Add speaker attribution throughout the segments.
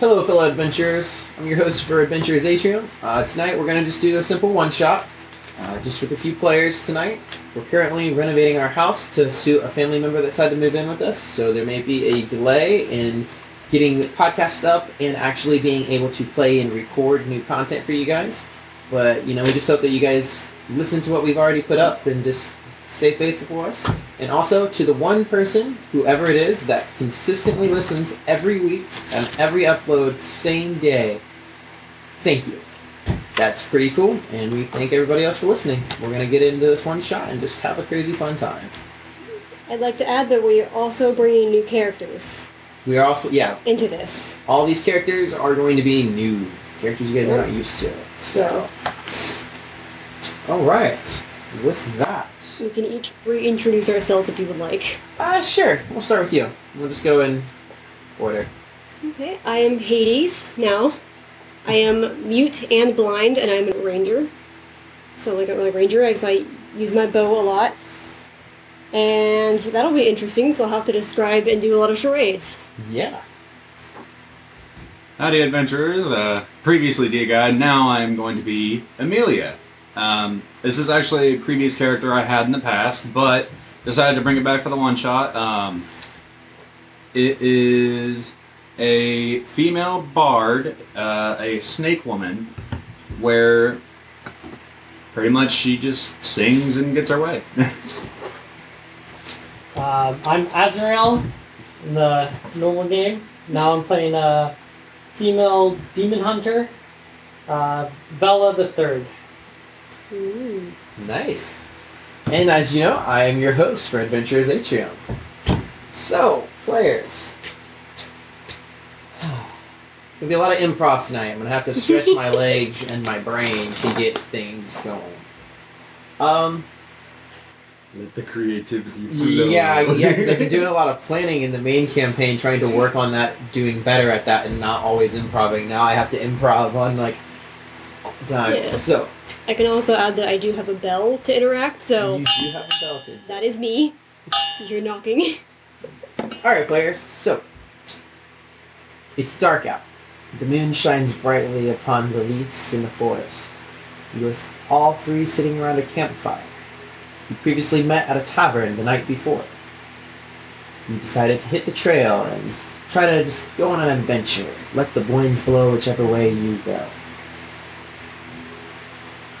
Speaker 1: Hello, fellow adventurers. I'm your host for Adventures Atrium. Uh, tonight we're going to just do a simple one shot, uh, just with a few players tonight. We're currently renovating our house to suit a family member that's had to move in with us, so there may be a delay in getting podcasts up and actually being able to play and record new content for you guys. But, you know, we just hope that you guys listen to what we've already put up and just stay faithful for us. And also to the one person, whoever it is, that consistently listens every week and every upload same day. Thank you. That's pretty cool, and we thank everybody else for listening. We're gonna get into this one shot and just have a crazy fun time.
Speaker 2: I'd like to add that we are also bringing new characters
Speaker 1: We are also, yeah,
Speaker 2: into this.
Speaker 1: all these characters are going to be new characters you guys are not used to. So, all right, with that,
Speaker 2: We can each reintroduce ourselves if you would like.
Speaker 1: uh, sure, we'll start with you. We'll just go in order.
Speaker 2: Okay, I am Hades now. I am mute and blind, and I'm a ranger. So, like, I'm a ranger because I use my bow a lot. And that'll be interesting, so I'll have to describe and do a lot of charades.
Speaker 1: Yeah.
Speaker 3: Howdy, adventurers. Uh, previously, dear God, now I am going to be Amelia. Um, this is actually a previous character I had in the past, but decided to bring it back for the one shot. Um, it is a female bard, uh, a snake woman, where pretty much she just sings and gets her way.
Speaker 4: Um, I'm Azrael in the normal game. Now I'm playing a female demon hunter, uh, Bella the Third.
Speaker 2: Ooh.
Speaker 1: Nice. And as you know, I am your host for Adventures Atrium. So, players. It's gonna be a lot of improv tonight. I'm gonna have to stretch my legs and my brain to get things going. Um,
Speaker 3: Let the creativity
Speaker 1: yeah, yeah, because I've been doing a lot of planning in the main campaign, trying to work on that, doing better at that, and not always improvising. Now I have to improv on like time.
Speaker 2: Yeah.
Speaker 1: So
Speaker 2: I can also add that I do have a bell to interact, so
Speaker 1: you do have a belt in.
Speaker 2: that is me. You're knocking.
Speaker 1: All right, players. So it's dark out. The moon shines brightly upon the leaves in the forest. You're all three sitting around a campfire. You previously met at a tavern the night before. You decided to hit the trail and try to just go on an adventure. Let the winds blow whichever way you go.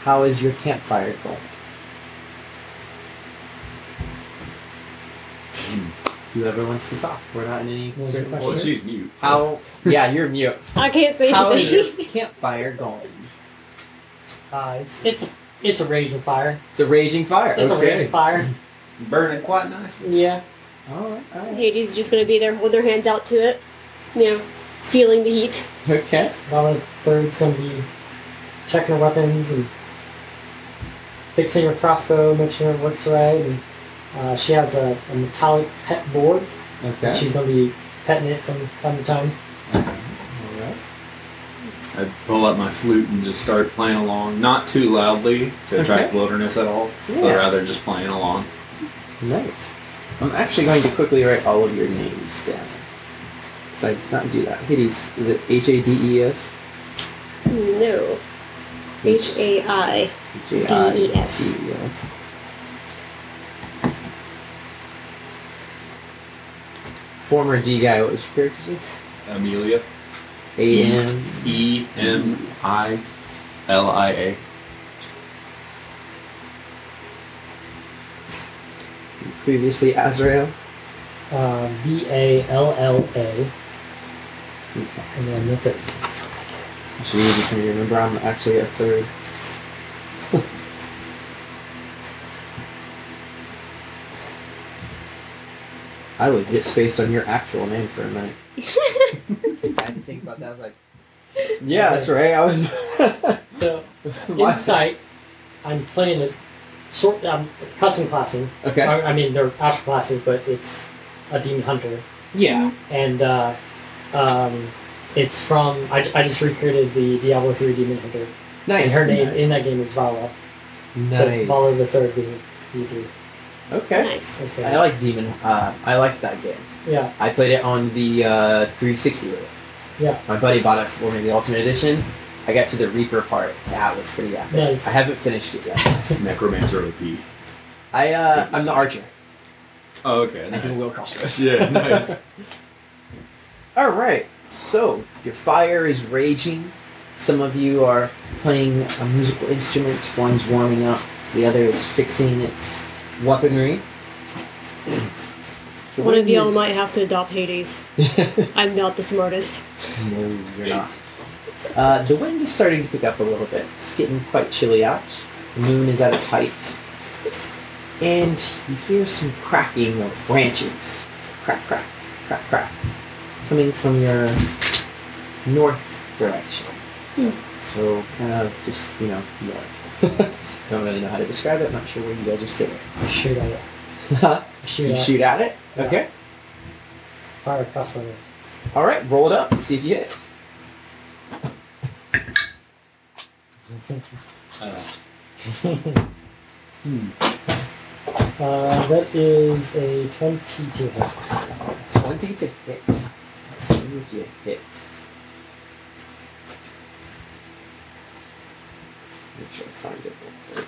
Speaker 1: How is your campfire going? Whoever wants to talk. We're not in any
Speaker 4: Was
Speaker 1: certain
Speaker 4: it-
Speaker 3: Well,
Speaker 1: order.
Speaker 3: Oh, she's mute.
Speaker 1: How? Yeah, you're mute.
Speaker 2: I can't say
Speaker 1: How is your
Speaker 2: anything.
Speaker 1: campfire going?
Speaker 4: Uh, it's it's a, it's a raging fire.
Speaker 1: It's a raging fire.
Speaker 4: It's a raging fire.
Speaker 3: burning quite nicely.
Speaker 4: Yeah.
Speaker 1: All right. All right.
Speaker 2: Hades is just gonna be there, hold their hands out to it, you know, feeling the heat.
Speaker 1: Okay.
Speaker 4: Bella the Third's gonna be checking her weapons and fixing her crossbow, making sure it works right. And uh, she has a, a metallic pet board.
Speaker 1: Okay.
Speaker 4: She's gonna be petting it from time to time.
Speaker 1: All right.
Speaker 3: I pull up my flute and just start playing along, not too loudly to attract
Speaker 1: Okay.
Speaker 3: wilderness at all, but
Speaker 1: Yeah.
Speaker 3: rather just playing along.
Speaker 1: Nice. I'm actually going to quickly write all of your names down. Because I did not do that. Hades. Is it H A D E S?
Speaker 2: No. H A I.
Speaker 1: J I D E
Speaker 2: D-E-S.
Speaker 1: S. Former D guy. What was your character's
Speaker 3: Amelia,
Speaker 1: name? A M.
Speaker 3: E M I L I A.
Speaker 1: Previously Azrael.
Speaker 4: Uh, B A L L A,
Speaker 1: Okay.
Speaker 4: and then the third.
Speaker 1: I should use it for you. Remember, I'm actually a third. I legit spaced on your actual name for a minute. I had to think about that. I was like, yeah, that's right. I was.
Speaker 4: So
Speaker 1: Why-
Speaker 4: insight, I'm playing a short. I'm custom classing.
Speaker 1: Okay.
Speaker 4: I, I mean, they're actual classes, but it's a demon hunter,
Speaker 1: Yeah.
Speaker 4: and uh, um, it's from. I, I just recreated the Diablo three demon hunter,
Speaker 1: Nice.
Speaker 4: and her name
Speaker 1: nice.
Speaker 4: in that game is Vala. So
Speaker 1: Nice.
Speaker 4: Vala the third is D three.
Speaker 1: okay.
Speaker 2: nice.
Speaker 1: I like Demon. Uh, I like that game.
Speaker 4: Yeah.
Speaker 1: I played it on the uh, 360. with it.
Speaker 4: Yeah.
Speaker 1: My buddy bought it for me, the Ultimate Edition. I got to the Reaper part. That was pretty epic.
Speaker 4: Nice.
Speaker 1: I haven't finished it yet.
Speaker 3: Necromancer OP.
Speaker 1: I uh, I'm the archer.
Speaker 3: Oh, okay.
Speaker 1: I do
Speaker 3: Nice.
Speaker 1: will crossbows.
Speaker 3: Yeah, nice.
Speaker 1: All right. So your fire is raging. Some of you are playing a musical instrument. One's warming up. The other is fixing its weaponry. The
Speaker 2: One of
Speaker 1: wind
Speaker 2: y'all
Speaker 1: is-
Speaker 2: might have to adopt Hades. I'm not the smartest.
Speaker 1: No, you're not. Uh, the wind is starting to pick up a little bit. It's getting quite chilly out. The moon is at its height. And you hear some cracking of branches. Crack, crack, crack, crack. Coming from your north direction.
Speaker 2: Hmm.
Speaker 1: So, kind of just, you know, north. Don't really know how to describe it. I'm not sure where you guys are sitting.
Speaker 4: I shoot at it. I shoot
Speaker 1: you
Speaker 4: at it.
Speaker 1: shoot at it?
Speaker 4: Yeah.
Speaker 1: Okay.
Speaker 4: Fire across my room.
Speaker 1: All right, roll it up. See if you hit.
Speaker 3: Uh,
Speaker 4: Hmm. uh, that is a 20 to hit.
Speaker 1: 20 to hit. Let's see if you hit. Make sure I find it real quick.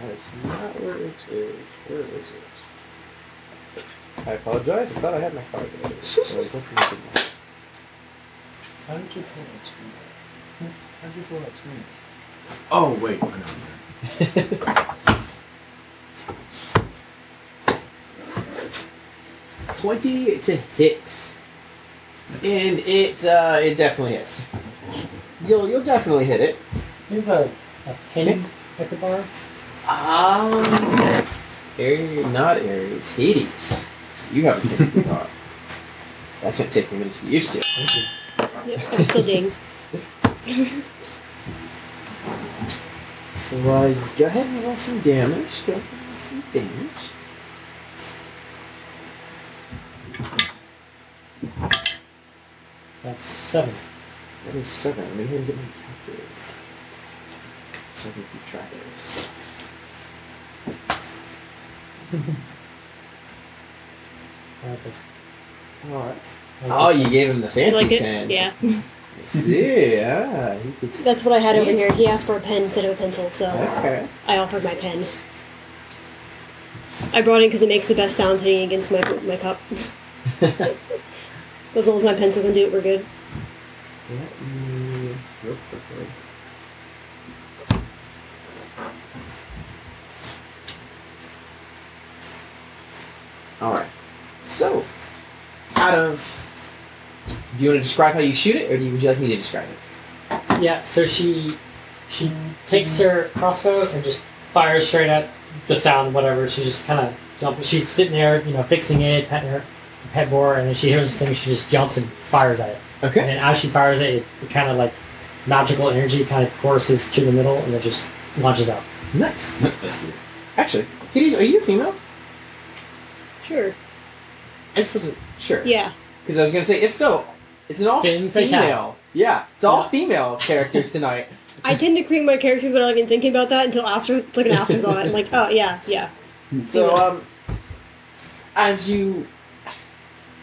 Speaker 1: That is not where it is. Where is it? I apologize. I thought I had my card. there. I was looking for my-
Speaker 5: How did you pull that screen? How did you pull that screen?
Speaker 3: oh, wait. I know.
Speaker 1: Twenty to hit, and it uh, it definitely hits. You'll you'll definitely hit it.
Speaker 4: You have a, a pin at the bar?
Speaker 1: Um, Aries, not Aries, Hades. You haven't hit the car. That's gonna take me minutes to get used to.
Speaker 4: Thank you.
Speaker 2: Yep, I'm still dinged.
Speaker 1: So uh, go ahead and roll some damage. Go ahead and roll some damage.
Speaker 4: That's seven.
Speaker 1: That is seven. Let me go and get my calculator. So I can keep track of this.
Speaker 4: Alright, that's-
Speaker 1: Alright. Oh, you gave him the
Speaker 2: You
Speaker 1: fancy
Speaker 2: like
Speaker 1: pen.
Speaker 2: it? Yeah.
Speaker 1: I See, yeah. He could...
Speaker 2: That's what I had over here. He asked for a pen instead of a pencil, so
Speaker 1: Okay.
Speaker 2: I offered my pen. I brought it because it makes the best sound hitting against my, my cup. As long as my pencil can do it, we're good.
Speaker 1: Let me real quickly. All right. So, out of, do you want to describe how you shoot it, or do you, would you like me to describe it?
Speaker 4: Yeah, so she she takes her crossbow and just fires straight at the sound, whatever. She just kind of jumps. She's sitting there, you know, fixing it, petting her pet boar, and then she hears this thing. She just jumps and fires at it. And
Speaker 1: Okay.
Speaker 4: then as she fires it, it, kind of like magical energy kind of courses to the middle and it just launches out.
Speaker 1: Nice.
Speaker 3: That's good.
Speaker 1: Actually, Hades, are you a female?
Speaker 2: Sure.
Speaker 1: I just wasn't sure.
Speaker 2: Yeah.
Speaker 1: Because I was gonna say, if so, it's an all
Speaker 4: Femme fatale.
Speaker 1: female. Yeah, it's all
Speaker 4: Yeah.
Speaker 1: female characters tonight.
Speaker 2: I tend to create my characters without even thinking about that until after. It's like an afterthought. I'm like, oh, yeah, yeah.
Speaker 1: So, um, as you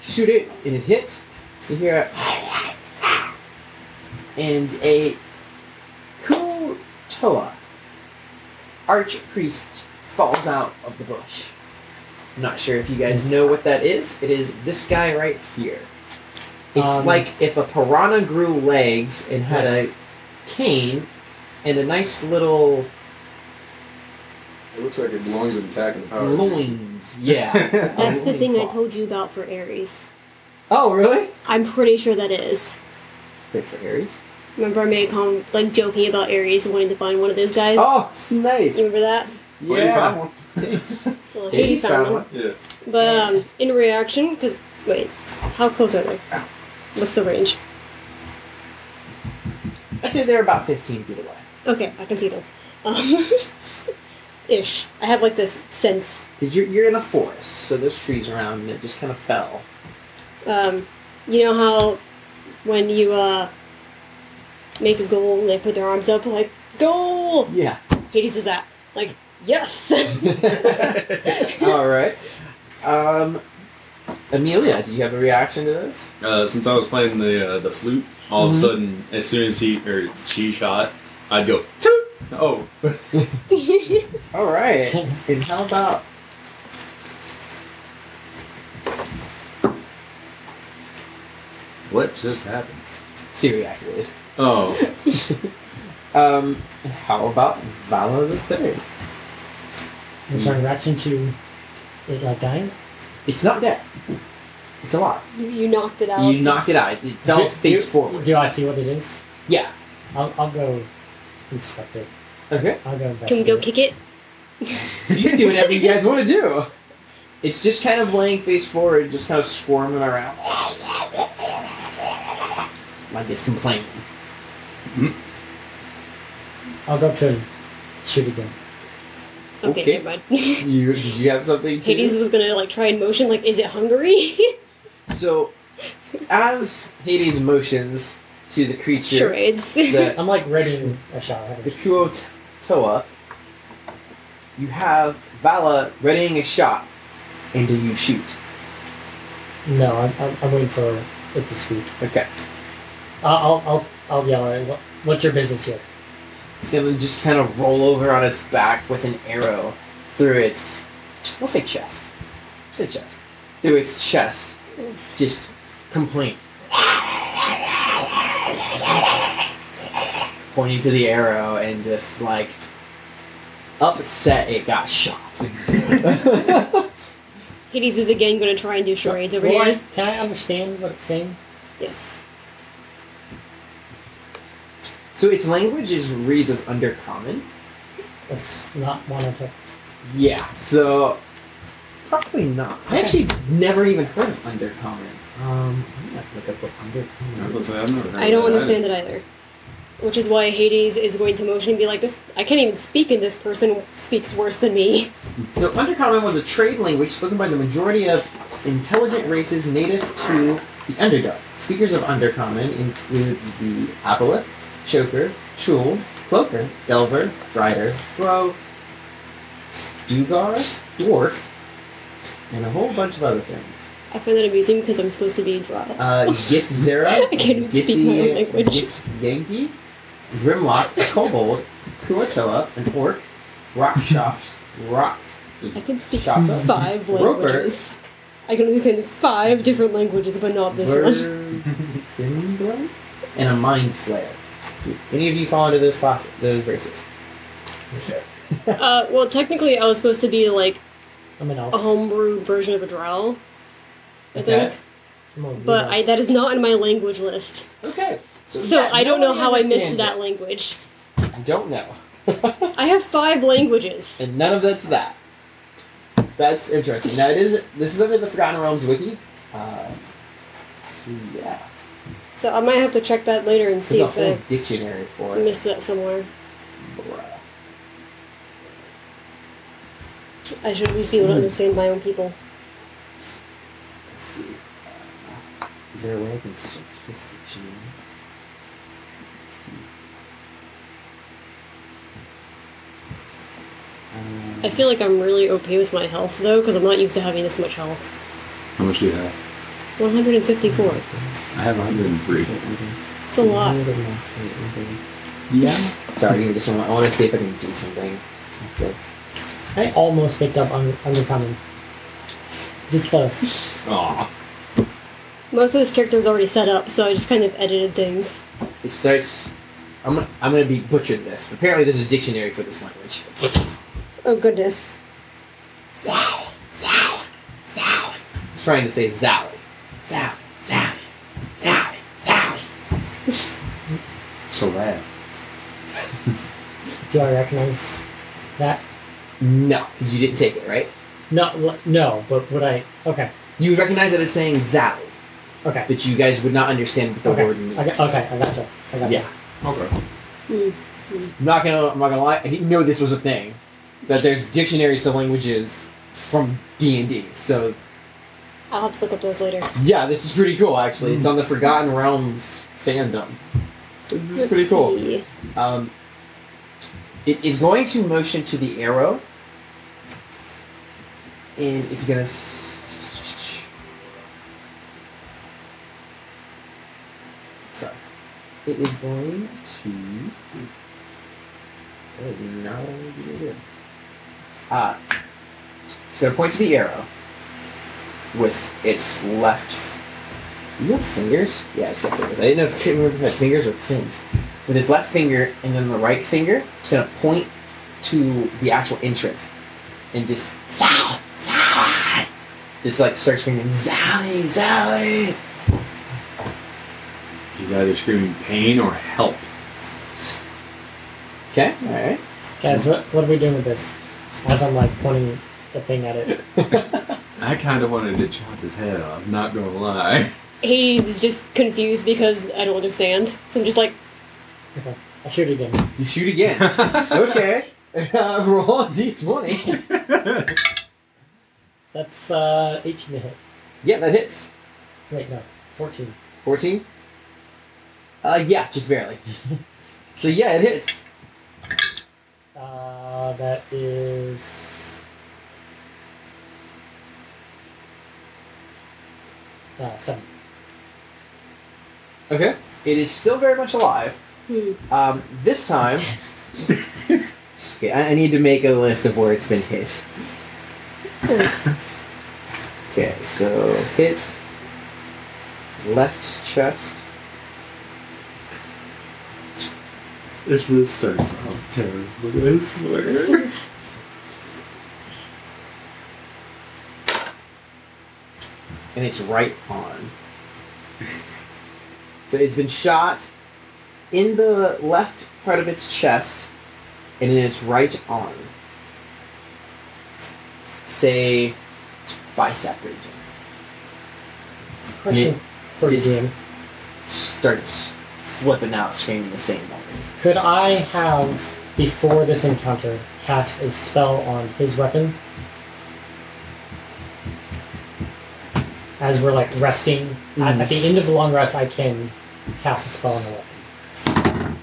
Speaker 1: shoot it and it hits, you hear a and a cool Toa archpriest falls out of the bush. I'm not sure if you guys know what that is. It is this guy right here. It's
Speaker 4: Um,
Speaker 1: like if a piranha grew legs and had
Speaker 4: Yes.
Speaker 1: a cane and a nice little
Speaker 5: It looks like it belongs in Attack of the
Speaker 3: Oh.
Speaker 5: Power.
Speaker 1: loins. Yeah.
Speaker 2: That's the thing I
Speaker 1: Loin.
Speaker 2: told you about for Aries.
Speaker 1: Oh, really?
Speaker 2: I'm pretty sure that is.
Speaker 1: Great for Aries.
Speaker 2: Remember, I made a comment like joking about Aries and wanting to find one of those guys.
Speaker 1: Oh, nice.
Speaker 2: You remember that?
Speaker 5: Well, you found one.
Speaker 2: Well,
Speaker 1: Hades
Speaker 2: Hades found
Speaker 1: found
Speaker 2: one.
Speaker 5: Yeah.
Speaker 2: But um, in reaction, because wait, how close are they? What's the range?
Speaker 1: I say they're about 15 feet away.
Speaker 2: Okay, I can see them. Um, ish. I have like this sense.
Speaker 1: Because you're, you're in a forest, so there's trees around, and it just kind of fell.
Speaker 2: Um, you know how when you uh, make a goal, they put their arms up like goal.
Speaker 1: Yeah.
Speaker 2: Hades is that. Like Yes.
Speaker 1: All right. Um, Amelia, do you have a reaction to this?
Speaker 3: Uh, since I was playing the uh, the flute, all of
Speaker 1: Mhm.
Speaker 3: a sudden, as soon as he or she shot, I'd go toot. Oh,
Speaker 1: All right. And how about
Speaker 3: what just happened?
Speaker 1: Siri activated?
Speaker 3: Oh,
Speaker 1: Um, how about Valor the Third?
Speaker 4: Is our reaction to it like dying?
Speaker 1: It's not dead. It's alive.
Speaker 2: you, you knocked it out.
Speaker 1: You knocked it out. It fell
Speaker 4: Do-
Speaker 1: face
Speaker 4: do,
Speaker 1: forward.
Speaker 4: Do I see what it is?
Speaker 1: Yeah.
Speaker 4: I'll, I'll go inspect it.
Speaker 1: Okay.
Speaker 4: I'll go.
Speaker 2: Can we go
Speaker 4: investigate
Speaker 2: kick it?
Speaker 1: You can do whatever you guys want to do. It's just kind of laying face forward, just kind of squirming around. Like it's complaining.
Speaker 4: it. I'll go up to him. Shoot again.
Speaker 2: Okay,
Speaker 1: Okay.
Speaker 2: never mind.
Speaker 1: You, did you have something to
Speaker 2: Hades was gonna like try and motion, like, is it hungry?
Speaker 1: So, as Hades motions to the creature, um,
Speaker 2: Charades.
Speaker 1: the
Speaker 4: I'm like readying a shot. I
Speaker 1: the
Speaker 4: haven't-
Speaker 1: Kuotoa, you have Vala readying a shot, and do you shoot?
Speaker 4: No, I'm, I'm, I'm waiting for it to speak.
Speaker 1: Okay.
Speaker 4: I'll, I'll, I'll, I'll yell at it. What, what's your business here?
Speaker 1: It's gonna just kind of roll over on its back with an arrow through its, we'll say chest, we'll say chest, through its chest, just complain, pointing to the arrow and just like upset it got shot.
Speaker 2: Hades is again gonna try and do charades over
Speaker 4: Roy,
Speaker 2: here.
Speaker 4: can I understand what it's saying?
Speaker 2: Yes.
Speaker 1: so its language is reads as undercommon.
Speaker 4: It's not one of the.
Speaker 1: Yeah, so probably not. I
Speaker 4: Okay.
Speaker 1: actually never even heard of Undercommon. Um, I'm gonna have to look up what Undercommon is.
Speaker 2: I don't understand it either. Which is why Hades is going to motion and be like, "This, I can't even speak, and this person speaks worse than me."
Speaker 1: So Undercommon was a trade language spoken by the majority of intelligent races native to the Underdark. Speakers of Undercommon include the Aboleth, Choker, Chul, Cloaker, Delver, Drider, Dro, Dugar, Dwarf, and a whole bunch of other things.
Speaker 2: I find that amusing because I'm supposed to be drama.
Speaker 1: Uh, Gift Zera.
Speaker 2: I can't even speak my own language.
Speaker 1: Gith Yankee, Grimlock, Kobold, Kuatoa, an orc, Rockshosh, Rock.
Speaker 2: I can speak
Speaker 1: Shasa.
Speaker 2: five
Speaker 1: Roper.
Speaker 2: languages. I can understand five different languages, but not this one.
Speaker 1: Vergindor, and a Mind Flare. Do Any of you fall into those classes, those races?
Speaker 2: Uh, well, technically, I was supposed to be like
Speaker 4: I'm an elf.
Speaker 2: a homebrew version of a drow. I think,
Speaker 4: I'm a
Speaker 2: but I, that is not in my language list,
Speaker 1: Okay.
Speaker 2: so,
Speaker 1: yeah,
Speaker 2: I don't know
Speaker 1: nobody
Speaker 2: how I missed
Speaker 1: understands
Speaker 2: that language.
Speaker 1: it. I don't know.
Speaker 2: I have five languages.
Speaker 1: And none of that's that. That's interesting. Now it is. This is under the Forgotten Realms wiki. Uh, so yeah,
Speaker 2: So I might have to check that later and
Speaker 1: there's
Speaker 2: see
Speaker 1: a
Speaker 2: if
Speaker 1: whole
Speaker 2: I
Speaker 1: dictionary for it.
Speaker 2: missed that somewhere.
Speaker 1: Bruh.
Speaker 2: I should at least be able to
Speaker 1: Mhm.
Speaker 2: understand my own people.
Speaker 1: Let's see. Uh, is there a way I can search this dictionary? Um,
Speaker 2: I feel like I'm really okay with my health though, because I'm not used to having this much health.
Speaker 3: How much do you have?
Speaker 2: 154.
Speaker 3: I have 103.
Speaker 2: It's a lot.
Speaker 3: Yeah.
Speaker 1: Sorry, give me just a moment. I want to see if I can do something. with this.
Speaker 4: I almost picked up on Undercommon. This close.
Speaker 3: Aw.
Speaker 2: Most of this character is already set up, so I just kind of edited things.
Speaker 1: It starts. I'm gonna, I'm gonna be butchering this. Apparently, there's a dictionary for this language.
Speaker 2: Oh goodness.
Speaker 1: Zow, zow, zow. It's trying to say zowie, zow, zowie, zowie, zowie.
Speaker 3: So bad.
Speaker 4: Do I recognize that?
Speaker 1: No, because you didn't take it, right?
Speaker 4: No, l- no. But would I? Okay,
Speaker 1: You recognize that it's saying zowie.
Speaker 4: okay.
Speaker 1: but you guys would not understand what the word means.
Speaker 4: I got, okay, I gotcha. I gotcha.
Speaker 1: Yeah.
Speaker 3: Okay.
Speaker 2: Hmm.
Speaker 1: I'm not gonna. I'm not gonna lie. I didn't know this was a thing. That there's dictionaries of languages from D and D. So
Speaker 2: I'll have to look up those later.
Speaker 1: yeah, this is pretty cool. Actually,
Speaker 4: Mm.
Speaker 1: it's on the Forgotten Realms fandom. This is pretty cool.
Speaker 2: see.
Speaker 1: Um, it is going to motion to the arrow and it's gonna. s- Sorry, it is going to. That is not what I wanted to do. Ah, it's gonna point to the arrow with its left. You have fingers? Yeah, it's got fingers. I didn't know. if- I couldn't remember if it had fingers or fins. With his left finger and then the right finger, it's gonna point to the actual entrance and just Sally, Sally, just like search screaming Sally, Sally.
Speaker 3: He's either screaming pain or help.
Speaker 1: Okay, all right.
Speaker 4: Guys, what, what are we doing with this? As I'm like pointing the thing at it.
Speaker 3: I kind of wanted to chop his head off. Not gonna lie.
Speaker 2: Hades is just confused because I don't understand. So I'm just like,
Speaker 4: I shoot it again.
Speaker 1: You shoot again. okay, uh, roll a d20.
Speaker 4: That's uh, 18 to hit.
Speaker 1: yeah, that hits.
Speaker 4: Wait, no, 14.
Speaker 1: 14. Uh, yeah, just barely. so yeah, it hits.
Speaker 4: Uh, that is. Uh, seven.
Speaker 1: Okay, it is still very much alive.
Speaker 2: hmm.
Speaker 1: Um, this time. okay, I, I need to make a list of where it's been hit. Okay, so hit left chest.
Speaker 3: if this starts off terribly, I swear.
Speaker 1: and it's right on. so it's been shot in the left part of its chest and in its right arm. Say bicep region.
Speaker 4: Question for you,
Speaker 1: Just-
Speaker 4: DM.
Speaker 1: Starts flipping out, screaming the same moment.
Speaker 4: Could I have, before this encounter, cast a spell on his weapon? As we're like resting, at,
Speaker 1: Mhm.
Speaker 4: at the end of the long rest, I can cast a spell on the weapon.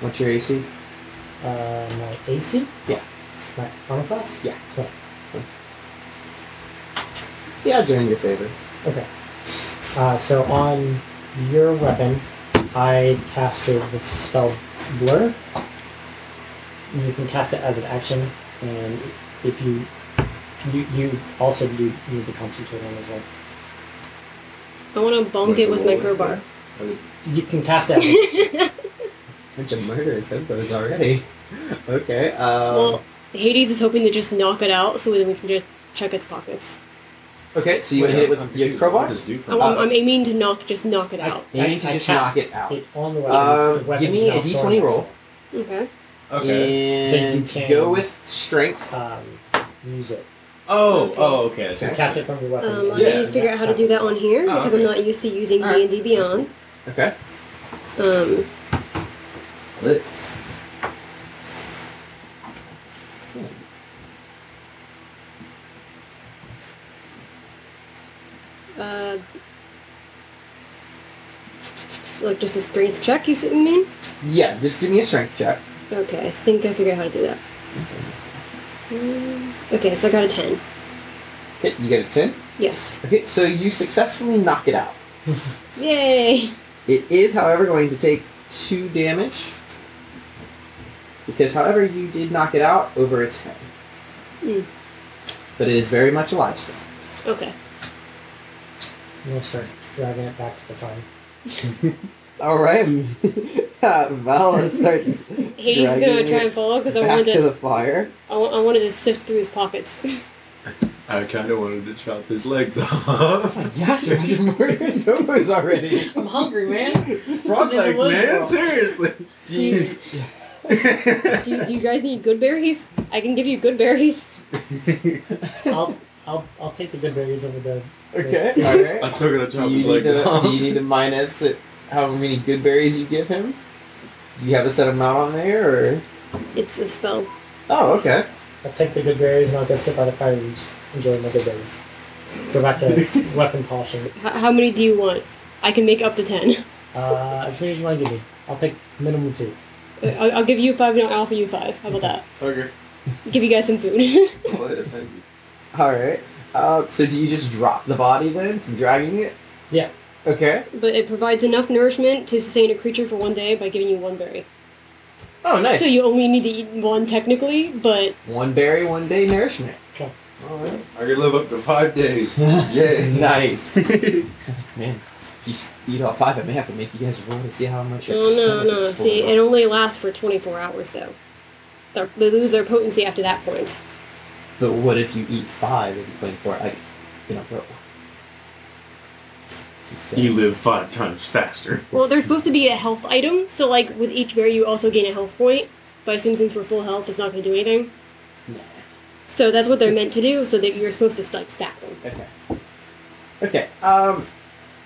Speaker 1: What's your AC?
Speaker 4: Uh, my AC?
Speaker 1: Yeah.
Speaker 4: My armor class?
Speaker 1: Yeah. The odds are in your favor.
Speaker 4: Okay. Uh, so on your weapon, I casted the spell Blur. And You can cast it as an action, and if you you, you also do need to concentrate on it as well.
Speaker 2: I want to bonk it with my crowbar.
Speaker 4: You can cast it. As,
Speaker 1: Bunch of murderous hippos already. Okay, um,
Speaker 2: well, Hades is hoping to just knock it out so then we can just check its pockets.
Speaker 1: okay, so you want to hit it with your crowbar?
Speaker 2: I want,
Speaker 3: Uh,
Speaker 2: I'm aiming to knock, just knock it
Speaker 4: I-
Speaker 2: out.
Speaker 1: You need to
Speaker 4: I- I
Speaker 1: just knock
Speaker 4: cast
Speaker 1: it out.
Speaker 4: on the weapon.
Speaker 1: Um,
Speaker 4: the weapon
Speaker 1: give me
Speaker 4: is now
Speaker 1: a D20
Speaker 4: sorted,
Speaker 1: roll.
Speaker 2: Okay.
Speaker 3: Okay.
Speaker 1: And
Speaker 4: So you can-
Speaker 1: go with strength.
Speaker 4: so, Um, use it.
Speaker 3: Oh, oh, okay. So
Speaker 1: Okay.
Speaker 4: Cast it from your weapon.
Speaker 2: Um, I
Speaker 3: Uh, Yeah.
Speaker 2: need to figure out how to do that on here
Speaker 3: Oh,
Speaker 2: because I'm
Speaker 3: okay.
Speaker 2: not used to using
Speaker 3: All
Speaker 2: D
Speaker 3: right.
Speaker 2: and D Beyond.
Speaker 1: Okay.
Speaker 2: Um,
Speaker 1: Lit.
Speaker 2: uh, like just a strength check. You see what I mean?
Speaker 1: Yeah, just do me a strength check.
Speaker 2: Okay, I think I figured out how to do that. Mm, Okay, so I got a ten.
Speaker 1: Okay, you get a 10.
Speaker 2: Yes.
Speaker 1: Okay, so you successfully knock it out.
Speaker 2: Yay!
Speaker 1: It is, however, going to take 2 damage. Because, however, you did knock it out over its head.
Speaker 2: Mm.
Speaker 1: But it is very much alive still.
Speaker 2: Okay.
Speaker 4: I'm gonna start dragging it back to the farm.
Speaker 1: Alright. Uh, Val starts
Speaker 2: Hades is gonna
Speaker 1: Dragging
Speaker 2: try
Speaker 1: it
Speaker 2: and follow because I
Speaker 1: back
Speaker 2: wanted
Speaker 1: to the
Speaker 2: to.
Speaker 1: fire.
Speaker 2: I wa- I wanted to sift through his pockets.
Speaker 3: I kind of wanted to chop his legs off.
Speaker 1: Gosh, a bunch of murderous hippos already.
Speaker 4: I'm hungry, man.
Speaker 3: Frog legs, man. Seriously.
Speaker 1: Do you-
Speaker 2: do, you, do you guys need good berries? I can give you good berries.
Speaker 4: I'll, I'll, I'll take the good berries over the.
Speaker 1: okay, alright.
Speaker 3: I'm still gonna
Speaker 1: Do
Speaker 3: chop his
Speaker 1: you, need
Speaker 3: legs
Speaker 1: to,
Speaker 3: off.
Speaker 1: do you need to minus it, how many good berries you give him? Do you have a set amount on there, or?
Speaker 2: It's a spell.
Speaker 1: Oh, okay.
Speaker 4: I'll take the good berries and I'll go sit by the fire and just enjoy my good berries. Go back to weapon polishing.
Speaker 2: H- how many do you want? I can make up to ten.
Speaker 4: Uh, as many as you want to give me. I'll take minimum two.
Speaker 2: I- I'll, I'll give you five and I'll offer you five. How about that?
Speaker 3: Okay.
Speaker 2: give you guys some food.
Speaker 5: Well, thank you.
Speaker 1: All right. Uh, so do you just drop the body then from dragging it?
Speaker 4: Yeah.
Speaker 1: Okay.
Speaker 2: but it provides enough nourishment to sustain a creature for one day by giving you one berry.
Speaker 1: Oh, nice.
Speaker 2: So you only need to eat one technically, but
Speaker 1: one berry, one day nourishment.
Speaker 5: All right. I could live up to five days. Yay.
Speaker 1: Nice. Man, if you s- eat all five, it may have to make you guys roll to see how much your
Speaker 2: Oh, no, no,
Speaker 1: stomach
Speaker 2: no.
Speaker 1: is full
Speaker 2: See,
Speaker 1: of.
Speaker 2: it only lasts for 24 hours though. They're, they lose their potency after that point.
Speaker 1: But what if you eat five and you for like in a row?
Speaker 3: You live five times faster.
Speaker 2: Well, they're supposed to be a health item, so like with each berry, you also gain a health point. But I assume since we're full health, it's not going to do anything.
Speaker 1: Nah.
Speaker 2: So that's what they're meant to do, so that you're supposed to like stack them.
Speaker 1: Okay. Okay. Um.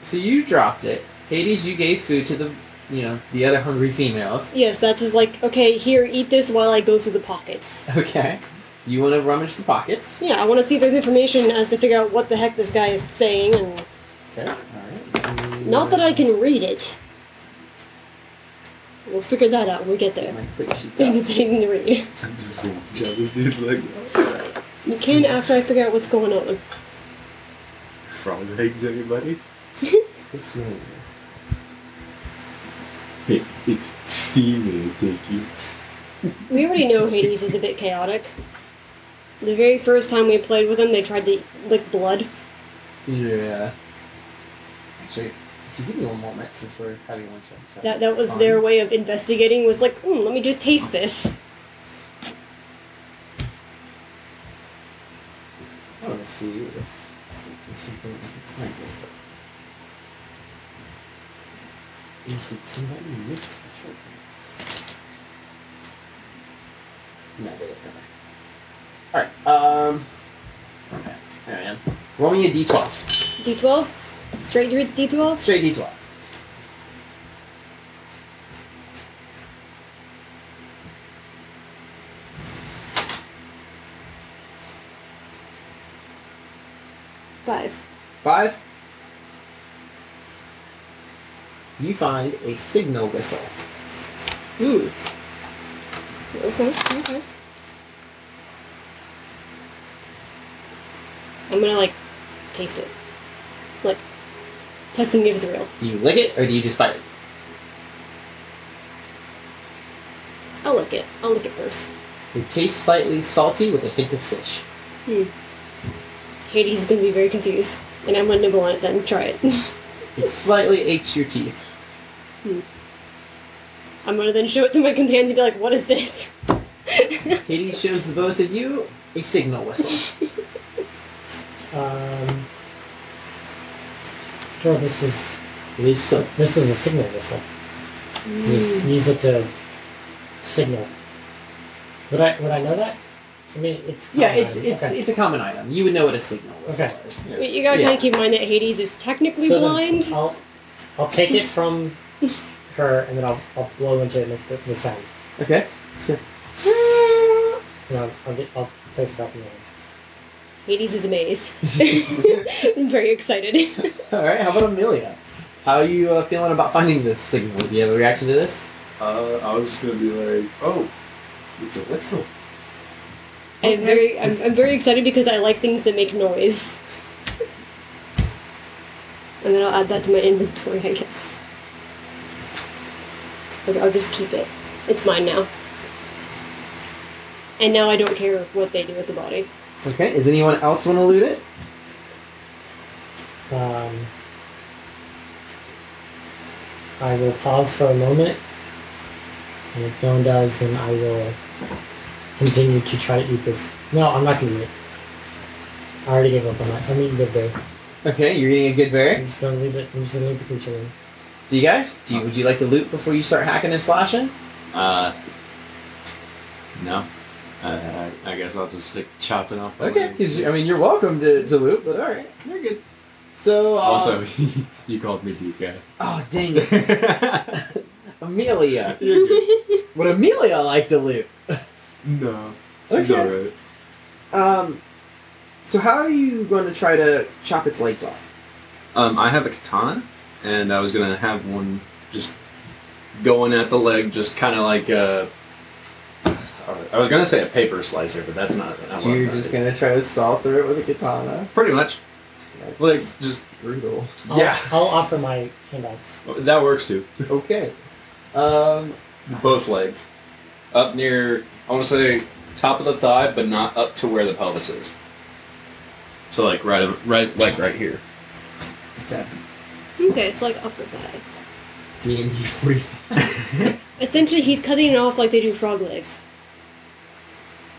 Speaker 1: So you dropped it, Hades. You gave food to the, you know, the other hungry females.
Speaker 2: Yes, that's just like okay. Here, eat this while I go through the pockets.
Speaker 1: Okay. You want to rummage the pockets.
Speaker 2: Yeah, I want to see if there's information as to figure out what the heck this guy is saying, and
Speaker 1: Okay. All right.
Speaker 2: not that I can read it. We'll figure that out. when We get there.
Speaker 1: My quick sheets
Speaker 2: If
Speaker 1: up.
Speaker 2: it's anything to read,
Speaker 3: I'm just going
Speaker 5: This dude's like
Speaker 2: you can after I figure out what's going on.
Speaker 5: frog legs, everybody.
Speaker 1: It's me.
Speaker 5: Hey, it's female, thank you.
Speaker 2: We already know Hades is a bit chaotic. The very first time we played with him, they tried to lick blood.
Speaker 1: Yeah. Actually, if you give me one moment since we're having lunch. I'm sorry.
Speaker 2: That that was their way of investigating. Was like, mm, let me just taste this.
Speaker 1: I want to see if there's something I can find here. Is it somebody lick the children? No, they don't. Alright, um. Okay, there I am. Roll me a d12.
Speaker 2: D12, straight through D12.
Speaker 1: Straight d12.
Speaker 2: Five.
Speaker 1: Five. You find a signal whistle.
Speaker 2: Hmm. Okay, okay. I'm gonna like taste it. Like testing if it's real.
Speaker 1: Do you lick it or do you just bite it?
Speaker 2: I'll lick it. I'll lick it first.
Speaker 1: It tastes slightly salty with a hint of fish.
Speaker 2: Hades is gonna be very confused. And I'm gonna nibble on it then, try it.
Speaker 1: It slightly aches your teeth.
Speaker 2: I'm gonna then show it to my companions and be like, what is this?
Speaker 1: Hades shows the both of you a signal whistle.
Speaker 4: Um, girl, this is
Speaker 1: It is so.
Speaker 4: this is a signal whistle. You just
Speaker 1: Hmm.
Speaker 2: Mm.
Speaker 4: use it to signal. Would I would I know that? I mean, it's
Speaker 1: Yeah, it's
Speaker 4: common.
Speaker 1: it's
Speaker 4: okay.
Speaker 1: it's a common item. You would know what a signal whistle
Speaker 4: Okay.
Speaker 1: is.
Speaker 2: But you gotta
Speaker 1: Yeah.
Speaker 2: kinda keep in mind that Hades is technically
Speaker 4: So then
Speaker 2: blind.
Speaker 4: I'll I'll take it from her and then I'll I'll blow into it and make the, the sound.
Speaker 1: Okay. So,
Speaker 4: And I'll, I'll get I'll place it back in the hand.
Speaker 2: Hades is amazed. I'm very excited.
Speaker 1: all right. How about Amelia? How are you uh, feeling about finding this signal? Do you have a reaction to this?
Speaker 5: Uh, I was just gonna be like, oh, it's a whistle.
Speaker 2: I'm very, I'm, I'm very excited because I like things that make noise. And then I'll add that to my inventory, I guess. I'll, I'll just keep it. It's mine now. And now I don't care what they do with the body.
Speaker 1: Okay. Does anyone else want to loot it?
Speaker 4: Um, I will pause for a moment, and if no one does, then I will continue to try to eat this. No, I'm not gonna eat it. I already gave up on that. I'm eating good berry.
Speaker 1: Okay. You're getting a good
Speaker 4: I'm
Speaker 1: berry.
Speaker 4: just gonna leave it. I'm just gonna leave the creature alone.
Speaker 1: Do you guy? Do you, would you like to loot before you start hacking and slashing?
Speaker 3: Uh, no. Uh, I, I guess I'll just stick chopping off. my
Speaker 1: Okay.
Speaker 3: leg.
Speaker 1: 'cause you- I mean, you're welcome to, to loot, but all right.
Speaker 3: You're good.
Speaker 1: So uh,
Speaker 3: Also, you called me deep guy.
Speaker 1: Oh dang it, Amelia.
Speaker 3: You're good.
Speaker 1: Would Amelia like to loot?
Speaker 3: No, she's
Speaker 1: Okay.
Speaker 3: alright.
Speaker 1: Um, so how are you going to try to chop its legs off?
Speaker 3: Um, I have a katana, and I was gonna have one just going at the leg, just kind of like uh, probably. I was gonna say a paper slicer, but that's not. I
Speaker 1: So you're
Speaker 3: want
Speaker 1: just
Speaker 3: that.
Speaker 1: gonna try to saw through it with a katana?
Speaker 3: Pretty much,
Speaker 1: That's
Speaker 3: like just
Speaker 1: brutal.
Speaker 4: I'll,
Speaker 3: yeah,
Speaker 4: I'll offer my handouts.
Speaker 3: that works too.
Speaker 1: Okay. Um,
Speaker 3: Both legs, up near. I want to say top of the thigh, but not up to where the pelvis is. So like right, right, like right here.
Speaker 2: Okay, it's like upper thigh.
Speaker 1: D and D forty five.
Speaker 2: Essentially, he's cutting it off like they do frog legs.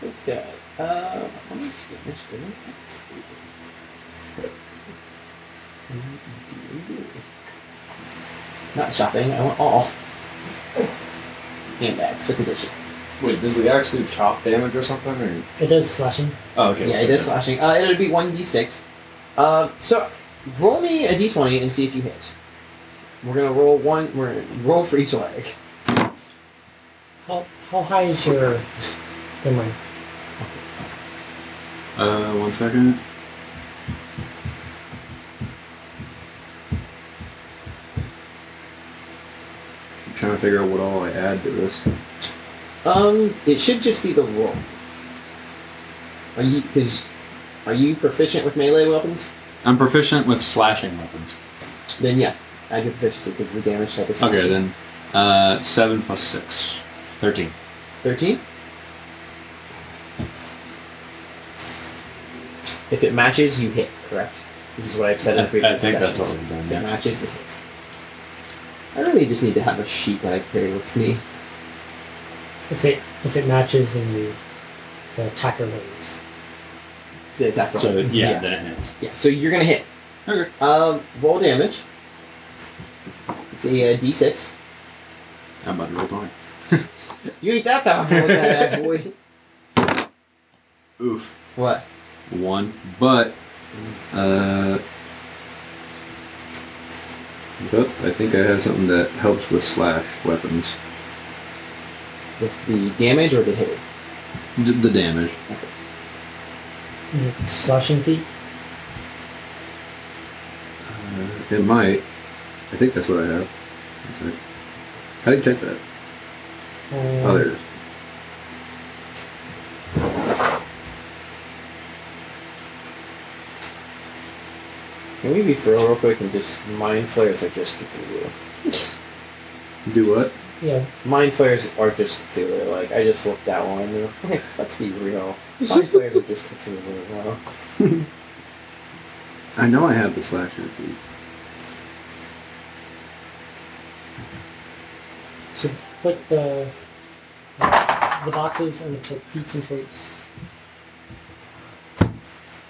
Speaker 1: Okay. Uh, how much damage did I Let's see. Mm, Not shopping. I want all handbags with addition.
Speaker 3: Wait, does the actually chop damage or something? Or
Speaker 4: It does slashing.
Speaker 3: oh, okay.
Speaker 1: Yeah, it is slashing. Uh, it'll be one d six. Uh, so roll me a d twenty and see if you hit. We're gonna roll one. We're gonna roll for each leg.
Speaker 4: How, how high is your memory?
Speaker 3: Uh, one second. I'm trying to figure out what all I add to this.
Speaker 1: Um, it should just be the roll. Are you? Cause are you proficient with melee weapons?
Speaker 3: I'm proficient with slashing weapons.
Speaker 1: Then yeah, add your proficiency because the damage type is
Speaker 3: Okay, then uh, seven plus six. Thirteen.
Speaker 1: Thirteen. If it matches, you hit. Correct. This is what I've said
Speaker 3: I,
Speaker 1: in previous
Speaker 3: I think that's
Speaker 1: sessions.
Speaker 3: what we've done.
Speaker 1: That
Speaker 3: Yeah.
Speaker 1: matches the hit. I really just need to have a sheet that I carry with me.
Speaker 4: If it if it matches, then you the attacker wins.
Speaker 1: to attack roll.
Speaker 3: So yeah,
Speaker 1: yeah.
Speaker 3: then it hits.
Speaker 1: Yeah, so you're gonna hit.
Speaker 3: Okay.
Speaker 1: Um, roll damage. It's a uh, d6.
Speaker 3: I'm about to roll mine.
Speaker 1: You ain't that powerful with that, actually.
Speaker 3: Oof.
Speaker 1: What?
Speaker 3: One, but uh, but I think I have something that helps with slash weapons.
Speaker 1: With the damage or the hit?
Speaker 3: D- the damage.
Speaker 4: Is it slashing feet?
Speaker 3: Uh, it might. I think that's what I have. One sec. How do you check that?
Speaker 4: Um,
Speaker 3: Oh, there it is.
Speaker 1: Can we be for real, real quick and just mind flares are just Cthulhu.
Speaker 3: Do what?
Speaker 4: Yeah.
Speaker 1: Mind flares are just Cthulhu. Like I just looked at one. And like, let's be real. Mind flares are just Cthulhu. Wow.
Speaker 3: I know I have the slasher feet.
Speaker 4: So click the the boxes and click feats and traits.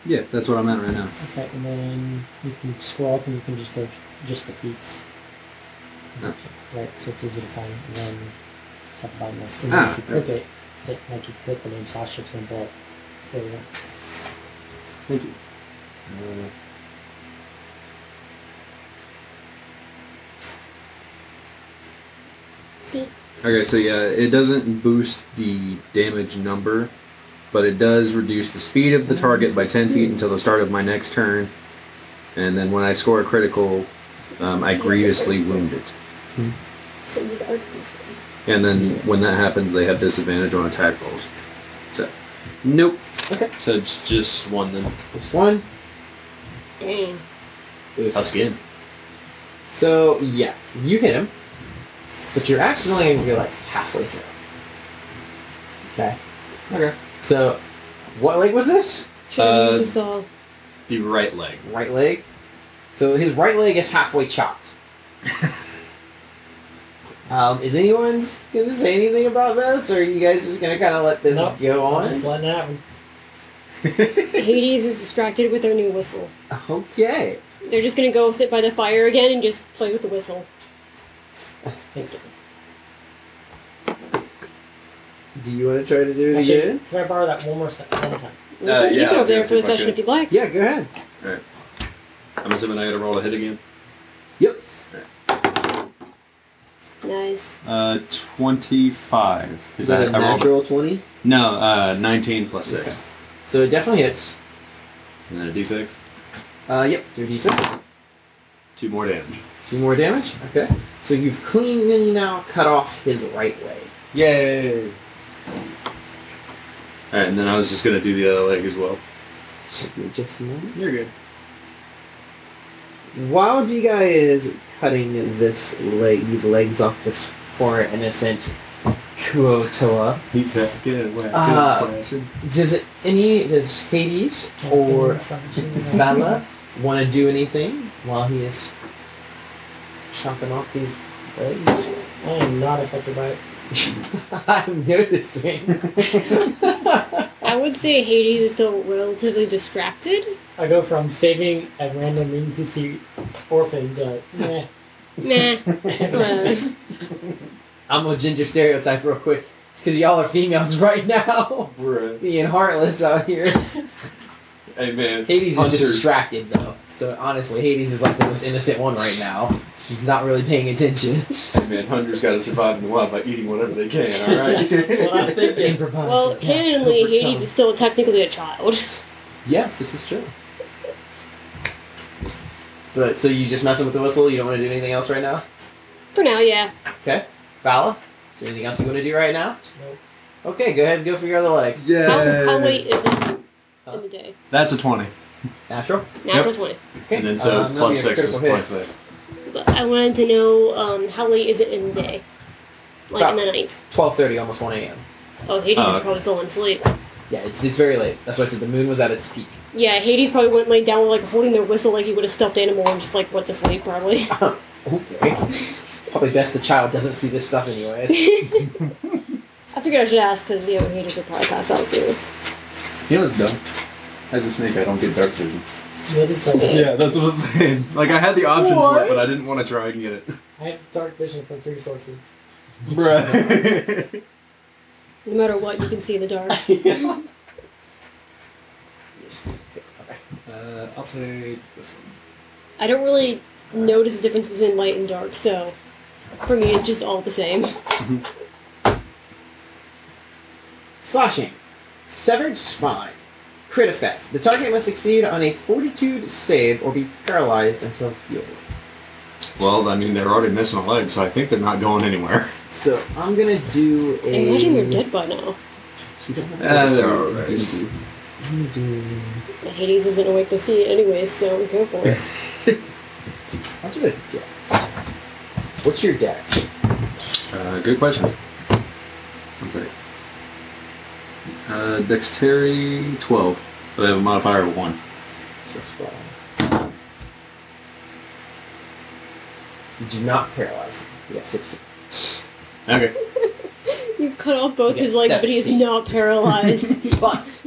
Speaker 3: Yeah, that's what I'm at right now.
Speaker 4: Okay, and then you can scroll up and you can just go just the feats.
Speaker 3: Okay.
Speaker 4: Right, so it's easy to find. And then stop by the
Speaker 3: Ah,
Speaker 4: if you click it, it like you click the name slash it's gonna pull up. There you go.
Speaker 3: Thank you.
Speaker 1: Mm,
Speaker 2: See?
Speaker 3: Okay, so yeah, it doesn't boost the damage number, but it does reduce the speed of the target by 10 feet until the start of my next turn. And then when I score a critical, um, I grievously wound it.
Speaker 2: So you are this one.
Speaker 3: And then when that happens, they have disadvantage on attack rolls. So, nope.
Speaker 1: Okay.
Speaker 3: So it's just one then.
Speaker 1: Just one.
Speaker 2: Dang.
Speaker 3: Tough skin.
Speaker 1: So yeah, you hit him, but you're accidentally you're like halfway through. Okay.
Speaker 3: Okay.
Speaker 1: So, what leg was this?
Speaker 2: Should
Speaker 3: Uh,
Speaker 2: have used a saw.
Speaker 3: The right leg.
Speaker 1: Right leg. So his right leg is halfway chopped. um, is anyone gonna say anything about this, or are you guys just gonna kind of let this
Speaker 4: Nope.
Speaker 1: go
Speaker 4: I'm just
Speaker 1: on?
Speaker 4: letting that one.
Speaker 2: Hades is distracted with their new whistle.
Speaker 1: okay.
Speaker 2: They're just gonna go sit by the fire again and just play with the whistle.
Speaker 4: It's,
Speaker 1: Do you want to try to do it
Speaker 4: actually,
Speaker 1: again?
Speaker 4: can I borrow that one more se- one time?
Speaker 2: You can
Speaker 3: Uh, yeah,
Speaker 2: keep it
Speaker 3: I
Speaker 2: over
Speaker 3: was
Speaker 2: there
Speaker 3: gonna
Speaker 2: for the
Speaker 3: see if I
Speaker 2: session
Speaker 3: could.
Speaker 2: if you'd like.
Speaker 1: Yeah, go ahead.
Speaker 3: I'm assuming I gotta roll a hit again.
Speaker 2: Nice.
Speaker 3: Uh, 25.
Speaker 1: Is that a natural twenty?
Speaker 3: No, uh, 19 plus 6.
Speaker 1: Okay. So it definitely hits.
Speaker 3: And then a d6.
Speaker 1: Uh, yep, do a d6.
Speaker 3: Two more damage.
Speaker 1: Two more damage. Okay. So you've cleanly now cut off his right leg.
Speaker 3: Yay! All right, and then I was just gonna do the other leg as well.
Speaker 1: Give me Just a moment.
Speaker 3: You're good.
Speaker 1: While Jigai is cutting this leg, these legs off this poor innocent Kuotoa,
Speaker 3: He can't get away.
Speaker 1: Ah. does it any does Hades or Bella want to do anything while he is chopping off these legs?
Speaker 4: I am not affected by it.
Speaker 1: I'm noticing.
Speaker 2: I would say Hades is still relatively distracted.
Speaker 4: I go from saving a random NPC orphan to meh.
Speaker 2: Nah. uh,
Speaker 1: I'm a ginger stereotype real quick. It's because y'all are females right now,
Speaker 3: Bruh.
Speaker 1: being heartless out here.
Speaker 3: Hey man.
Speaker 1: Hades is
Speaker 3: Hunters.
Speaker 1: just distracted though. So honestly, Hades is like the most innocent one right now. He's not really paying attention.
Speaker 3: Hey man, Hunter's gotta survive in the wild by eating whatever they can, alright?
Speaker 4: That's what I'm thinking.
Speaker 1: Improvise.
Speaker 2: well,
Speaker 1: attack.
Speaker 2: canonically, Hades is still technically a child.
Speaker 1: Yes, this is true. But so you just messing with the whistle? You don't want to do anything else right now?
Speaker 2: For now, yeah.
Speaker 1: Okay, Vala. Is there anything else you want to do right now?
Speaker 4: Nope.
Speaker 1: Okay, go ahead and go for your other leg.
Speaker 2: How,
Speaker 3: Uh,
Speaker 2: how late is it
Speaker 1: Huh?
Speaker 2: in the day?
Speaker 3: That's a 20.
Speaker 1: Natural.
Speaker 2: Natural 20.
Speaker 1: Okay.
Speaker 3: And then so
Speaker 1: Uh, another
Speaker 3: plus 6 is
Speaker 1: critical hit.
Speaker 3: plus 6.
Speaker 2: But I wanted to know um, how late is it in the day? Like in the night.
Speaker 1: Twelve thirty, almost one a.m.
Speaker 2: Oh, Hades
Speaker 3: Oh,
Speaker 2: is
Speaker 3: okay.
Speaker 2: probably falling asleep.
Speaker 1: Yeah, it's it's very late. That's why I said the moon was at its peak.
Speaker 2: Yeah, Hades probably went laid down like holding their whistle like he would a stuffed animal and just like went to sleep probably.
Speaker 1: Okay. Probably best the child doesn't see this stuff anyways.
Speaker 2: I figured I should ask because you know Hades would probably pass out soon.
Speaker 3: You know what's dumb? As a snake, I don't get dark vision.
Speaker 4: Yeah, it is like-
Speaker 3: Yeah, that's what I'm saying. Like, I had the option for
Speaker 1: What?
Speaker 3: it, but I didn't want to try and get it.
Speaker 4: I have dark vision from three sources.
Speaker 3: Bruh.
Speaker 2: No matter what, you can see in the dark.
Speaker 3: uh, I'll take this one.
Speaker 2: I don't really notice the difference between light and dark, so for me it's just all the same.
Speaker 1: Slashing. Severed spine. Crit effect. The target must succeed on a fortitude save or be paralyzed until healed.
Speaker 3: Well, I mean, they're already missing a leg, so I think they're not going anywhere.
Speaker 1: So I'm gonna do
Speaker 2: I
Speaker 1: a.
Speaker 2: imagine they're dead by now.
Speaker 1: We don't have
Speaker 3: Uh, they're
Speaker 1: to-
Speaker 3: alright.
Speaker 1: I'm gonna do.
Speaker 2: But Hades isn't awake to see it anyways, so go for it.
Speaker 1: I'll do a dex. What's your dex?
Speaker 3: Uh, good question. I'm sorry. Uh, dexterity 12, but I have a modifier of 1.
Speaker 1: Six five. You do not paralyze. him. You got sixteen.
Speaker 3: Okay.
Speaker 2: You've cut off both
Speaker 1: You
Speaker 2: his
Speaker 1: got
Speaker 2: legs, but he's
Speaker 1: 17.
Speaker 2: not paralyzed.
Speaker 1: But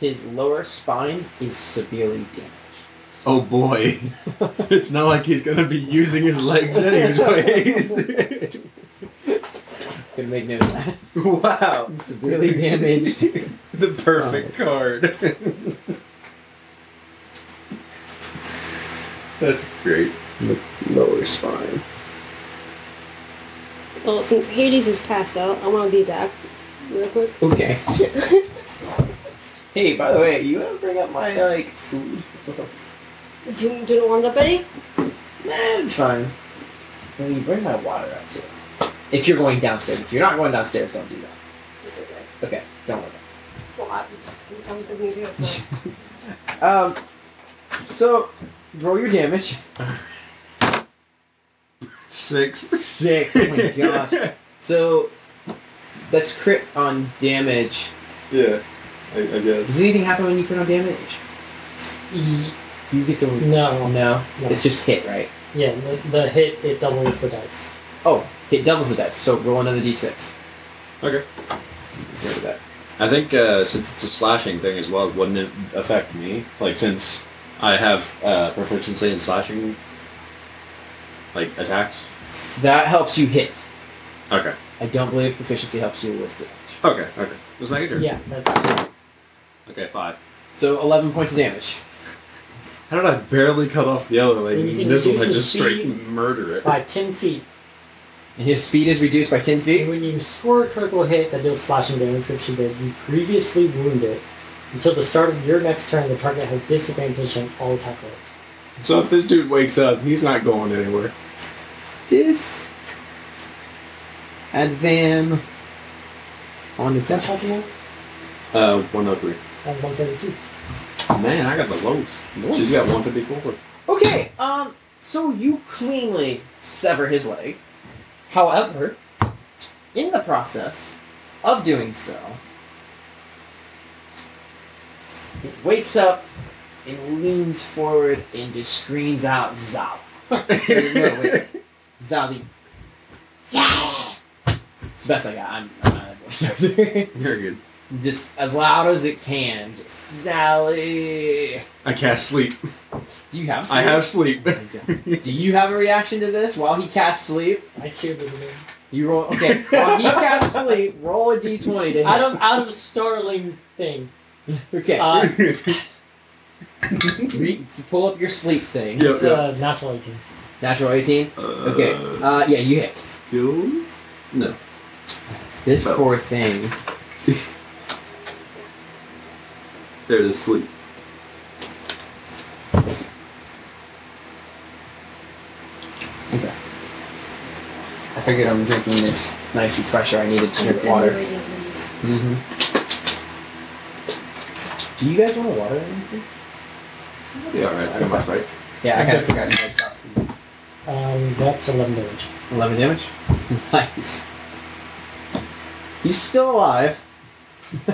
Speaker 1: his lower spine is severely damaged.
Speaker 3: Oh boy. it's not like he's gonna be using his legs anyways.
Speaker 1: Could make note of that.
Speaker 3: wow.
Speaker 1: Severely damaged.
Speaker 3: The perfect card. That's great.
Speaker 1: Lower spine.
Speaker 2: well, since Hades is passed out, I want to be back real quick.
Speaker 1: Okay. hey, by the way, you wanna bring up my like food?
Speaker 2: Do, do it warmed up any?
Speaker 1: Nah, it'll be fine. Well, you bring my water out too. If you're going downstairs, if you're not going downstairs, don't do that.
Speaker 2: Just okay.
Speaker 1: Okay, don't worry.
Speaker 2: Well, I, it sounds good to me too. so-
Speaker 1: Um, so roll your damage.
Speaker 3: Six.
Speaker 1: Six. Oh my gosh. So that's crit on damage.
Speaker 3: Yeah, I, I guess.
Speaker 1: Does anything happen when you crit on damage?
Speaker 4: E-
Speaker 1: You get to
Speaker 4: No.
Speaker 1: no.
Speaker 4: No.
Speaker 1: It's just hit, right?
Speaker 4: Yeah, the, the hit, it doubles the dice.
Speaker 1: Oh, it doubles the dice. So roll another d6.
Speaker 3: Okay.
Speaker 1: Remember that.
Speaker 3: I think uh, since it's a slashing thing as well, wouldn't it affect me? Like since I have uh, proficiency in slashing, like attacks.
Speaker 1: That helps you hit.
Speaker 3: Okay.
Speaker 1: I don't believe proficiency helps you with damage.
Speaker 3: Okay. Okay. Just making sure.
Speaker 4: Yeah, that's
Speaker 3: Okay. Five.
Speaker 1: So 11 points of damage.
Speaker 3: How did I barely cut off the other leg?
Speaker 4: You
Speaker 3: and
Speaker 4: can
Speaker 3: this one, I
Speaker 4: reduce the
Speaker 3: just straight
Speaker 4: speed.
Speaker 3: murder it.
Speaker 4: by 10 feet.
Speaker 1: And his speed is reduced by 10 feet.
Speaker 4: When you score a critical hit that deals slashing damage, which you did, you previously wound it. Until the start of your next turn, the target has disadvantage on all attack rolls.
Speaker 3: So if this dude wakes up, he's not going anywhere.
Speaker 1: This. Advan. On
Speaker 4: Is that
Speaker 1: attack.
Speaker 4: talking about?
Speaker 6: Uh, 103.
Speaker 4: and 132.
Speaker 6: Man, I got the lows. She's got 154.
Speaker 1: Okay, um, so you cleanly sever his leg. However, in the process of doing so, it wakes up and leans forward and just screams out Zala. Wait, no, wait. Zali. Zali! It's the best I got. I'm, I'm not a voice actor.
Speaker 3: You're good.
Speaker 1: just as loud as it can. Just, Sally.
Speaker 3: I cast sleep.
Speaker 1: Do you have? Sleep?
Speaker 3: I have sleep.
Speaker 1: Do you have a reaction to this? While he casts sleep,
Speaker 4: I cheered with him.
Speaker 1: you roll. Okay, while he casts sleep, roll a d20 to hit.
Speaker 4: Out of out of Starling thing.
Speaker 1: okay,
Speaker 4: Uh,
Speaker 1: Re- pull up your sleep thing.
Speaker 3: Yep,
Speaker 4: it's a natural 18.
Speaker 1: Natural 18. Okay.
Speaker 3: Uh,
Speaker 1: Uh, yeah, you hit.
Speaker 3: skills? No.
Speaker 1: This
Speaker 3: Both.
Speaker 1: poor thing.
Speaker 3: There it is, sleep.
Speaker 1: I figured I'm drinking this nice refresher. I needed to drink
Speaker 7: Water.
Speaker 1: water. hmm Do you guys want a water or anything?
Speaker 3: Yeah, alright. I got my sprite.
Speaker 1: Yeah, I kind of forgot you guys got
Speaker 4: Um, that's 11 damage.
Speaker 1: 11 damage. Nice. He's still alive.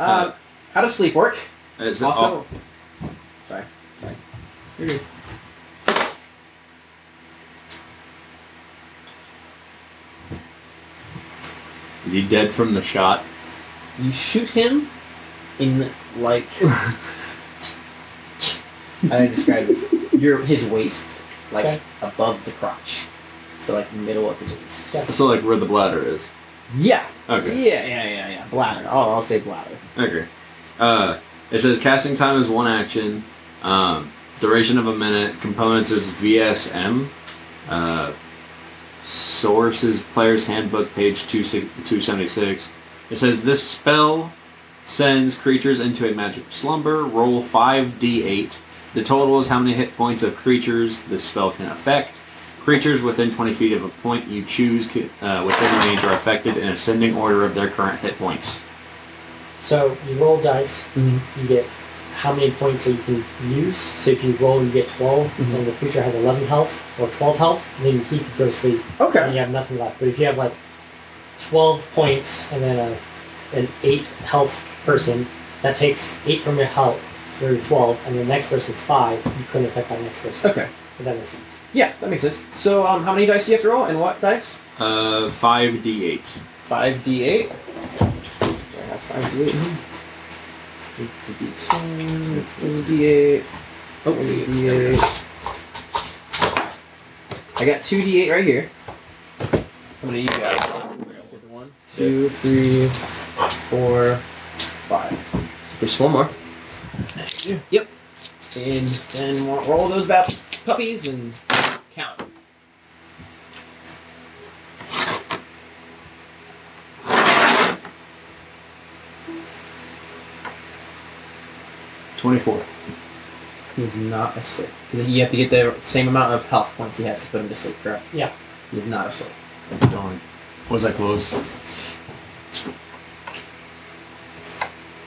Speaker 1: um, how does sleep work?
Speaker 3: Is it
Speaker 1: Also,
Speaker 3: off-
Speaker 1: sorry, sorry.
Speaker 3: oh, is he dead from the shot?
Speaker 1: You shoot him in like I describe this. Your his waist, like
Speaker 4: Okay.
Speaker 1: above the crotch, so like middle of his waist.
Speaker 3: so like where the bladder is.
Speaker 1: Yeah,
Speaker 3: Okay.
Speaker 1: yeah, yeah, yeah, yeah. Bladder. Oh, I'll say bladder.
Speaker 3: Okay. Uh, it says casting time is one action. Um, duration of a minute. Components is VSM. Uh, source is Player's Handbook, page 276. It says this spell sends creatures into a magic slumber. Roll 5d8. The total is how many hit points of creatures this spell can affect. Creatures within 20 feet of a point you choose ca- uh, within range are affected in ascending order of their current hit points.
Speaker 4: So you roll dice,
Speaker 1: Mhm.
Speaker 4: you get how many points that you can use. So if you roll, you get 12,
Speaker 1: Mhm.
Speaker 4: and the creature has 11 health or 12 health, then he could go to sleep and
Speaker 1: Okay.
Speaker 4: you have nothing left. But if you have like 12 points and then a, an 8 health person, that takes 8 from your health for your 12, and the next person's 5, you couldn't affect that next person.
Speaker 1: Okay.
Speaker 4: If that makes sense.
Speaker 1: Yeah, that makes sense. So, um, how many dice do you have to roll, and what dice?
Speaker 3: Uh, five d eight.
Speaker 1: Five D eight. I have five D eight. It's a D ten. It's a D eight. Oh, D eight. I got two D eight right here. How many you got? One, two, three, four, five. Just one more. Yep. And then we'll roll those back puppies and count.
Speaker 3: Twenty four.
Speaker 1: He's not asleep. 'Cause You have to get the same amount of health points he has to put him to sleep, correct?
Speaker 4: Yeah.
Speaker 1: He's not asleep.
Speaker 3: Darn. Was that close?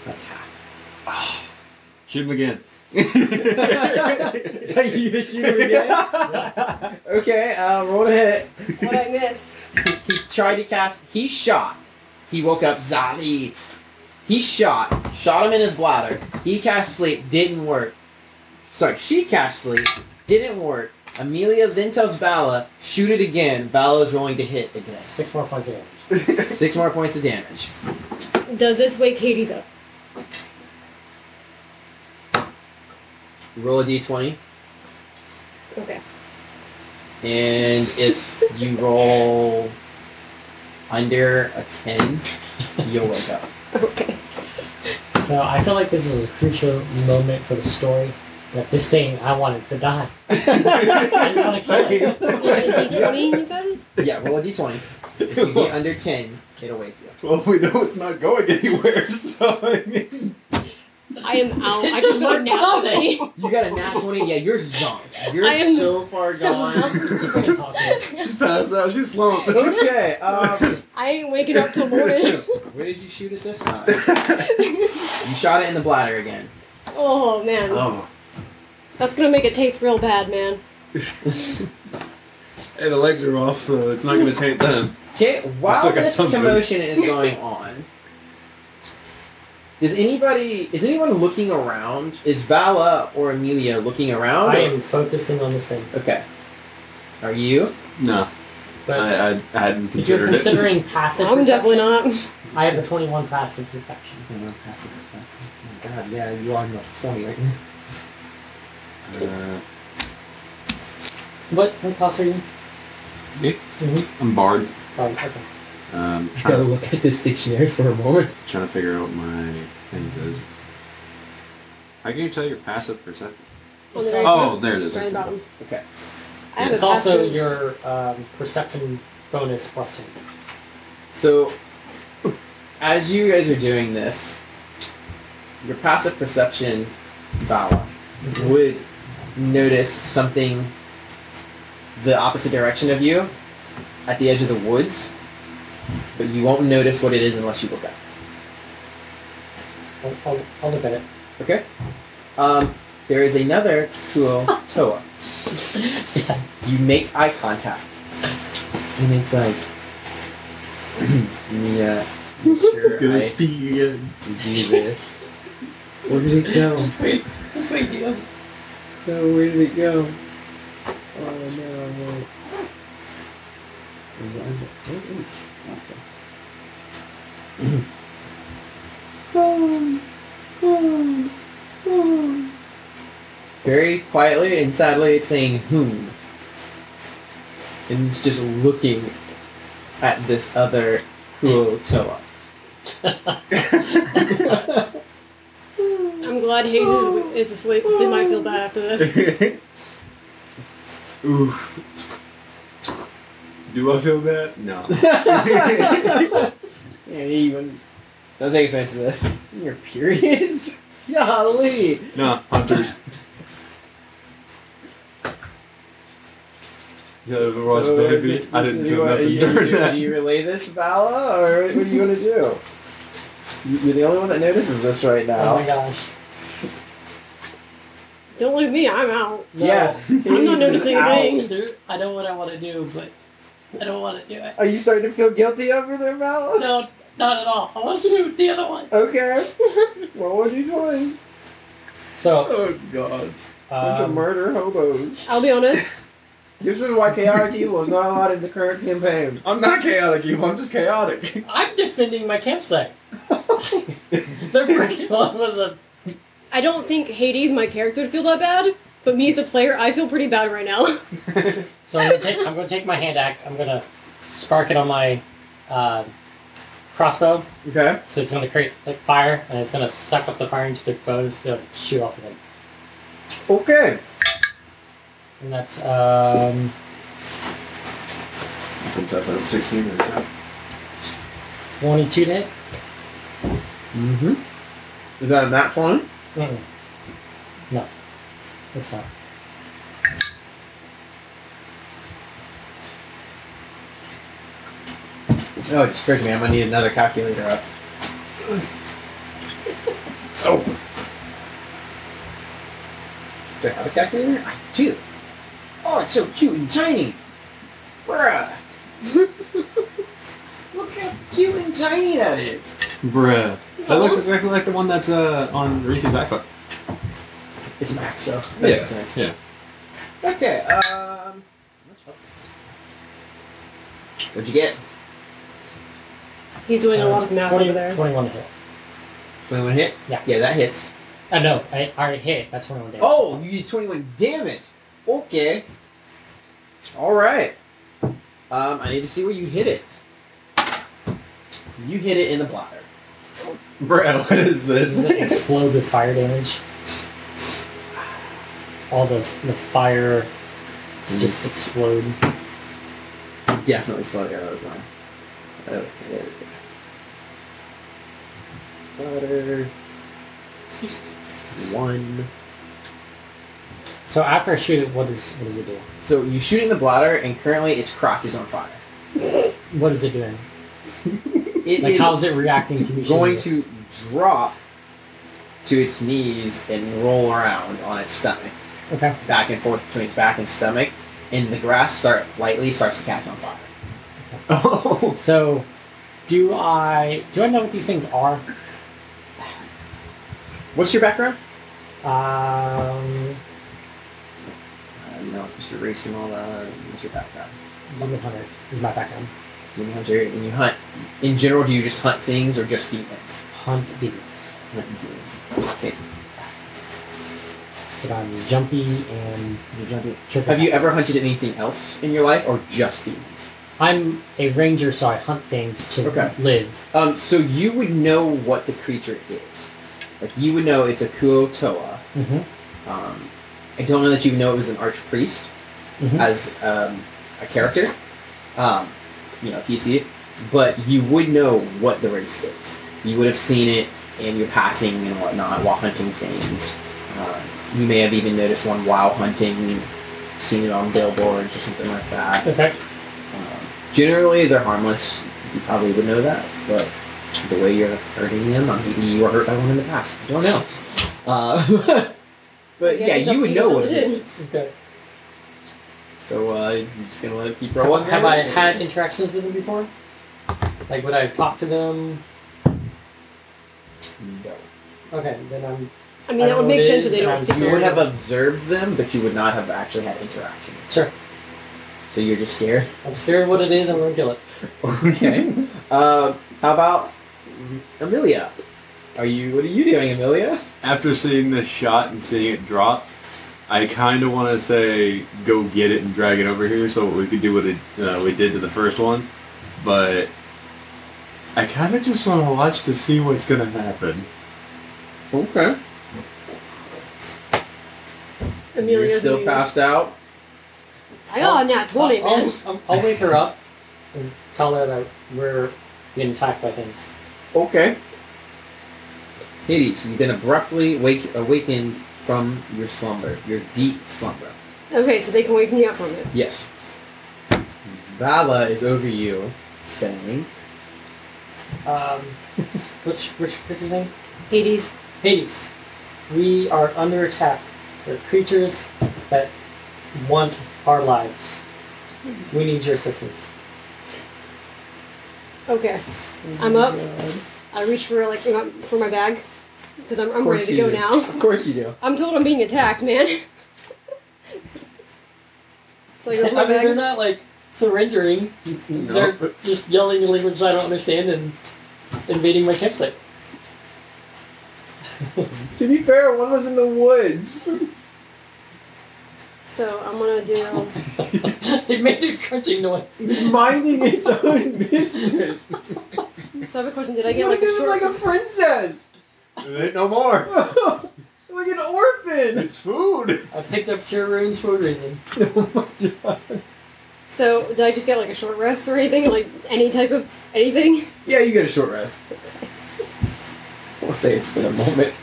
Speaker 1: Okay.
Speaker 3: Shoot him again.
Speaker 1: you shoot him again? okay, uh, roll to hit.
Speaker 7: What I miss?
Speaker 1: He tried to cast. He shot. He woke up. Zali. He shot. Shot him in his bladder. He cast sleep. Didn't work. Sorry, she cast sleep. Didn't work. Amelia then tells Vala, shoot it again. Vala's rolling to hit again.
Speaker 4: 6 more points of damage.
Speaker 1: Six more points of damage.
Speaker 2: Does this wake Hades up?
Speaker 1: Roll a d20.
Speaker 2: Okay.
Speaker 1: And if you roll under a 10, you'll wake up.
Speaker 2: Okay.
Speaker 4: So I feel like this was a crucial moment for the story. That this thing I wanted to die. just wanna kill
Speaker 2: D20, you said?
Speaker 1: yeah, roll a d20. If you get under 10, it'll wake you.
Speaker 6: Well, we know it's not going anywhere, so I mean.
Speaker 2: I am out. I
Speaker 4: It's
Speaker 2: just
Speaker 4: just
Speaker 2: want now today.
Speaker 4: uncommon.
Speaker 1: You got a nat 20? Yeah, you're zonked. You're
Speaker 2: I am
Speaker 1: so far
Speaker 2: so
Speaker 1: gone.
Speaker 4: It's a great talk.
Speaker 6: She passed out, she's slumped.
Speaker 1: okay, um,
Speaker 2: I ain't waking up till morning.
Speaker 1: Where did you shoot it this time? you shot it in the bladder again.
Speaker 2: oh man,
Speaker 6: oh.
Speaker 2: that's gonna make it taste real bad, man.
Speaker 6: Hey, the legs are off, so it's not going to taint them.
Speaker 1: Okay, while
Speaker 6: still got
Speaker 1: this
Speaker 6: some food.
Speaker 1: commotion is going on, does anybody is anyone looking around? Is Vala or Amelia looking around?
Speaker 4: I am focusing on this thing.
Speaker 1: Okay. Are you?
Speaker 6: No,
Speaker 4: But
Speaker 6: I, I, I hadn't
Speaker 4: if you're
Speaker 6: considered it.
Speaker 4: considering passive
Speaker 2: I'm definitely
Speaker 4: perception,
Speaker 2: not.
Speaker 4: I have a 21 passive perception.
Speaker 5: Anyone pass it or something? Oh my god, yeah, you are not 20 right now.
Speaker 6: Uh,
Speaker 4: What, what class are you?
Speaker 6: Me?
Speaker 4: Mm-hmm.
Speaker 6: I'm barred.
Speaker 4: Right, okay.
Speaker 6: Um, trying,
Speaker 5: Gotta look at this dictionary for a moment.
Speaker 6: trying to figure out what my things is. How can you tell your passive perception?
Speaker 2: On the very
Speaker 6: Oh, there it is.
Speaker 2: very
Speaker 6: I see.
Speaker 2: bottom.
Speaker 1: Okay.
Speaker 2: I have
Speaker 4: It's
Speaker 2: a
Speaker 4: also
Speaker 2: passive-
Speaker 4: your um, perception bonus plus 10.
Speaker 1: So, as you guys are doing this, your passive perception, Vala, would notice something the opposite direction of you at the edge of the woods, but you won't notice what it is unless you look up.
Speaker 4: I'll, I'll, I'll look at it.
Speaker 1: Okay? Um, there is another Kuo Toa.
Speaker 4: yes.
Speaker 1: You make eye contact, and it's like, uh, yeah.
Speaker 6: It's going to speak again.
Speaker 1: do this. Where did it go?
Speaker 5: wait. Just wait, deal.
Speaker 1: No, where did it go? Oh no. no. Where's it? Okay. Boom, boom, boom. Very quietly and sadly, it's saying whom. And it's just looking at this other Kuotoa.
Speaker 2: I'm glad Hayes is, is asleep because they might feel bad after this.
Speaker 6: Oof. Do I feel bad? No.
Speaker 1: yeah, even don't take offense to this. Your periods? Golly.
Speaker 6: No, hunters. Yeah, it was
Speaker 1: So,
Speaker 6: baby.
Speaker 1: do-
Speaker 6: I didn't
Speaker 1: do
Speaker 6: feel
Speaker 1: you- uh,
Speaker 6: nothing
Speaker 1: you, do,
Speaker 6: during
Speaker 1: Do
Speaker 6: that.
Speaker 1: you relay this, Vala, or what are you gonna do? You- You're the only one that notices this right now.
Speaker 4: Oh my gosh.
Speaker 2: Don't leave me. I'm out.
Speaker 4: No.
Speaker 1: Yeah.
Speaker 2: I'm not noticing a thing.
Speaker 4: Is there- I know what I want to do, but I don't want to do it.
Speaker 1: Are you starting to feel guilty over there, Vala?
Speaker 4: No, not at all. I want to do the other one.
Speaker 1: Okay. what were you doing?
Speaker 4: So,
Speaker 6: Oh god.
Speaker 1: Bunch of
Speaker 4: um,
Speaker 1: murder hobos.
Speaker 2: I'll be honest.
Speaker 1: This is why chaotic evil is not allowed in the current campaign.
Speaker 6: I'm not chaotic, Eve. I'm just chaotic.
Speaker 4: I'm defending my campsite. the first one was a.
Speaker 2: I don't think Hades, my character, would feel that bad, but me as a player, I feel pretty bad right now.
Speaker 4: So I'm gonna take. I'm gonna take my hand axe. I'm gonna spark it on my uh, crossbow.
Speaker 1: Okay.
Speaker 4: So it's gonna create like fire, and it's gonna suck up the fire into their bones to be able to shoot off of them.
Speaker 1: Okay.
Speaker 4: And that's um,
Speaker 6: Comes up as 16 or something.
Speaker 4: 22 to hit.
Speaker 1: Mm-hmm. Is that a map one?
Speaker 4: Mm-mm. No, it's not.
Speaker 1: Oh, it just scared me. I'm gonna need another calculator up.
Speaker 6: Oh.
Speaker 1: Do I have a calculator? I do. Oh, it's so cute and tiny. Bruh. Look how cute and tiny that is.
Speaker 6: Bruh. That looks exactly like the one that's uh, on Reese's iPhone.
Speaker 1: It's max, so that
Speaker 6: Yeah,
Speaker 1: makes sense.
Speaker 6: yeah.
Speaker 1: Okay. Um. What'd you get?
Speaker 2: He's doing a lot of
Speaker 4: Uh,
Speaker 2: math
Speaker 4: 20
Speaker 2: over there.
Speaker 4: 21 to hit.
Speaker 1: Twenty-one hit.
Speaker 4: Yeah.
Speaker 1: Yeah, that hits.
Speaker 4: Uh, no, I already hit. That's 21 damage.
Speaker 1: Oh, you did 21 damage. Okay. All right. Um, I need to see where you hit it. You hit it in the bladder.
Speaker 6: Bruh, what is
Speaker 4: This is
Speaker 6: this?
Speaker 4: like exploded fire damage. All the, the fire
Speaker 1: Mm-hmm.
Speaker 4: just explode.
Speaker 1: You definitely spelled arrows wrong. Okay, there we go. Bladder. One.
Speaker 4: So after I shoot it, what does what does it do?
Speaker 1: So you shoot it in the bladder, and currently its crotch is on fire.
Speaker 4: What is it doing?
Speaker 1: It
Speaker 4: Like,
Speaker 1: is
Speaker 4: how is it reacting to me?
Speaker 1: going
Speaker 4: shooting
Speaker 1: to drop to its knees and roll around on its stomach,
Speaker 4: it? Okay.
Speaker 1: back and forth between its back and stomach, and the grass start lightly starts to catch on fire.
Speaker 3: Oh.
Speaker 4: So, do I do I know what these things are?
Speaker 1: What's your background?
Speaker 4: Um,
Speaker 1: Uh, no, just erasing all the. What's your background?
Speaker 4: Demon Hunter is my background.
Speaker 1: Demon hunter, and you hunt. In general, do you just hunt things or just demons?
Speaker 4: Hunt demons.
Speaker 1: Hunting demons. Okay.
Speaker 4: But I'm jumpy and
Speaker 1: you're jumping.
Speaker 4: trick.
Speaker 1: Have you ever hunted anything else in your life, or just demons?
Speaker 4: I'm a ranger, so I hunt things to
Speaker 1: Okay.
Speaker 4: live.
Speaker 1: Um, so you would know what the creature is. Like you would know it's a Kuotoa.
Speaker 4: Mm-hmm.
Speaker 1: Um, I don't know that you would know it was an archpriest
Speaker 4: Mhm.
Speaker 1: as um, a character. Um, you know, if you see it, but you would know what the race is. You would have seen it in your passing and whatnot while hunting things. Uh, you may have even noticed one while hunting, seen it on billboards or something like that.
Speaker 4: Okay.
Speaker 1: Um, generally, they're harmless. You probably would know that, but the way you're hurting them, uh, maybe you were hurt by one in the past. I don't know. Uh,
Speaker 2: I
Speaker 1: but
Speaker 2: guess
Speaker 1: yeah,
Speaker 2: it's up
Speaker 1: you
Speaker 2: to
Speaker 1: would
Speaker 2: you
Speaker 1: know
Speaker 2: to
Speaker 1: what it
Speaker 2: live.
Speaker 1: is.
Speaker 4: Okay.
Speaker 1: So uh, you're just gonna let it keep rolling.
Speaker 4: Have, have I
Speaker 1: there?
Speaker 4: had interactions with them before? Like, would I talk to them?
Speaker 1: No.
Speaker 4: Okay, then I'm.
Speaker 2: I mean,
Speaker 4: I
Speaker 2: that would
Speaker 4: know
Speaker 2: make
Speaker 4: it
Speaker 2: sense if
Speaker 4: is,
Speaker 2: they
Speaker 4: and
Speaker 2: don't
Speaker 4: I'm
Speaker 2: stick
Speaker 1: You
Speaker 4: scared.
Speaker 1: would
Speaker 2: around.
Speaker 1: have observed them, but you would not have actually had interactions.
Speaker 4: Sure.
Speaker 1: So you're just scared.
Speaker 4: I'm scared of what it is. I'm gonna kill it.
Speaker 1: Okay. uh, how about Amelia? Are you? What are you doing, Amelia?
Speaker 3: After seeing this shot and seeing it drop, I kind of want to say go get it and drag it over here so we could do what it, uh, we did to the first one, but I kind of just want to watch to see what's gonna happen.
Speaker 1: Okay.
Speaker 2: Amelia's
Speaker 1: you're still
Speaker 2: amazed.
Speaker 1: passed out.
Speaker 2: I got a nat 20,
Speaker 4: I'll,
Speaker 2: man.
Speaker 4: I'll, I'll, I'll wake her up and tell her that we're being attacked by things.
Speaker 1: Okay. Hades, you've been abruptly wake awakened from your slumber, your deep slumber.
Speaker 2: Okay, so they can wake me up from it.
Speaker 1: Yes. Vala is over you, saying,
Speaker 4: Um, which which creature's name?
Speaker 2: Hades.
Speaker 4: Hades. We are under attack. There are creatures that want our lives. We need your assistance.
Speaker 2: Okay. I'm up. I reach for like my- for my bag because I'm, I'm
Speaker 1: Of course
Speaker 2: ready to
Speaker 1: you
Speaker 2: go
Speaker 1: do.
Speaker 2: now.
Speaker 1: "Of course you do."
Speaker 2: I'm told I'm being attacked, man. so I go for my
Speaker 4: I mean, they're
Speaker 2: bag.
Speaker 4: not like surrendering. They're just yelling in language I don't understand and invading my campsite.
Speaker 1: To be fair, one was in the woods.
Speaker 2: So I'm gonna do.
Speaker 4: it made a crunching noise.
Speaker 1: It's minding its own business.
Speaker 2: So I have a question. Did I
Speaker 1: Like
Speaker 2: get like a
Speaker 1: it was
Speaker 2: short?
Speaker 1: like a princess.
Speaker 3: No more.
Speaker 1: like an orphan.
Speaker 3: It's food.
Speaker 4: I picked up pure runes for a reason.
Speaker 1: Oh my god.
Speaker 2: So did I just get like a short rest or anything? Like any type of anything?
Speaker 1: Yeah, you get a short rest. We'll say it's been a moment.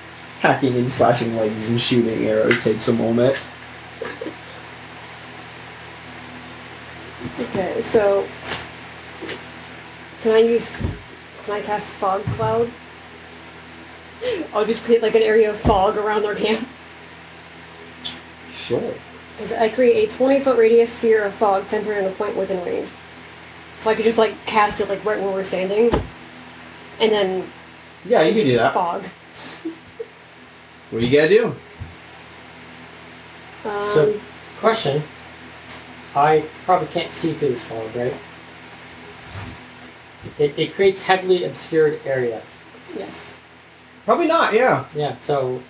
Speaker 1: Hacking and slashing legs and shooting arrows takes a moment.
Speaker 2: Okay. So can I use? Can I cast fog cloud? I'll just create like an area of fog around our camp.
Speaker 1: Sure.
Speaker 2: Because I create a 20 foot radius sphere of fog centered in a point within range. So I could just like cast it like right where we're standing. And then
Speaker 1: Yeah, you can
Speaker 2: just
Speaker 1: do that.
Speaker 2: fog.
Speaker 1: What do you gotta do?
Speaker 2: Um,
Speaker 4: So- Question. I probably can't see through this fog, right? It, it creates heavily obscured area.
Speaker 2: yes.
Speaker 1: Probably not. Yeah.
Speaker 4: Yeah, so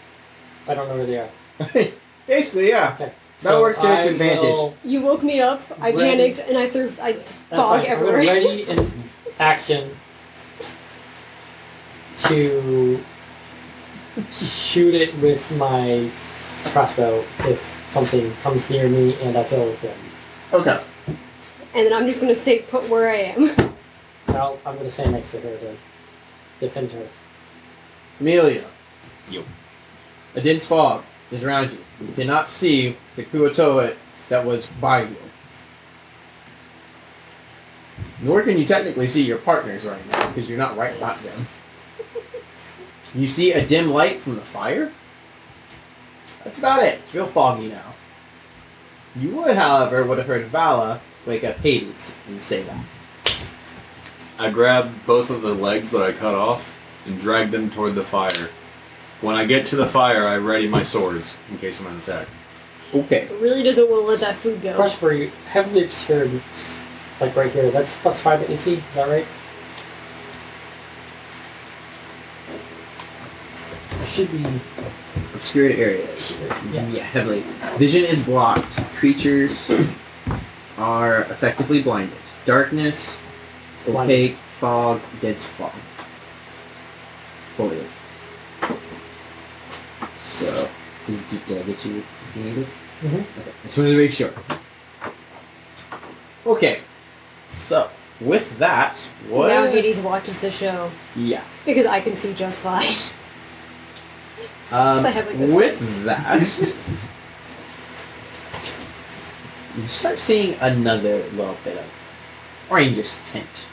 Speaker 4: I don't know where they are.
Speaker 1: Basically, yeah.
Speaker 4: Okay.
Speaker 1: That works to its advantage.
Speaker 4: will-
Speaker 2: You woke me up, I
Speaker 4: Ready.
Speaker 2: panicked, and I threw I just
Speaker 4: that's
Speaker 2: fog
Speaker 4: fine. I'm gonna
Speaker 2: everywhere.
Speaker 4: ready in action to shoot it with my crossbow if something comes near me and I feel with them.
Speaker 1: Okay.
Speaker 2: and then I'm just gonna stay put where I am.
Speaker 4: Now I'm gonna stand next to her to defend her.
Speaker 1: Amelia.
Speaker 3: Yo.
Speaker 1: A dense fog is around you. You cannot see the Kuotoa that was by you. Nor can you technically see your partners right now because you're not right by them. You see a dim light from the fire. That's about it. It's real foggy now. You would, however, would have heard Vala wake up Hades and say that.
Speaker 3: I grab both of the legs that I cut off and drag them toward the fire. When I get to the fire, I ready my swords in case I'm attacked.
Speaker 1: Okay.
Speaker 2: Really doesn't want to let that food go.
Speaker 4: Question for you. Heavily obscured, it's like right here. That's plus five to AC. Is that right? Should be.
Speaker 1: Obscured areas.
Speaker 4: Yeah.
Speaker 1: Yeah, heavily. Vision is blocked. Creatures are effectively blinded. Darkness,
Speaker 4: Blinded.
Speaker 1: opaque, fog, dense fog. Foliage. So, is, did, did I get you what you needed?
Speaker 4: Mhm.
Speaker 1: Okay. I just wanted to make sure. Okay. So, with that, what?
Speaker 2: Now Hades watches the show
Speaker 1: yeah.
Speaker 2: because I can see just fine.
Speaker 1: Um,
Speaker 2: I have, like, this-
Speaker 1: with that, you start seeing another little bit of orangish tint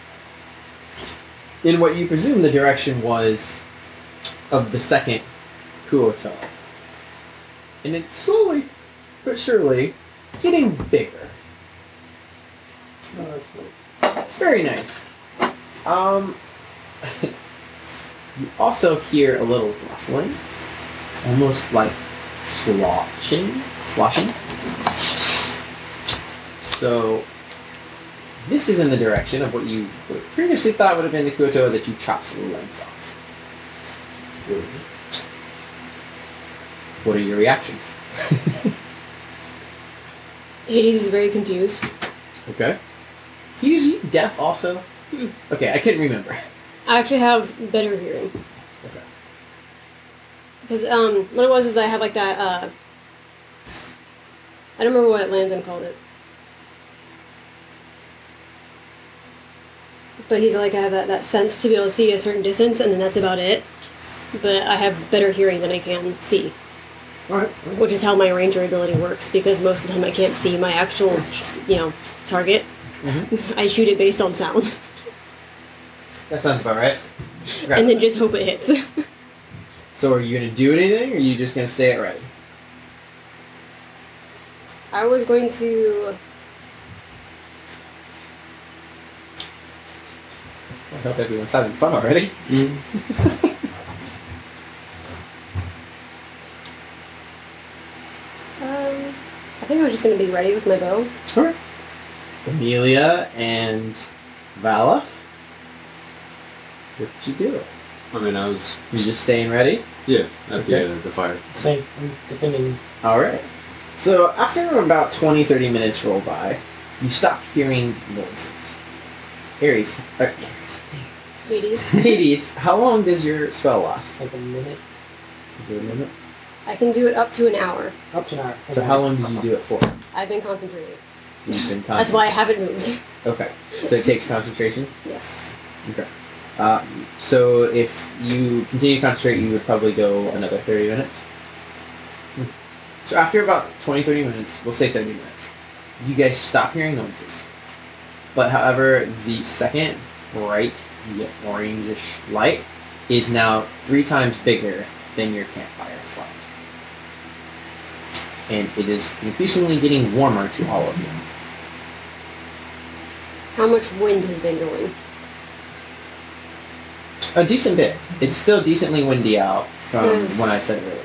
Speaker 1: in what you presume the direction was of the second Kuoto. And it's slowly but surely getting bigger.
Speaker 5: Oh, that's nice.
Speaker 1: It's very nice. Um, you also hear a little ruffling. It's almost like sloshing, sloshing. So, this is in the direction of what you would previously thought would have been the Kuoto that you chopped some legs off. What are your reactions?
Speaker 2: Hades is very confused.
Speaker 1: Okay. He is he deaf also?
Speaker 2: Hmm.
Speaker 1: Okay, I couldn't remember.
Speaker 2: I actually have better hearing.
Speaker 1: Okay.
Speaker 2: Because um, what it was is I had like that. Uh, I don't remember what Landon called it. But he's like, I have that, that sense to be able to see a certain distance, and then that's about it. But I have better hearing than I can see,
Speaker 1: Alright.
Speaker 2: which is how my ranger ability works. Because most of the time I can't see my actual, you know, target.
Speaker 1: Mm-hmm.
Speaker 2: I shoot it based on sound,
Speaker 1: That sounds about right. Okay.
Speaker 2: and then just hope it hits.
Speaker 1: So are you gonna do anything, or are you just gonna say it right?
Speaker 2: I was going to.
Speaker 1: I hope everyone's having fun already.
Speaker 2: Mm-hmm. Um, I think I was just going to be ready with my bow.
Speaker 1: Sure. Amelia and Vala. What you do?
Speaker 6: I mean, I was
Speaker 1: You just staying ready?
Speaker 6: yeah at
Speaker 1: Okay.
Speaker 6: the uh, the fire.
Speaker 4: Same. I'm defending.
Speaker 1: All right. So after about 20, 30 minutes roll by, you stop hearing noises. Aries, or Aries.
Speaker 2: Hades.
Speaker 1: Hades, how long does your spell last?
Speaker 4: Like a minute.
Speaker 1: Is it a minute?
Speaker 2: I can do it up to an hour.
Speaker 4: Up to an hour.
Speaker 1: So how long did you do it for?
Speaker 2: I've been concentrating.
Speaker 1: You've been
Speaker 2: That's why I haven't moved.
Speaker 1: concent- Okay. So it takes concentration.
Speaker 2: Yes.
Speaker 1: Uh, so if you continue to concentrate, you would probably go another 30 minutes. So after about 20, 30 minutes, we'll say 30 minutes, you guys stop hearing noises. But however, the second bright yet orangish light is now three times bigger than your campfire's light. And it is increasingly getting warmer to all of you.
Speaker 2: How much wind has been going?
Speaker 1: A decent bit. It's still decently windy out from
Speaker 2: Yes.
Speaker 1: when I said it earlier.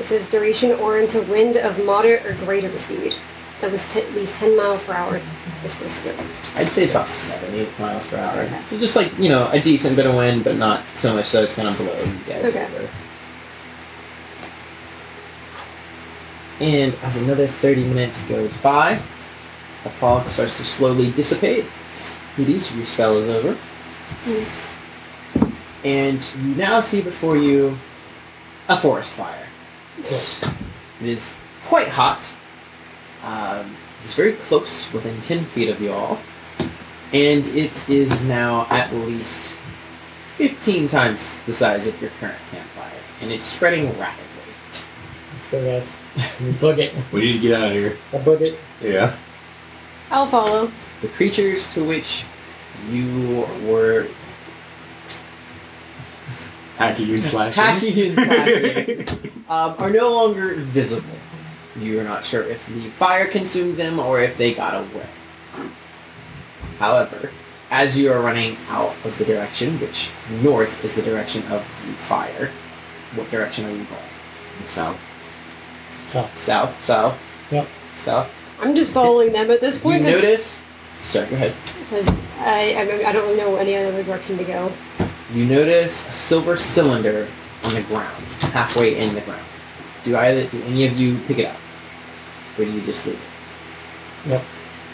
Speaker 2: It says duration or until wind of moderate or greater speed. At least, te- at least 10 miles per hour. This versus it.
Speaker 1: I'd say it's about seven, eight miles per hour.
Speaker 2: Okay.
Speaker 1: So just like, you know, a decent bit of wind, but not so much so it's gonna blow you guys
Speaker 2: Okay.
Speaker 1: over. And as another thirty minutes goes by, the fog starts to slowly dissipate. Hades, your spell is over.
Speaker 2: Yes.
Speaker 1: And you now see before you a forest fire.
Speaker 4: Yes.
Speaker 1: It is quite hot. Um, it's very close, within 10 feet of you all. And it is now at least 15 times the size of your current campfire. And it's spreading rapidly.
Speaker 4: Let's go, guys. We book it.
Speaker 3: We need to get out of here.
Speaker 4: I book it.
Speaker 3: Yeah.
Speaker 2: I'll follow.
Speaker 1: The creatures to which you were
Speaker 6: Hacking and slashing.
Speaker 1: hacking and slashing, um, are no longer visible. You are not sure if the fire consumed them or if they got away. However, as you are running out of the direction, which north is the direction of the fire, what direction are you going?
Speaker 6: South.
Speaker 4: So
Speaker 1: South, south.
Speaker 4: Yep.
Speaker 1: South.
Speaker 2: I'm just following them at this
Speaker 1: You
Speaker 2: point because
Speaker 1: notice. Sorry, go ahead.
Speaker 2: I, I, mean, I don't really know any other direction to go.
Speaker 1: You notice a silver cylinder on the ground, halfway in the ground. Do either do any of you pick it up, or do you just leave it?
Speaker 4: Yep.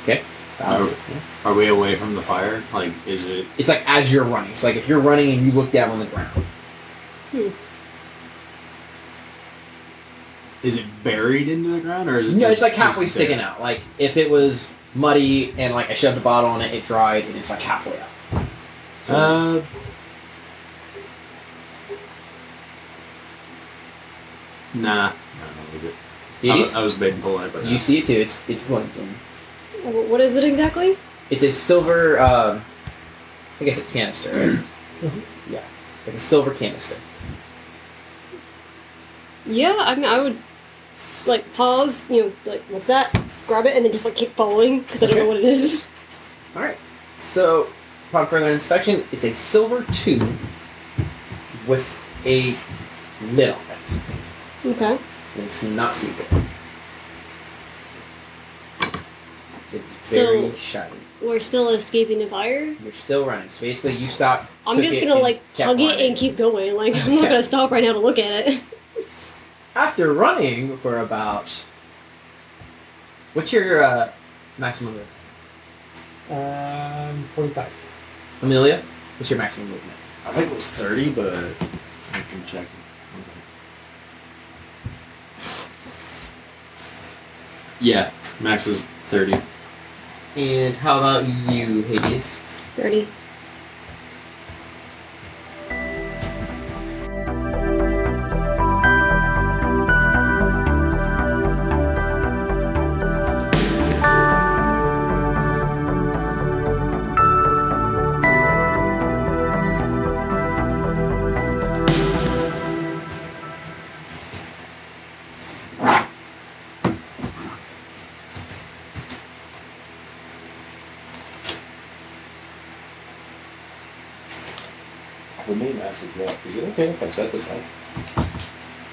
Speaker 1: Okay. Alex
Speaker 6: Nope.
Speaker 1: is here.
Speaker 6: Are we away from the fire? Like, is it?
Speaker 1: It's like as you're running. So like if you're running and you look down on the ground,
Speaker 6: Is it buried into the ground, or is it?
Speaker 1: no,
Speaker 6: just,
Speaker 1: it's like halfway
Speaker 6: just
Speaker 1: sticking
Speaker 6: there?
Speaker 1: out. Like if it was muddy and like I shoved a bottle on it, it dried and it's like halfway up. So
Speaker 6: Uh, nah. I don't know,
Speaker 1: it
Speaker 6: I,
Speaker 1: is-
Speaker 6: was, I was big and polite, but
Speaker 1: you see it too. It's it's blinking.
Speaker 2: Wh- What is it exactly?
Speaker 1: It's a silver. Um, I guess a canister, right?
Speaker 4: Mhm.
Speaker 1: Yeah, like a silver canister.
Speaker 2: Yeah, I mean, I would like pause, you know, like what's that? Grab it and then just like keep following because I don't know
Speaker 1: Okay.
Speaker 2: what it is.
Speaker 1: All right. So, upon further inspection, it's a silver tube with a lid on it.
Speaker 2: Okay.
Speaker 1: And it's not see-through. It's very
Speaker 2: So-
Speaker 1: shiny.
Speaker 2: We're still escaping the fire.
Speaker 1: You're still running. So basically, you stop.
Speaker 2: I'm
Speaker 1: took
Speaker 2: just
Speaker 1: it,
Speaker 2: gonna
Speaker 1: and
Speaker 2: like
Speaker 1: kept
Speaker 2: hug it
Speaker 1: running.
Speaker 2: and keep going. Like I'm not
Speaker 1: Okay.
Speaker 2: gonna stop right now to look at it.
Speaker 1: After running for about, what's your uh, maximum movement,
Speaker 4: um, forty-five.
Speaker 1: Amelia? What's your maximum movement?
Speaker 6: I think it was thirty, but I can check. One second. Yeah, max is thirty.
Speaker 1: And how about you, Hades?
Speaker 2: Thirty.
Speaker 6: The main ask is that, is it okay if I set this up?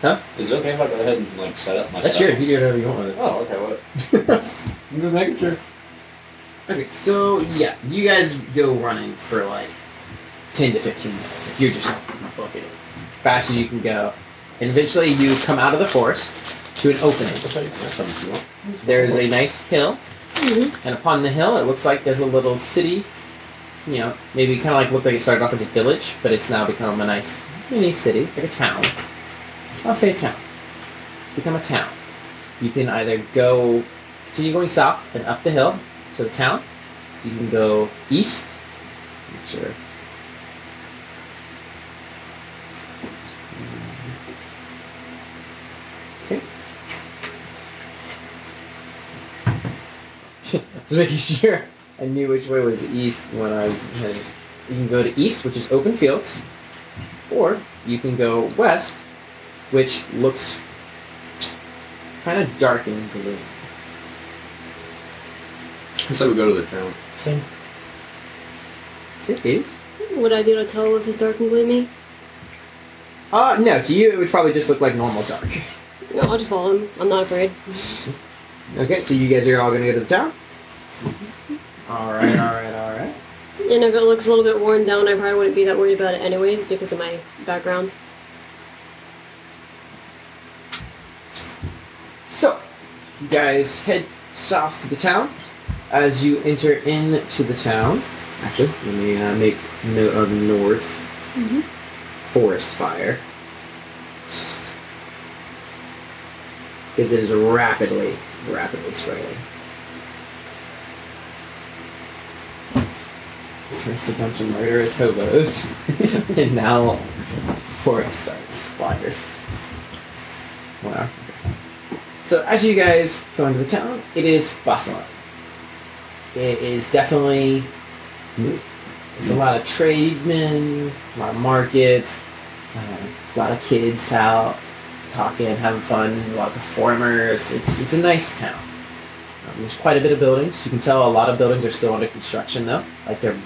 Speaker 1: Huh?
Speaker 6: Is it okay if I go ahead and like set up my
Speaker 1: That's
Speaker 6: stuff?
Speaker 1: yours. You do whatever you want with it.
Speaker 6: Oh, okay, what? I'm just making sure.
Speaker 1: Okay, so yeah, you guys go running for like ten to fifteen minutes. Like, you're just booking it fast as you can go, and eventually you come out of the forest to an opening. There is a nice hill,
Speaker 2: Mhm.
Speaker 1: and upon the hill, it looks like there's a little city. You know, maybe kind of like looked like it started off as a village, but it's now become a nice mini city, like a town. I'll say town. It's become a town. You can either go continue going south and up the hill to the town. You can go east. Make sure. Just making sure I knew which way was east when I had. You can go to east, which is open fields, or you can go west, which looks kind of dark and gloomy.
Speaker 6: I said we go to the town.
Speaker 4: Same.
Speaker 1: It is.
Speaker 2: Would I be able to tell if it's dark and gloomy?
Speaker 1: Uh, no, to you it would probably just look like normal dark.
Speaker 2: No, I'll just follow him. I'm not afraid.
Speaker 1: Okay, so you guys are all gonna go to the town? Alright, alright, alright.
Speaker 2: And if it looks a little bit worn down, I probably wouldn't be that worried about it anyways because of my background.
Speaker 1: So, you guys head south to the town. As you enter into the town, actually, let me uh, make note of north
Speaker 2: Mhm.
Speaker 1: forest fire. Because it is rapidly, rapidly spreading. First, a bunch of murderous hobos, and now forest fires. Wow. So as you guys go into the town, it is bustling. It is definitely There's a lot of trademen, a lot of markets, uh, a lot of kids out talking, having fun, a lot of performers. It's it's a nice town. Um, there's quite a bit of buildings. You can tell a lot of buildings are still under construction though, like they're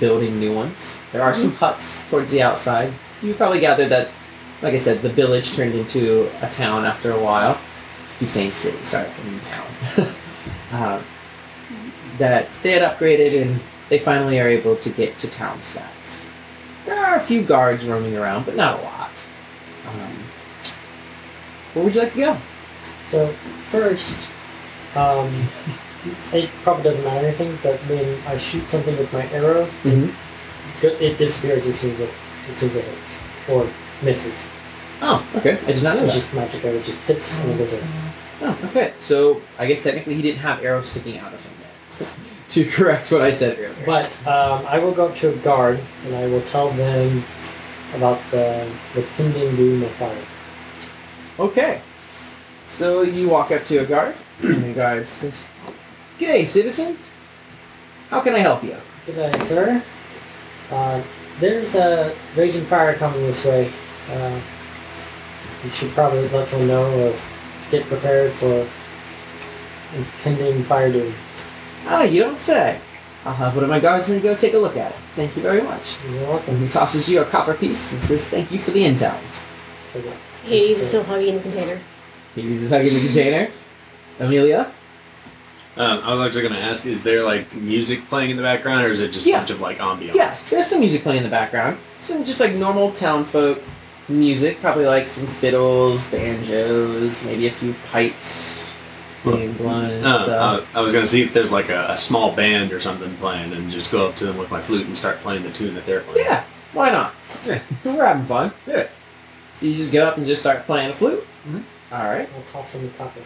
Speaker 1: building new ones. There are some huts towards the outside. You probably gathered that, like I said, the village turned into a town after a while. keep saying city, sorry, I mean town. um, that they had upgraded and they finally are able to get to town stats. There are a few guards roaming around, but not a lot. Um, where would you like to go?
Speaker 4: So first, um, it probably doesn't matter anything, but when I shoot something with my arrow,
Speaker 1: Mhm.
Speaker 4: go- it disappears as soon as it, as soon as it hits or misses.
Speaker 1: Oh, okay. I did not know
Speaker 4: It's
Speaker 1: that.
Speaker 4: just magic arrow, it just hits and it goes away.
Speaker 1: Oh, okay. So I guess technically he didn't have arrows sticking out of him then. to correct what I said earlier.
Speaker 4: But um, I will go up to a guard and I will tell them about the the pending doom of fire.
Speaker 1: Okay. So you walk up to a guard, and the guard says, G'day, citizen. How can I help you?
Speaker 4: Good day, sir. Uh, there's a raging fire coming this way. Uh, you should probably let them know or get prepared for impending fire doom.
Speaker 1: Ah, you don't say. Uh-huh, I'll have one of my guardsmen go take a look at it. Thank you very much.
Speaker 4: You're
Speaker 1: And
Speaker 4: welcome.
Speaker 1: he tosses you a copper piece and says, Thank you for the intel.
Speaker 4: Take it.
Speaker 2: Hades
Speaker 1: uh,
Speaker 2: is still hugging the container.
Speaker 1: Maybe he's hugging the container. Amelia?
Speaker 6: Um, I was actually going to ask: Is there like music playing in the background, or is it just
Speaker 1: Yeah.
Speaker 6: a bunch of like ambiance?
Speaker 1: Yeah, there's some music playing in the background. Some just like normal town folk music, probably like some fiddles, banjos, maybe a few pipes being blown and
Speaker 6: Um,
Speaker 1: stuff.
Speaker 6: I, I was going to see if there's like a, a small band or something playing, and just go up to them with my flute and start playing the tune that they're playing.
Speaker 1: yeah, why not?
Speaker 6: Yeah.
Speaker 1: We're having fun.
Speaker 6: Yeah.
Speaker 1: So you just go up and just start playing a flute.
Speaker 6: Mhm.
Speaker 1: All right.
Speaker 4: I'll toss him the copy.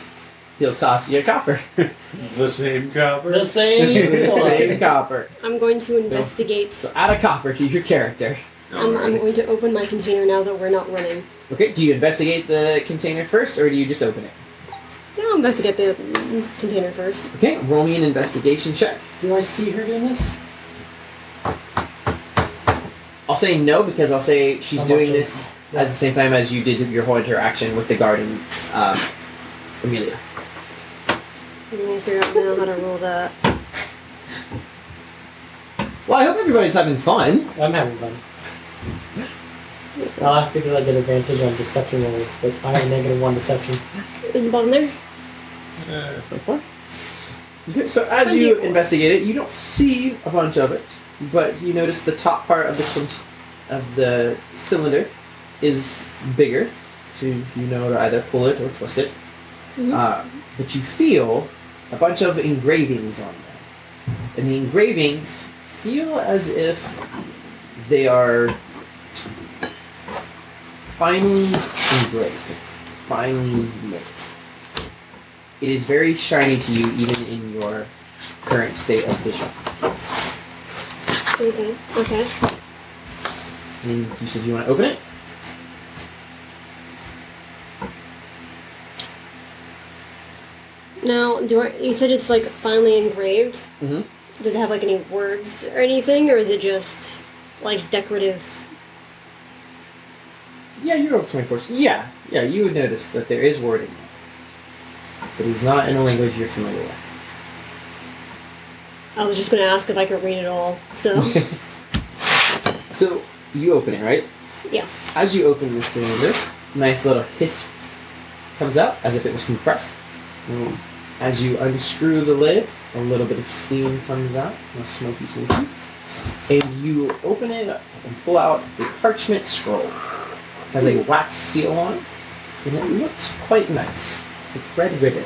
Speaker 1: He'll toss you a copper.
Speaker 6: The same copper.
Speaker 4: The same.
Speaker 1: Same copper.
Speaker 2: I'm going to investigate.
Speaker 1: So add a copper to your character.
Speaker 2: I'm, I'm going to open my container now that we're not running.
Speaker 1: Okay. Do you investigate the container first, or do you just open it?
Speaker 2: Yeah, I'll investigate the container first.
Speaker 1: Okay. Roll me an investigation check.
Speaker 4: Do I see her doing this?
Speaker 1: I'll say no because I'll say she's
Speaker 4: I'm
Speaker 1: doing
Speaker 4: watching.
Speaker 1: this at the same time as you did your whole interaction with the garden, um, Amelia.
Speaker 2: I'm going to figure out now how to roll that.
Speaker 1: Well, I hope everybody's having fun.
Speaker 4: I'm having fun. I'll have to because I get advantage on deception rolls, but I have negative one deception.
Speaker 2: In the bottom there?
Speaker 1: Okay, so as
Speaker 2: Twenty
Speaker 1: you
Speaker 2: four.
Speaker 1: investigate it, you don't see a bunch of it, but you notice the top part of the cont- of the cylinder is bigger, so you know to either pull it or twist it.
Speaker 2: Mhm.
Speaker 1: Uh, but you feel a bunch of engravings on them, and the engravings feel as if they are finely engraved, finely made. It is very shiny to you, even in your current state of vision.
Speaker 2: Okay. Okay.
Speaker 1: And you said you want to open it.
Speaker 2: Now, do I, you said it's like finely engraved?
Speaker 1: Mhm.
Speaker 2: Does it have like any words or anything, or is it just like decorative?
Speaker 1: Yeah, you're over twenty four. Yeah, yeah, you would notice that there is wording, but it's not in a language you're familiar with.
Speaker 2: I was just gonna ask if I could read it all. So
Speaker 1: So you open it, right?
Speaker 2: yes.
Speaker 1: As you open the cylinder, nice little hiss comes out as if it was compressed. Mm. As you unscrew the lid, a little bit of steam comes out, a smoky solution, and you open it up and pull out a parchment scroll. It has a wax seal on it, and it looks quite nice with red ribbon.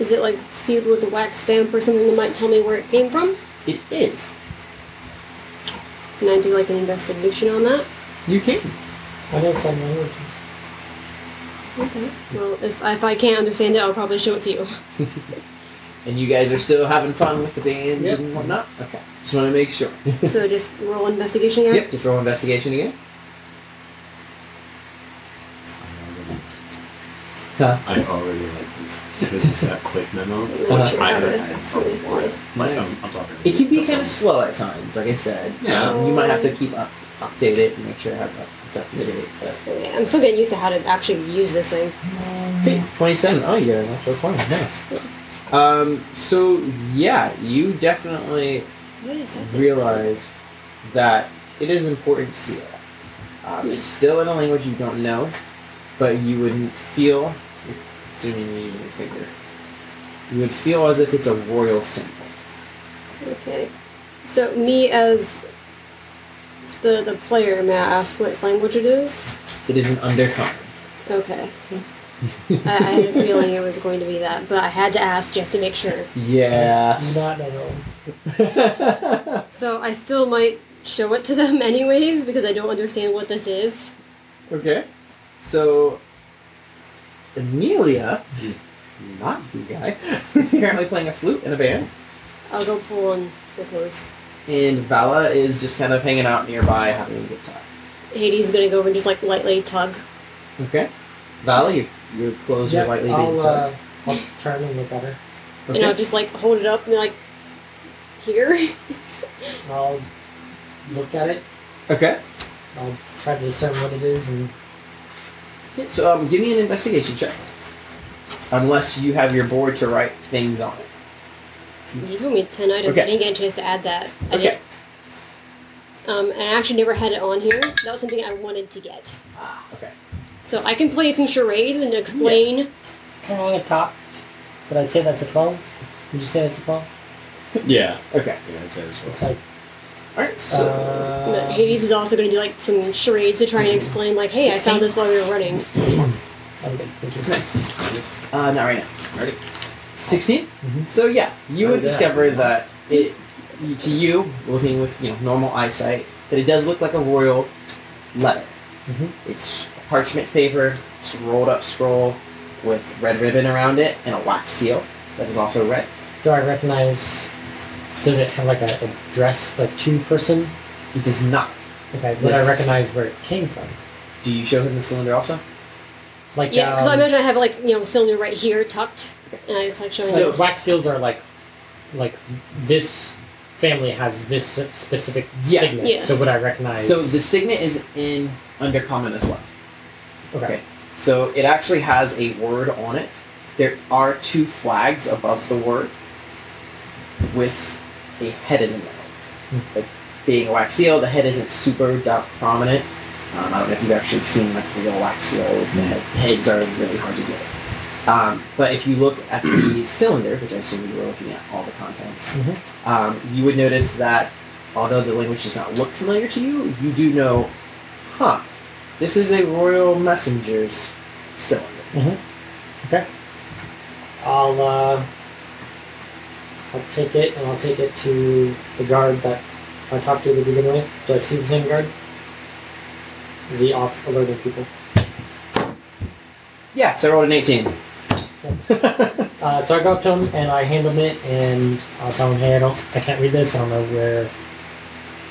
Speaker 2: is it like sealed with a wax stamp or something that might tell me where it came from?
Speaker 1: It is.
Speaker 2: Can I do like an investigation on that?
Speaker 1: You can.
Speaker 4: I know some languages.
Speaker 2: Okay. Well, if if I can't understand it, I'll probably show it to you.
Speaker 1: And you guys are still having fun with the band
Speaker 4: Yep.
Speaker 1: and whatnot? Okay. Just want to make sure.
Speaker 2: so just roll investigation again.
Speaker 1: Yep, just roll investigation again. Huh.
Speaker 7: I already like this because it's got quick memo. Which
Speaker 2: Not sure
Speaker 7: I
Speaker 2: how
Speaker 7: haven't
Speaker 2: to-
Speaker 7: had for a while. Like I'm, I'm talking.
Speaker 1: It can be kind of slow at times, like I said.
Speaker 3: Yeah.
Speaker 1: Um, you might have to keep up, update it and make sure it has up, it's up to date. But
Speaker 2: Yeah, I'm still getting used to how to actually use this thing.
Speaker 1: Okay, 27. Oh, you got an actual 20. Nice. Um, so, yeah, you definitely
Speaker 2: What is that?
Speaker 1: realize that it is important to see it. Um, it's still in a language you don't know, but you would feel, assuming you're using your finger, you would feel as if it's a royal symbol.
Speaker 2: Okay. So me as the the player, may I ask what language it is?
Speaker 1: It is an undercommon.
Speaker 2: Okay. I, I had a feeling it was going to be that, but I had to ask just to make sure.
Speaker 1: Yeah.
Speaker 4: Do not know.
Speaker 2: So I still might show it to them anyways because I don't understand what this is.
Speaker 1: Okay. So, Amelia, not you guy, is currently playing a flute in a band,
Speaker 2: I'll go pull on the clothes.
Speaker 1: and Vala is just kind of hanging out nearby having a good time.
Speaker 2: Hades is gonna go over and just like lightly tug.
Speaker 1: Okay. Vala, your, your clothes
Speaker 4: Yeah,
Speaker 1: are lightly being
Speaker 4: I'll,
Speaker 1: tugged.
Speaker 4: uh, I'll try to look at her.
Speaker 1: Okay.
Speaker 2: And I'll just like hold it up and be like, here?
Speaker 4: And I'll look at it.
Speaker 1: okay.
Speaker 4: I'll try to discern what it is and
Speaker 1: So, um, give me an investigation check. Unless you have your board to write things on it.
Speaker 2: You told me 10 items.
Speaker 1: Okay.
Speaker 2: I didn't get a chance to add that. I
Speaker 1: Okay.
Speaker 2: didn't- Um, and I actually never had it on here. That was something I wanted to get.
Speaker 1: Ah, okay.
Speaker 2: So I can play some charades and explain.
Speaker 4: kind of cocked. But I'd say that's a 12. Would you say that's a 12?
Speaker 7: Yeah.
Speaker 1: Okay.
Speaker 7: Yeah, it says.
Speaker 4: It's like,
Speaker 1: All right. So,
Speaker 2: But
Speaker 4: uh,
Speaker 2: Hades is also going to do like some charades to try and explain, like, hey, I found this while we were running.
Speaker 4: I'm good. Thank you.
Speaker 1: uh, not right now.
Speaker 6: Ready?
Speaker 1: 16
Speaker 4: Mhm.
Speaker 1: so yeah you
Speaker 6: Oh,
Speaker 1: would
Speaker 6: yeah.
Speaker 1: discover that it to you looking with you know normal eyesight that it does look like a royal letter
Speaker 4: Mhm.
Speaker 1: it's parchment paper it's a rolled up scroll with red ribbon around it and a wax seal that is also red
Speaker 4: Do I recognize? Does it have like a, a dress, like two person?
Speaker 1: it does not
Speaker 4: Okay, but
Speaker 1: Yes.
Speaker 4: I recognize where it came from.
Speaker 1: do you show him the cylinder also
Speaker 4: Like
Speaker 2: Yeah, because I
Speaker 4: um,
Speaker 2: imagine I have like, you know, cylinder right here tucked. And I just like show
Speaker 4: like,
Speaker 1: So-
Speaker 2: him.
Speaker 4: wax seals are like, like this family has this specific
Speaker 1: Yeah.
Speaker 4: signet.
Speaker 2: Yes.
Speaker 4: So would I recognize?
Speaker 1: so the signet is in undercommon as well
Speaker 4: okay.
Speaker 1: So it actually has a word on it. There are two flags above the word with a head in the middle.
Speaker 4: Hmm.
Speaker 1: Like being a wax seal, the head isn't super do- prominent. Um, I don't know if you've actually seen like the real wax seals. The head, heads are really hard to get. Um, but if you look at the cylinder, which I assume you were looking at all the contents,
Speaker 4: Mhm.
Speaker 1: um, you would notice that although the language does not look familiar to you, you do know, huh, this is a royal messenger's cylinder.
Speaker 4: I'll uh, I'll take it and I'll take it to the guard that I talked to to begin with. Do I see the same guard? Is he off alerting people?
Speaker 1: Yeah, so I rolled an 18.
Speaker 4: Uh, so I go up to him and I hand him it and I'll tell him, hey, I don't, I can't read this. I don't know where,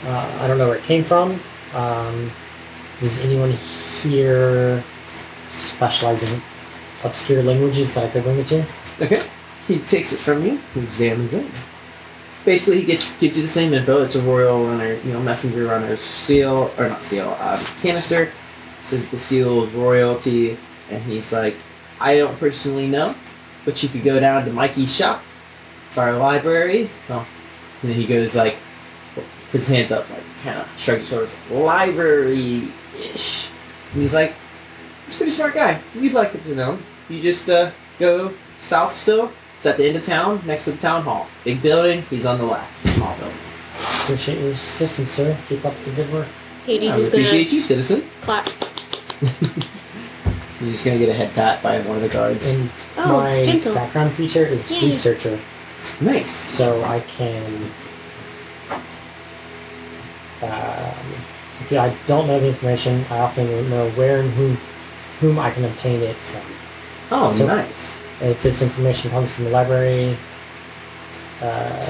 Speaker 4: uh, I don't know where it came from. Um, does anyone here specialize in obscure languages that I could bring it to?
Speaker 1: okay. He takes it from you, he examines it. Basically, he gets gives you the same info. It's a royal runner, you know, messenger runner's seal, or not seal, um, canister. Says the seal is royalty, and he's like, I don't personally know, but you could go down to Mikey's shop. It's our library. Well, and then he goes like, puts his hands up, like kind of shrugs his shoulders, library ish. And he's like, he's a pretty smart guy. You'd like to know. You just uh, go south still. It's at the end of town, next to the town hall. Big building. He's on the left. Small building.
Speaker 4: Appreciate your assistance, sir. Keep up the good work.
Speaker 2: Hades
Speaker 1: I
Speaker 2: is going to
Speaker 1: appreciate you, citizen.
Speaker 2: clap.
Speaker 1: You're just gonna get a head pat by one of the guards.
Speaker 4: And
Speaker 2: Oh,
Speaker 4: my
Speaker 2: gentle.
Speaker 4: background feature is
Speaker 2: Yay.
Speaker 4: researcher,
Speaker 1: Nice.
Speaker 4: so I can. Um, if I don't know the information, I often don't know where and whom, whom I can obtain it from.
Speaker 1: Oh,
Speaker 4: So-
Speaker 1: nice.
Speaker 4: If this information comes from the library, uh,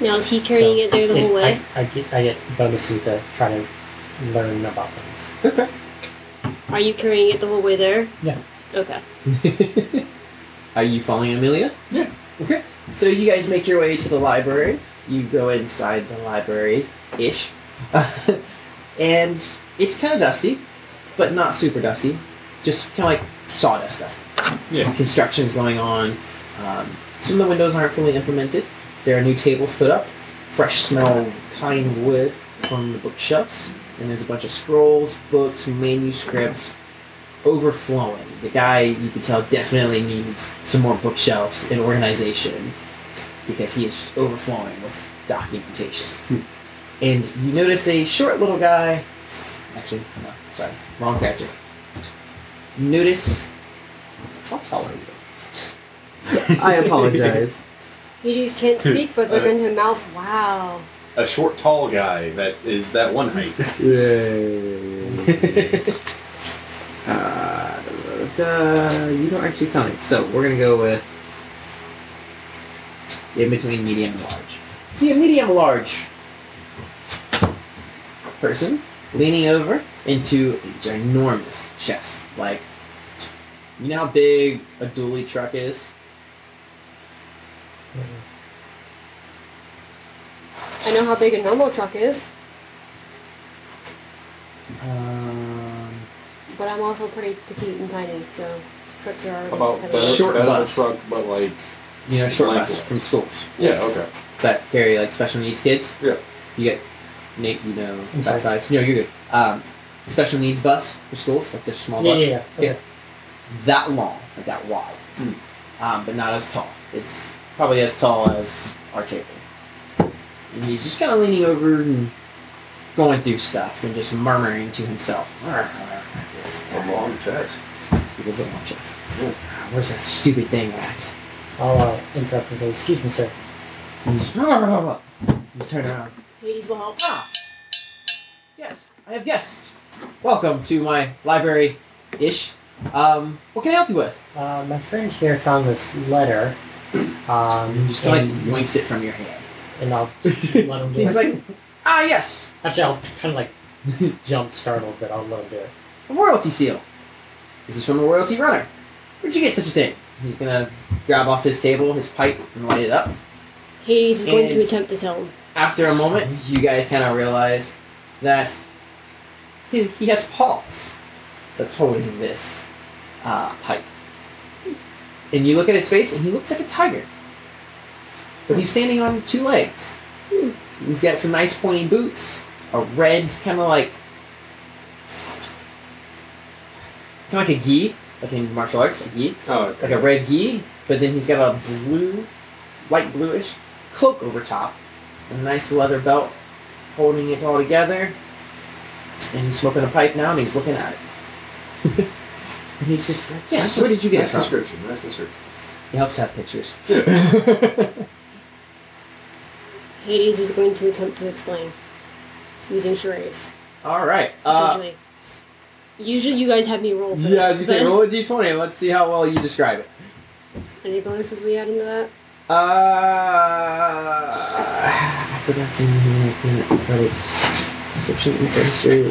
Speaker 2: Now is he carrying
Speaker 4: So,
Speaker 2: it there the
Speaker 4: it-
Speaker 2: whole way?
Speaker 4: I, I get I get bonuses to try to learn about things.
Speaker 1: Okay.
Speaker 2: Are you carrying it the whole way there?
Speaker 4: Yeah.
Speaker 2: Okay.
Speaker 1: Are you following Amelia?
Speaker 3: Yeah.
Speaker 1: Okay. So you guys make your way to the library. You go inside the library ish. and it's kind of dusty, but not super dusty. Just kind of like sawdust dusty.
Speaker 3: Yeah.
Speaker 1: Construction's going on. Um, some of the windows aren't fully implemented. There are new tables put up. Fresh smell of pine wood from the bookshelves. And there's a bunch of scrolls, books, manuscripts, overflowing. The guy, you can tell, definitely needs some more bookshelves and organization because he is just overflowing with documentation. And you notice a short little guy. Actually, no, sorry, wrong character. Notice. How tall are you? I apologize.
Speaker 2: Hades can't speak, but they're in her mouth. Wow.
Speaker 7: A short, tall guy that is that one height.
Speaker 1: Uh, da, you don't actually tell me. So we're gonna go with in between medium and large. See a medium large person leaning over into a ginormous chest. Like you know how big a dually truck is?
Speaker 2: I know how big a normal truck is,
Speaker 1: Um,
Speaker 2: but I'm also pretty petite and tiny, so trips are already
Speaker 7: About
Speaker 2: kind
Speaker 7: the
Speaker 2: of
Speaker 1: Short
Speaker 7: that
Speaker 1: bus.
Speaker 7: truck, but like
Speaker 1: you know, short
Speaker 7: Like
Speaker 1: bus
Speaker 7: what?
Speaker 1: from schools
Speaker 7: yeah, okay.
Speaker 1: that carry like special needs kids.
Speaker 7: Yeah.
Speaker 1: You get Nick, you know
Speaker 4: I'm
Speaker 1: that size. No, you're good. Um, special needs bus for schools, like the small
Speaker 4: Yeah,
Speaker 1: bus.
Speaker 4: yeah, yeah. Okay.
Speaker 1: that long, like that wide,
Speaker 7: Hmm.
Speaker 1: um, but not as tall. It's probably as tall as our table. And he's just kind of leaning over and going through stuff and just murmuring to himself. This
Speaker 6: A long text.
Speaker 1: It is a long chest.
Speaker 6: Yeah.
Speaker 1: Where's that stupid thing at?
Speaker 4: I'll uh, interrupt and say, "Excuse me, sir.
Speaker 1: You turn around.
Speaker 2: Hades will help.
Speaker 1: Ah. Yes, I have guests. Welcome to my library ish. Um, what can I help you with?
Speaker 4: Uh, my friend here found this letter, um,
Speaker 1: Just like
Speaker 4: and,
Speaker 1: yanks it from your hand.
Speaker 4: and I'll let him do
Speaker 1: He's
Speaker 4: it.
Speaker 1: like, ah, yes,
Speaker 4: Actually, I'll kind of like jump startled, but I'll let him do it.
Speaker 1: a royalty seal. This is from the royalty runner. Where'd you get such a thing? He's gonna grab off his table, his pipe, and light it up.
Speaker 2: Hades is going to
Speaker 1: Hades.
Speaker 2: attempt to tell him.
Speaker 1: After a moment, you guys kind of realize that he, he has paws that's holding this uh, pipe. And you look at his face, and he looks like a tiger. But he's standing on two legs. He's got some nice pointy boots, a red kind of like kind of like a gi, like in martial arts, a gi
Speaker 7: Oh, okay.
Speaker 1: like a red gi, but then he's got a blue, light bluish cloak over top, and a nice leather belt holding it all together. And he's smoking a pipe now, and he's looking at it. and he's just like, "Yes, where did you get
Speaker 6: Nice
Speaker 1: it from?"
Speaker 6: description. Nice description.
Speaker 1: He helps have pictures.
Speaker 2: Hades is going to attempt to explain using charades.
Speaker 1: all right. Uh,
Speaker 2: Essentially, usually you guys have me roll. For
Speaker 1: yeah, as you
Speaker 2: this,
Speaker 1: say,
Speaker 2: but-
Speaker 1: roll a d20. Let's see how well you describe it.
Speaker 2: Any bonuses we add into that?
Speaker 1: Uh, I forgot to but it's perception and sensory.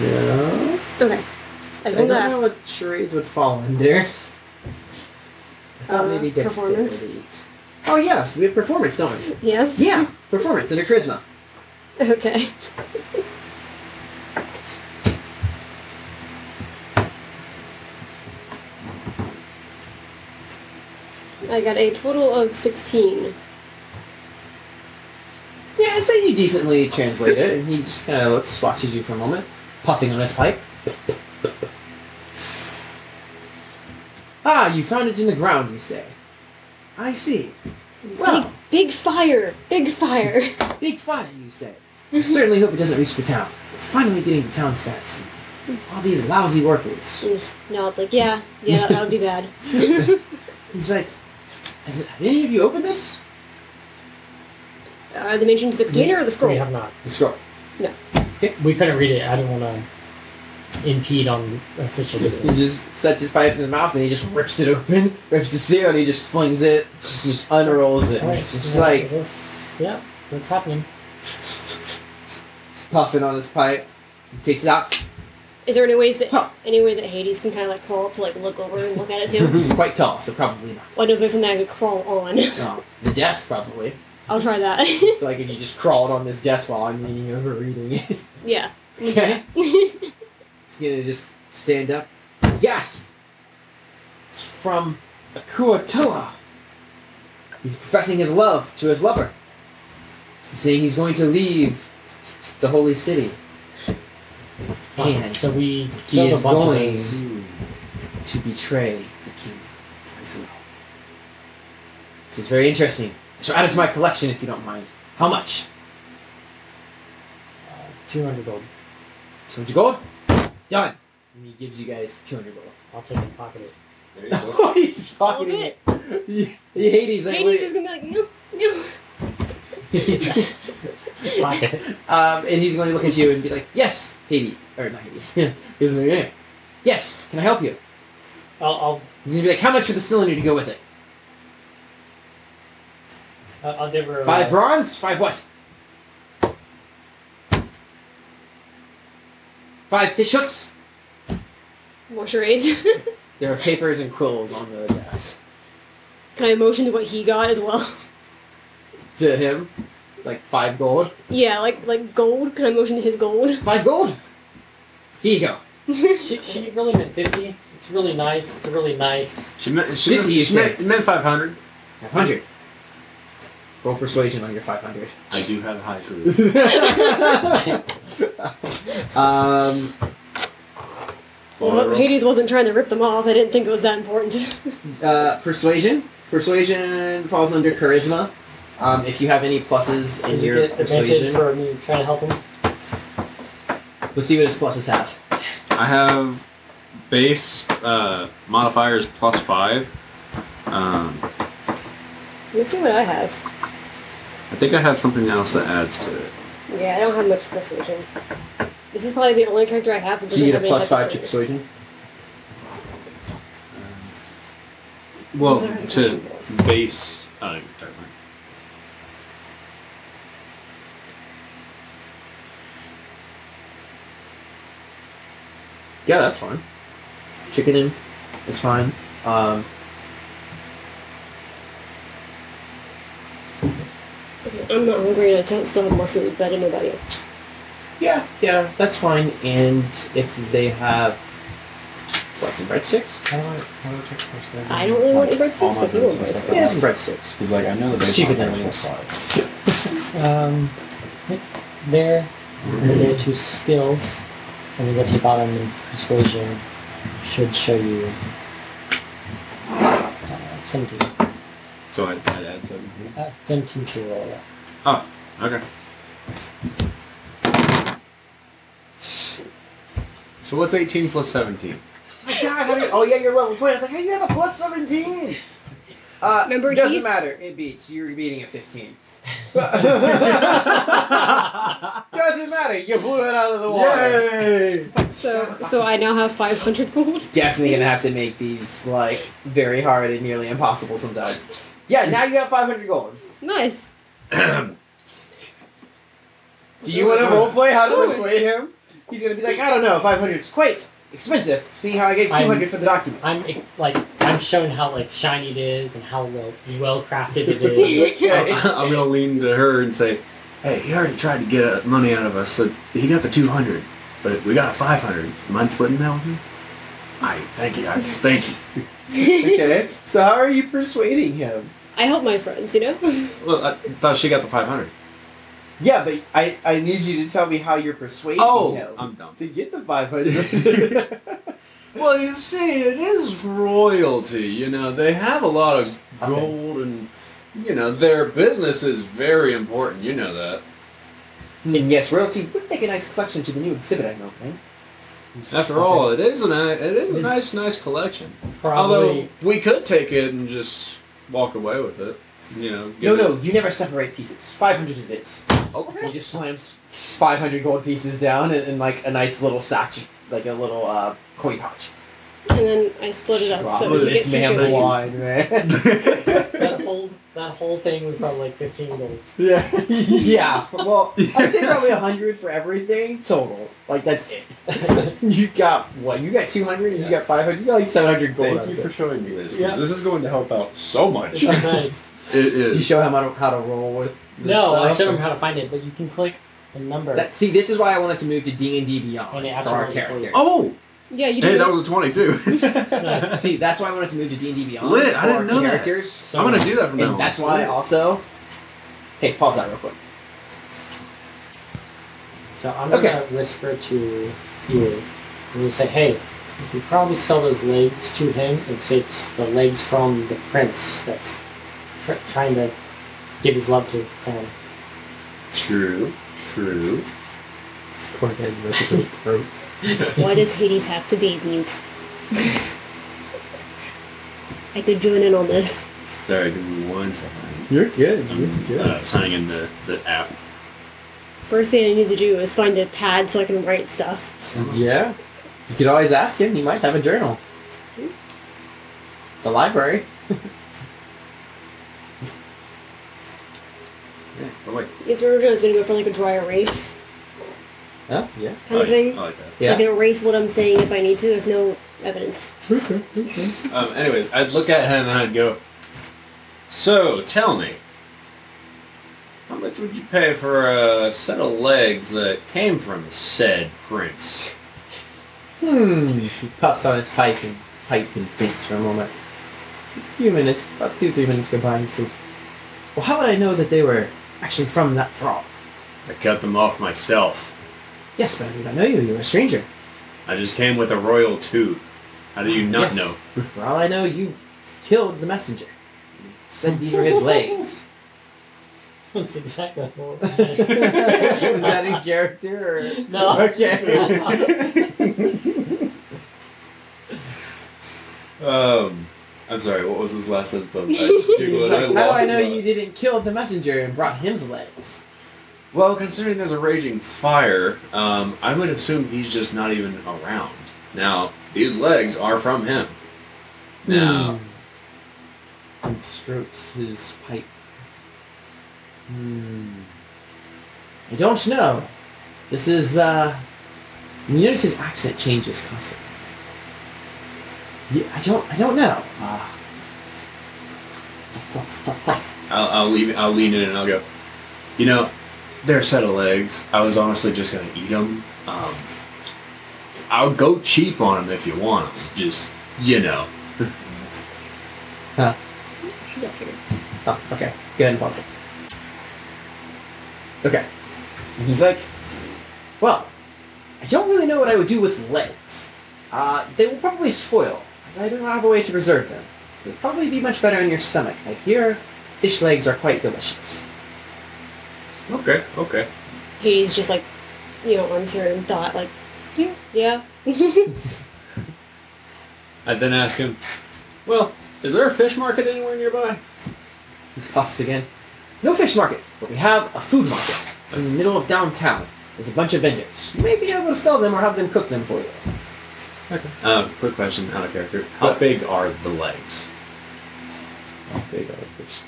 Speaker 1: No.
Speaker 2: Okay. As
Speaker 1: I
Speaker 2: one
Speaker 1: don't know
Speaker 2: last
Speaker 1: what charades would fall under. I thought
Speaker 2: Uh,
Speaker 1: maybe
Speaker 2: performance?
Speaker 1: dexterity. Oh yeah, we have performance, don't we?
Speaker 2: Yes?
Speaker 1: Yeah, performance and a charisma.
Speaker 2: Okay. I got a total of 16.
Speaker 1: Yeah, I'd say you decently translate it, and he just kind of looks, watches you for a moment, puffing on his pipe. Ah, you found it in the ground, you say. I see. Well,
Speaker 2: Big fire! Big fire!
Speaker 1: big fire, you say. I certainly hope it doesn't reach the town. We're finally getting the town stats. and All these lousy workers.
Speaker 2: no, it's like, yeah, yeah, that would be bad.
Speaker 1: He's like, Has it, have any of you opened this?
Speaker 2: Are the mentions of the container or the
Speaker 4: We
Speaker 2: scroll?
Speaker 4: have not.
Speaker 1: The scroll.
Speaker 4: We couldn't read it. I didn't want to impede on official
Speaker 1: He
Speaker 4: business.
Speaker 1: just sets his pipe in his mouth and he just rips it open, rips the seal, and he just flings it, just unrolls it. And
Speaker 4: Alright,
Speaker 1: it's just
Speaker 4: yeah,
Speaker 1: like,
Speaker 4: this- yeah. What's happening?
Speaker 1: He's puffing on his pipe. He takes it out.
Speaker 2: Is there any ways that
Speaker 1: Huh.
Speaker 2: any way that Hades can kind of like crawl up to like look over and look at it too?
Speaker 1: He's quite tall, so probably not.
Speaker 2: well, I know if there's something I could crawl on.
Speaker 1: No, the desk probably.
Speaker 2: I'll try that.
Speaker 1: It's like if you just crawled on this desk while I'm leaning over reading it.
Speaker 2: yeah. Mm-hmm.
Speaker 1: Okay.
Speaker 2: Is
Speaker 1: He's gonna just stand up. Yes! It's from Akua Toa. He's professing his love to his lover. He's saying he's going to leave the holy city. And
Speaker 4: so we
Speaker 1: he
Speaker 4: killed
Speaker 1: is
Speaker 4: a bunch of
Speaker 1: going-
Speaker 4: those.
Speaker 1: to betray the king of Israel. This is very interesting. I shall add it to my collection if you don't mind. How much?
Speaker 4: Uh, Two hundred gold.
Speaker 1: 200 gold? Done. And he gives you guys 200 gold.
Speaker 4: I'll take it and pocket it.
Speaker 7: There you go.
Speaker 1: Oh, he's fucking it. He, he Hades. Like,
Speaker 2: Hades
Speaker 1: wait.
Speaker 2: is gonna be like, no, no.
Speaker 4: Pocket it.
Speaker 1: um, and he's going to look at you and be like, "Yes, Hades, or not Hades." he's like, "Yeah. "Yes, can I help you?"
Speaker 4: I'll, I'll
Speaker 1: He's gonna be like, "How much for the cylinder to go with it?
Speaker 4: I'll- I'll give her.
Speaker 1: Five
Speaker 4: uh,
Speaker 1: bronze? Five what? Five fish hooks?
Speaker 2: More charades.
Speaker 1: There are papers and quills on the desk."
Speaker 2: Can I motion to what he got as well?
Speaker 1: To him, like five gold.
Speaker 2: Yeah, like like gold. Can I motion to his gold?
Speaker 1: Five gold. Here you go.
Speaker 4: She, she really meant fifty. It's really nice. It's really nice.
Speaker 3: She meant, she meant,
Speaker 1: Fifty, you
Speaker 3: she meant, meant 500.
Speaker 1: Five hundred. Roll persuasion on your five hundred.
Speaker 3: I do have high food.
Speaker 1: um,
Speaker 2: well, Hades wasn't trying to rip them off. I didn't think it was that important.
Speaker 1: uh, persuasion. Persuasion falls under charisma. Um, if you have any pluses in
Speaker 4: Does
Speaker 1: your
Speaker 4: it get advantage
Speaker 1: persuasion,
Speaker 4: for me trying to help him?
Speaker 1: let's see what his pluses have.
Speaker 6: I have base uh, modifiers plus five. Um,
Speaker 2: Let's see what I have.
Speaker 6: I think I have something else that adds to it.
Speaker 2: Yeah, I don't have much persuasion. This is probably the only character I have that
Speaker 1: So
Speaker 2: doesn't
Speaker 1: you get
Speaker 2: have
Speaker 1: a
Speaker 2: any
Speaker 1: plus
Speaker 2: type
Speaker 1: five
Speaker 2: of
Speaker 1: to
Speaker 2: persuasion.
Speaker 1: persuasion.
Speaker 6: Well,
Speaker 2: There are
Speaker 6: to
Speaker 2: some goals.
Speaker 6: base. Uh, never mind.
Speaker 1: Yeah, that's fine. Chicken in is fine. Um,
Speaker 2: I'm not hungry and I don't still have more food, but I didn't know about you.
Speaker 1: Yeah, yeah, that's fine. And if they have what some breadsticks?
Speaker 5: How do I, how do I check persuasion?
Speaker 2: I don't really want any breadsticks,
Speaker 5: All my
Speaker 2: but you want
Speaker 5: business stuff.
Speaker 2: breadsticks.
Speaker 1: Yeah, some breadsticks.
Speaker 5: Because like I know
Speaker 1: It's
Speaker 5: that
Speaker 1: cheaper than it is.
Speaker 5: five.
Speaker 4: Um, there, and there are two skills, and we go to the bottom and persuasion should show you uh, 17.
Speaker 6: So I'd, I'd add seventeen.
Speaker 4: Uh, 17 to roll that.
Speaker 6: Okay.
Speaker 3: So what's 18 plus 17?
Speaker 1: Oh my god! How do you, oh yeah, you're level twenty. I was like, how do you have a plus seventeen? Uh,
Speaker 2: Remember,
Speaker 1: it doesn't
Speaker 2: he's-
Speaker 1: matter. It beats. You're beating at fifteen. doesn't matter. You blew it out of the water.
Speaker 7: Yay!
Speaker 2: So, so I now have 500 gold.
Speaker 1: Definitely gonna have to make these like very hard and nearly impossible sometimes. Yeah, now you have five hundred gold.
Speaker 2: Nice.
Speaker 1: Do you want to roleplay how to persuade him? He's gonna be like, I don't know, 500's quite expensive. See how I gave 200 for the document.
Speaker 4: I'm eh, like, I'm showing how like shiny it is and how well well crafted it is.
Speaker 3: I'm going to lean to her and say, hey, he already tried to get uh, money out of us. So he got the 200, but we got a 500. Mind splitting that with me? I thank you. I thank you.
Speaker 1: okay, so how are you persuading him?
Speaker 2: I help my friends, you know?
Speaker 3: Well, I thought she got the 500.
Speaker 1: Yeah, but I, I need you to tell me how you're persuading
Speaker 3: Oh,
Speaker 1: him
Speaker 3: I'm dumb.
Speaker 1: to get the 500.
Speaker 3: Well, you see, it is royalty. You know, they have a lot of
Speaker 1: Okay.
Speaker 3: gold, and you know their business is very important. You know that.
Speaker 1: and Hmm, yes, royalty would make a nice collection to the new exhibit I'm opening.
Speaker 3: After all, it is a ni- it is a
Speaker 4: It's-
Speaker 3: nice, nice collection.
Speaker 4: Probably.
Speaker 3: Although we could take it and just walk away with it. You know.
Speaker 1: No,
Speaker 3: give
Speaker 1: no, you never separate pieces. 500 it is.
Speaker 3: it-
Speaker 1: He
Speaker 3: Okay.
Speaker 1: just slams 500 gold pieces down in, in like a nice little satch, like a little uh, coin pouch.
Speaker 2: and then I split it up so
Speaker 1: Probably
Speaker 2: you get
Speaker 1: this man
Speaker 2: two fifty.
Speaker 1: blind, man.
Speaker 4: That whole that whole thing was probably like fifteen gold.
Speaker 1: yeah. yeah. Well, I'd say probably 100 for everything total. Like, that's it. You got what? You got 200 and you got 500. You got like 700 gold. out
Speaker 5: Thank
Speaker 1: of
Speaker 5: you
Speaker 1: it.
Speaker 5: for showing me this. 'cause
Speaker 4: Yeah.
Speaker 5: This is going to help out so much.
Speaker 4: It's nice.
Speaker 8: It
Speaker 1: Did
Speaker 8: is.
Speaker 1: you show him how to, how to roll with this
Speaker 4: No, I
Speaker 1: stuff?
Speaker 4: showed him how to find it, but you can click the number.
Speaker 1: That, see, this is why I wanted to move to D and D Beyond
Speaker 4: And it
Speaker 1: for our
Speaker 4: absolutely
Speaker 1: characters.
Speaker 8: oh,
Speaker 2: Yeah, you
Speaker 8: hey,
Speaker 2: do.
Speaker 8: that was a twenty-two.
Speaker 4: Nice.
Speaker 1: see, that's why I wanted to move to D and D Beyond
Speaker 8: Lit,
Speaker 1: for
Speaker 8: I didn't
Speaker 1: our
Speaker 8: know that.
Speaker 1: characters,
Speaker 4: so
Speaker 8: I'm gonna do that from now.
Speaker 1: and that's why also. Hey, pause that real quick.
Speaker 4: So I'm
Speaker 1: Okay.
Speaker 4: gonna whisper to you. I'm gonna say, hey, you can probably sell those legs to him. It's it's the legs from the prince that's tr- trying to give his love to someone.
Speaker 5: True. True.
Speaker 2: Why does Hades have to be mute? I could join in on this.
Speaker 3: Sorry, give me one second.
Speaker 1: You're good.
Speaker 3: I'm uh, signing in the, the app.
Speaker 2: First thing I need to do is find a pad so I can write stuff.
Speaker 1: Yeah, you could always ask him. He might have a journal. It's a library.
Speaker 3: Yeah, oh wait.
Speaker 2: Because remember I was gonna go for like a dry erase
Speaker 1: Oh, yeah.
Speaker 3: I
Speaker 2: kind
Speaker 3: like,
Speaker 2: of thing.
Speaker 3: I like that.
Speaker 2: So I can erase what I'm saying if I need to. There's no evidence.
Speaker 1: Hmm.
Speaker 3: Um, anyways, I'd look at him and I'd go, So, tell me, how much would you pay for a set of legs that came from said prince?
Speaker 1: Hmm. He puffs on his pipe and pipe and thinks for a moment. A few minutes, about two, three minutes go by, and he says, "Well, how would I know that they were actually from that frog?"
Speaker 3: I cut them off myself.
Speaker 1: Yes, but I did not know you. You're a stranger.
Speaker 3: I just came with a royal tooth. How do you not
Speaker 1: Yes.
Speaker 3: know?
Speaker 1: For all I know, you killed the messenger. Said these were his legs.
Speaker 4: That's exactly what
Speaker 1: Was that in character? Or...
Speaker 4: No.
Speaker 1: Okay.
Speaker 5: Um, I'm sorry. What was his last sentence? I
Speaker 1: He's
Speaker 5: giggled and
Speaker 1: like, how
Speaker 5: I
Speaker 1: do I
Speaker 5: lost
Speaker 1: know
Speaker 5: my-
Speaker 1: you didn't kill the messenger and brought him's legs?
Speaker 3: Well, considering there's a raging fire, um, I would assume he's just not even around. Now, these legs are from him.
Speaker 1: Hmm.
Speaker 3: Now,
Speaker 1: And strokes his pipe. Hmm. I don't know. This is, uh. You notice his accent changes constantly. Yeah, I don't, I don't know. Uh,
Speaker 3: I'll, I'll leave. I'll lean in and I'll go. You know, they're a set of legs. I was honestly just gonna eat them. Um, I'll go cheap on them if you want 'em. Just you know.
Speaker 2: She's up here.
Speaker 1: Oh, okay. Go ahead and pause it. Okay. And he's like, well, I don't really know what I would do with legs. Uh, they will probably spoil, as I don't have a way to preserve them. They'll probably be much better in your stomach. I hear fish legs are quite delicious.
Speaker 3: Okay. Okay.
Speaker 2: Hades just like, you know, arms here and thought like, yeah, yeah. I
Speaker 3: I then ask him. Well, is there a fish market anywhere nearby?
Speaker 1: Puffs again. No fish market, but we have a food market. It's in the middle of downtown. There's a bunch of vendors. You may be able to sell them or have them cook them for you.
Speaker 3: Um, quick question, out of character. How big are the legs?
Speaker 1: Big old fish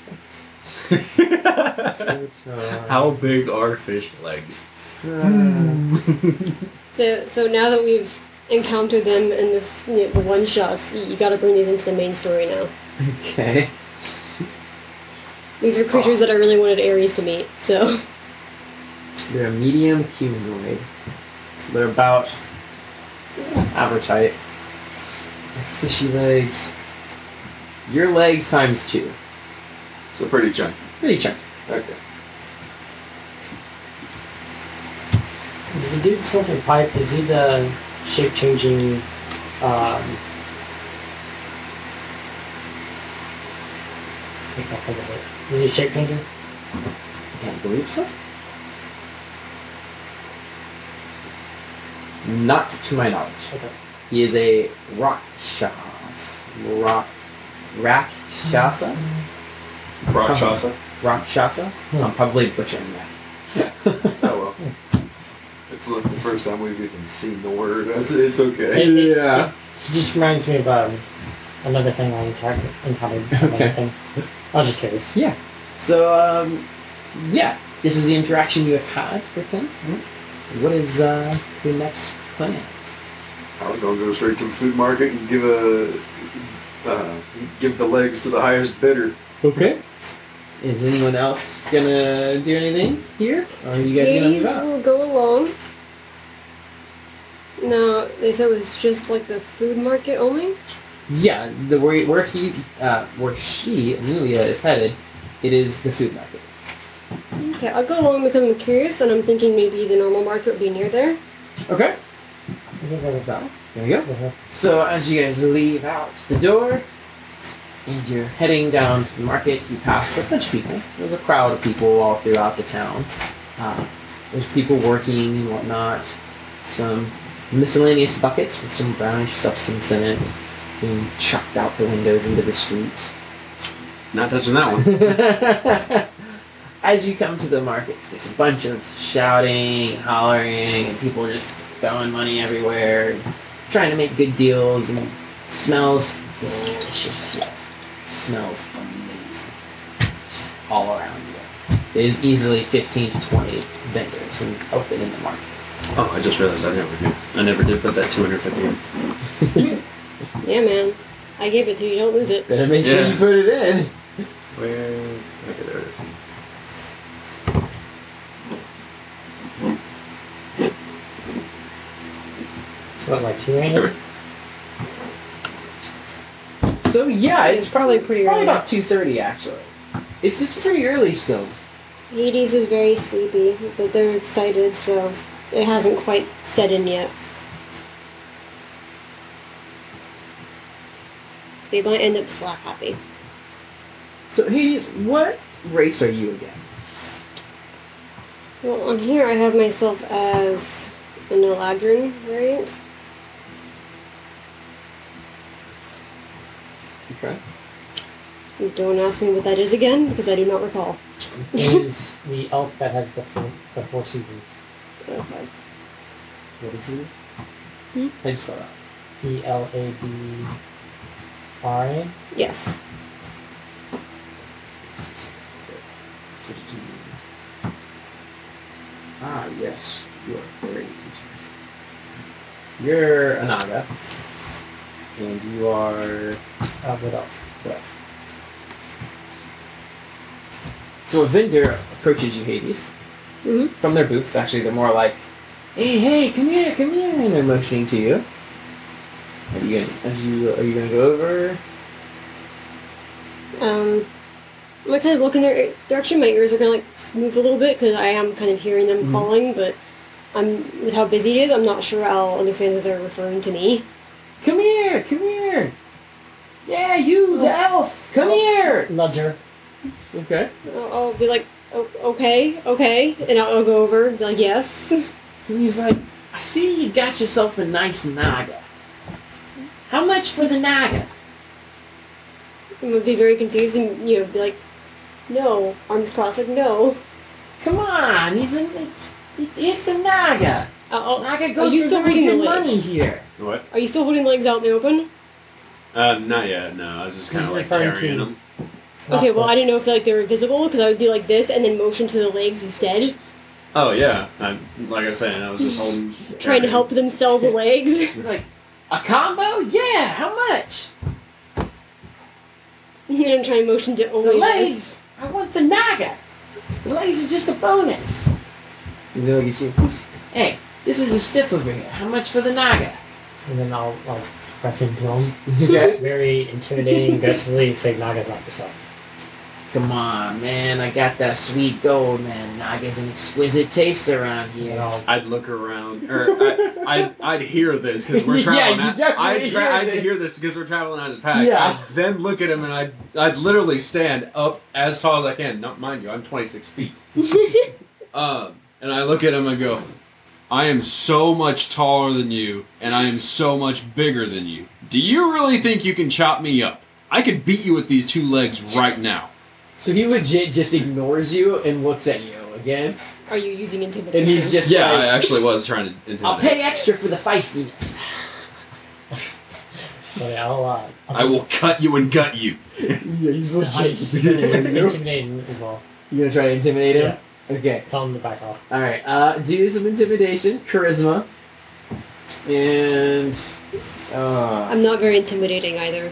Speaker 1: legs.
Speaker 3: How big are fish legs?
Speaker 2: So so now that we've encountered them in this you know, the one shots, you, you got to bring these into the main story now.
Speaker 1: Okay.
Speaker 2: These are creatures that I really wanted Ares to meet. So
Speaker 1: They're a medium humanoid. So they're about average height. They're fishy legs. Your legs times two.
Speaker 5: So pretty chunky.
Speaker 1: Pretty chunky.
Speaker 5: Okay.
Speaker 4: Is the dude smoking a pipe? Is he the shape changing? Um, I can't think of it. Is he a shape changer?
Speaker 1: I can't believe so. Not to my knowledge.
Speaker 4: Okay.
Speaker 1: He is a rakshas. Rock. Rakshasa? Uh-huh.
Speaker 5: Rakshasa.
Speaker 1: Rakshasa? I'm probably butchering that.
Speaker 5: Oh well. It's like the first time we've even seen the word. It's, it's okay.
Speaker 1: Yeah.
Speaker 4: It just reminds me of um, another thing I encountered. encountered
Speaker 1: Okay.
Speaker 4: Thing. I was just curious.
Speaker 1: So, um, yeah, this is the interaction you have had with him. What is uh, your next plan?
Speaker 5: I was gonna go straight to the food market and give a uh, give the legs to the highest bidder.
Speaker 1: Okay. Is anyone else gonna do anything here? Or are you guys gonna
Speaker 2: Hades
Speaker 1: move out?
Speaker 2: will go along. No, they said it was just like the food market only.
Speaker 1: Yeah, the where, where he, uh, where she, Amelia, is headed, it is the food market.
Speaker 2: Okay, I'll go along because I'm curious, and I'm thinking maybe the normal market would be near there.
Speaker 1: Okay.
Speaker 4: I think I was
Speaker 1: So, there you go.
Speaker 4: Mhm.
Speaker 1: So as you guys leave out the door, and you're heading down to the market, you pass a bunch of people. There's a crowd of people all throughout the town. Uh, there's people working and whatnot. Some miscellaneous buckets with some brownish substance in it being chucked out the windows into the street.
Speaker 6: Not touching that one.
Speaker 1: As you come to the market, there's a bunch of shouting and hollering, and people just throwing money everywhere, trying to make good deals, and smells delicious here. Smells amazing. Just all around you. There's easily 15 to 20 vendors and open in the market.
Speaker 6: Oh, I just realized I never did. I never did put that 250 in.
Speaker 2: Yeah, man. I gave it to you. Don't lose it.
Speaker 1: Better make sure
Speaker 6: Yeah.
Speaker 1: you put it in.
Speaker 6: Where? Okay, there it is.
Speaker 4: It's what, like two hundred?
Speaker 1: So yeah, it's,
Speaker 2: It's probably pretty
Speaker 1: probably
Speaker 2: early.
Speaker 1: about 2:30 actually. It's it's pretty early still.
Speaker 2: Hades is very sleepy, but they're excited, so it hasn't quite set in yet. They might end up slap happy.
Speaker 1: So Hades, what race are you again?
Speaker 2: Well, on here I have myself as an Eladrin variant.
Speaker 1: Okay.
Speaker 2: Don't ask me what that is again, because I do not recall.
Speaker 4: It is the elf that has the four, the four seasons.
Speaker 2: Okay.
Speaker 1: What is it?
Speaker 2: Hmm?
Speaker 1: How do you spell that?
Speaker 4: E L A D R A.
Speaker 2: Yes.
Speaker 1: So did you- Ah, yes. You are very interesting. You're a Naga. And you are
Speaker 4: Uh, what elf?
Speaker 1: Twelve. So a vendor approaches you, Hades,
Speaker 2: Mhm.
Speaker 1: from their booth. Actually, they're more like, "Hey, hey, come here, come here," and they're motioning to you. Are you gonna, as you are you gonna go over?
Speaker 2: Um, am I kind of looking their direction? My ears are gonna like move a little bit because I am kind of hearing them
Speaker 1: Mhm.
Speaker 2: calling, but I'm with how busy it is. I'm not sure I'll understand that they're referring to me.
Speaker 1: Come here, come here. Yeah, you, the elf, come here.
Speaker 4: Ledger.
Speaker 1: Okay.
Speaker 2: I'll, I'll be like, "O- okay, okay, and I'll, I'll go over. and Be like, yes.
Speaker 1: And he's like, I see you got yourself a nice naga. How much for the naga?
Speaker 2: I'm gonna be very confused and you know be like, no, arms crossed, like no.
Speaker 1: Come on, he's a, it's a naga.
Speaker 2: I'll, I'll-
Speaker 1: Naga
Speaker 2: Are
Speaker 1: goes
Speaker 2: you
Speaker 1: for
Speaker 2: still
Speaker 1: very
Speaker 2: reading
Speaker 1: good
Speaker 2: the
Speaker 1: money
Speaker 2: lips?
Speaker 1: here.
Speaker 6: What?
Speaker 2: are you still holding legs out in the open?
Speaker 6: Uh, not yet. No, I was just kind of like
Speaker 4: Referring to-
Speaker 6: carrying them.
Speaker 2: Okay, well I didn't know if like they were visible because I would be like this and then motion to the legs instead,
Speaker 6: Oh yeah. I'm, like I was saying, I was just holding.
Speaker 2: trying to help them sell the legs.
Speaker 1: He's like, a combo? Yeah, how much?
Speaker 2: and I'm trying to motion to
Speaker 1: The
Speaker 2: only this.
Speaker 1: legs. I want the Naga. The legs are just a bonus. He's gonna look at you. Hey, this is a stiff over here. How much for the Naga?
Speaker 4: And then I'll, I'll press into him.
Speaker 1: Okay.
Speaker 4: Very intimidating, aggressively say Naga's not yourself.
Speaker 1: Come on, man. I got that sweet gold, man. Naga's an exquisite taste around
Speaker 4: And
Speaker 1: here.
Speaker 4: I'll
Speaker 6: I'd look around, or I, I'd, I'd hear this because we're
Speaker 1: Yeah,
Speaker 6: traveling.
Speaker 1: you
Speaker 6: out-
Speaker 1: definitely
Speaker 6: I'd,
Speaker 1: hear
Speaker 6: I'd
Speaker 1: this.
Speaker 6: hear this because we're traveling as a pack.
Speaker 1: Yeah.
Speaker 6: I'd then look at him and I'd, I'd literally stand up as tall as I can. Not mind you, I'm 26 feet. Um, and I look at him and go, I am so much taller than you, and I am so much bigger than you. Do you really think you can chop me up? I could beat you with these two legs right now.
Speaker 1: So he legit just ignores you and looks at you again.
Speaker 2: Are you using intimidation?
Speaker 1: And he's just
Speaker 6: Yeah, I
Speaker 1: like,
Speaker 6: actually was trying to
Speaker 1: I'll
Speaker 6: intimidate.
Speaker 1: pay extra for the feistiness.
Speaker 4: But yeah, I'll, uh, I'll
Speaker 6: I
Speaker 4: just-
Speaker 6: will cut you and gut you.
Speaker 1: yeah, he's
Speaker 4: I
Speaker 1: legit.
Speaker 4: just
Speaker 1: just gonna
Speaker 4: intimidated
Speaker 1: you.
Speaker 4: intimidating as well.
Speaker 1: You gonna try to intimidate him? Okay.
Speaker 4: Tell him to back off.
Speaker 1: All right. Uh, do some intimidation, charisma, and uh,
Speaker 2: I'm not very intimidating either,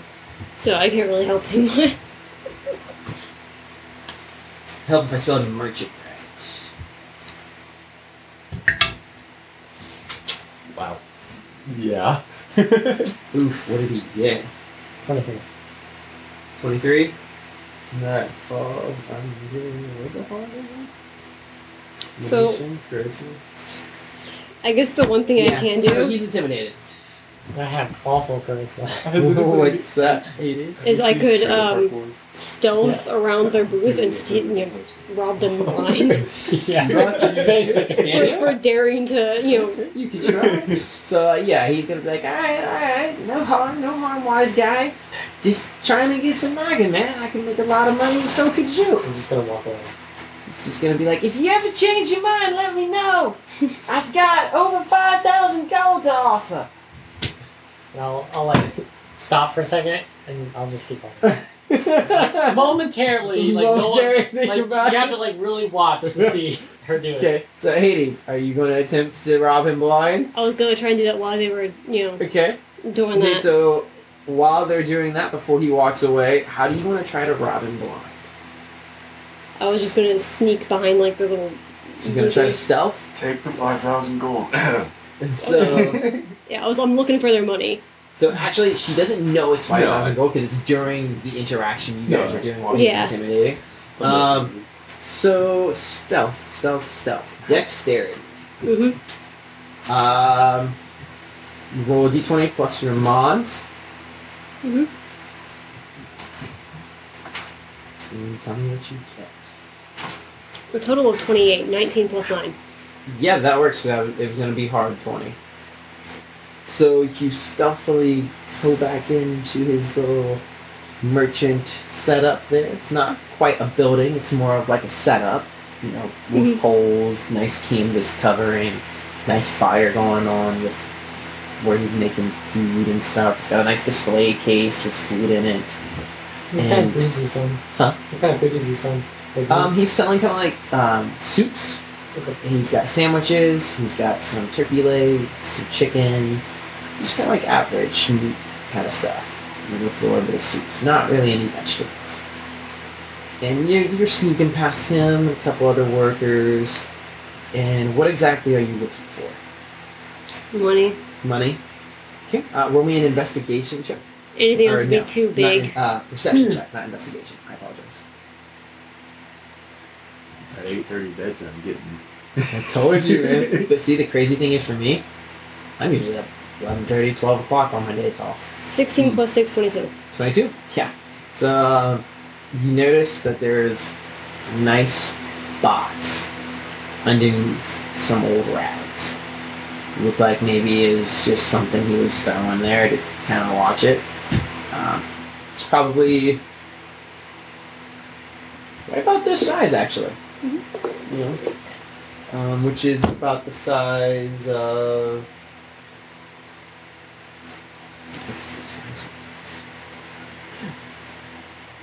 Speaker 2: so I can't really help too much.
Speaker 1: help if I spelled merchant right.
Speaker 6: Wow. Yeah.
Speaker 1: Oof, what did he get?
Speaker 4: Twenty-three.
Speaker 1: 23? Not fall. I'm getting what the hell?
Speaker 2: So- I guess the one thing I can do
Speaker 1: he's intimidated.
Speaker 4: I have awful charisma.
Speaker 1: What's that? It is.
Speaker 2: is I could um, stealth around their booth and ste- you know, rob them blind
Speaker 4: yeah, basically.
Speaker 2: for, for daring to you know.
Speaker 1: You can try. so uh, yeah, he's gonna be like, all right, all right, no harm, no harm, wise guy. Just trying to get some noggin, man. I can make a lot of money, and so could you.
Speaker 4: I'm just gonna walk away.
Speaker 1: It's just gonna be like, if you ever change your mind, let me know. I've got over five thousand gold to offer.
Speaker 4: And I'll, I'll like stop for a second and I'll just keep going. Momentarily, like, no one,
Speaker 1: Momentarily,
Speaker 4: like
Speaker 1: you're back.
Speaker 4: you have to like really watch to see her do it.
Speaker 1: Okay, so Hades, are you gonna attempt to rob him blind?
Speaker 2: I was gonna try and do that while they were you know
Speaker 1: Okay.
Speaker 2: doing
Speaker 1: Okay,
Speaker 2: that.
Speaker 1: so while they're doing that, before he walks away, how do you want to try to rob him blind?
Speaker 2: I was just gonna sneak behind like the little.
Speaker 1: So you're gonna try to stealth.
Speaker 5: Take the 5,000 gold.
Speaker 1: And so.
Speaker 2: Yeah, I was. I'm looking for their money.
Speaker 1: So actually, she doesn't know it's five
Speaker 5: No.
Speaker 1: thousand gold because it's during the interaction you
Speaker 5: No.
Speaker 1: guys were doing while he's
Speaker 2: Yeah.
Speaker 1: intimidating. Um, so stealth, stealth, stealth, dexterity.
Speaker 2: Mm-hmm.
Speaker 1: Um, roll a d20 plus your mod.
Speaker 2: Mhm.
Speaker 1: And tell me what you get.
Speaker 2: A total of 28, 19 plus nine.
Speaker 1: Yeah, that works. For that it was gonna be hard twenty. So you stealthily pull back into his little merchant setup there. It's not quite a building. It's more of like a setup. You know, with
Speaker 2: Mhm.
Speaker 1: poles, nice canvas covering, nice fire going on with where he's making food and stuff. It's got a nice display case with food in it.
Speaker 4: What kind
Speaker 1: And-
Speaker 4: of food is he selling?
Speaker 1: Huh?
Speaker 4: What kind of food is he selling? Like,
Speaker 1: Um, he's
Speaker 4: meats?
Speaker 1: selling kind of like um, soups.
Speaker 4: Okay.
Speaker 1: He's got sandwiches. He's got some turkey leg, some chicken, just kind of like average meat kind of stuff. Maybe with a little bit of soups. Not really any vegetables. And you're, you're sneaking past him, a couple other workers. And what exactly are you looking for?
Speaker 2: Money.
Speaker 1: Money. Okay. Uh, roll me an investigation check.
Speaker 2: Anything else
Speaker 1: Or
Speaker 2: would be
Speaker 1: no,
Speaker 2: too
Speaker 1: Not
Speaker 2: big.
Speaker 1: in- uh, perception check, not investigation. I apologize.
Speaker 7: At 8.30 bedtime, getting
Speaker 1: I told you, man. but see, the crazy thing is for me, I'm usually up 11.30, 12 o'clock on my days off.
Speaker 2: 16 plus 6, 22.
Speaker 1: 22? Yeah. So, uh, you notice that there's a nice box underneath some old rags. Looked like maybe it was just something he was throwing there to kind of watch it. Um, it's probably right about this size, actually.
Speaker 2: Mhm.
Speaker 1: You know, um, which is about the size of. What's the size of this?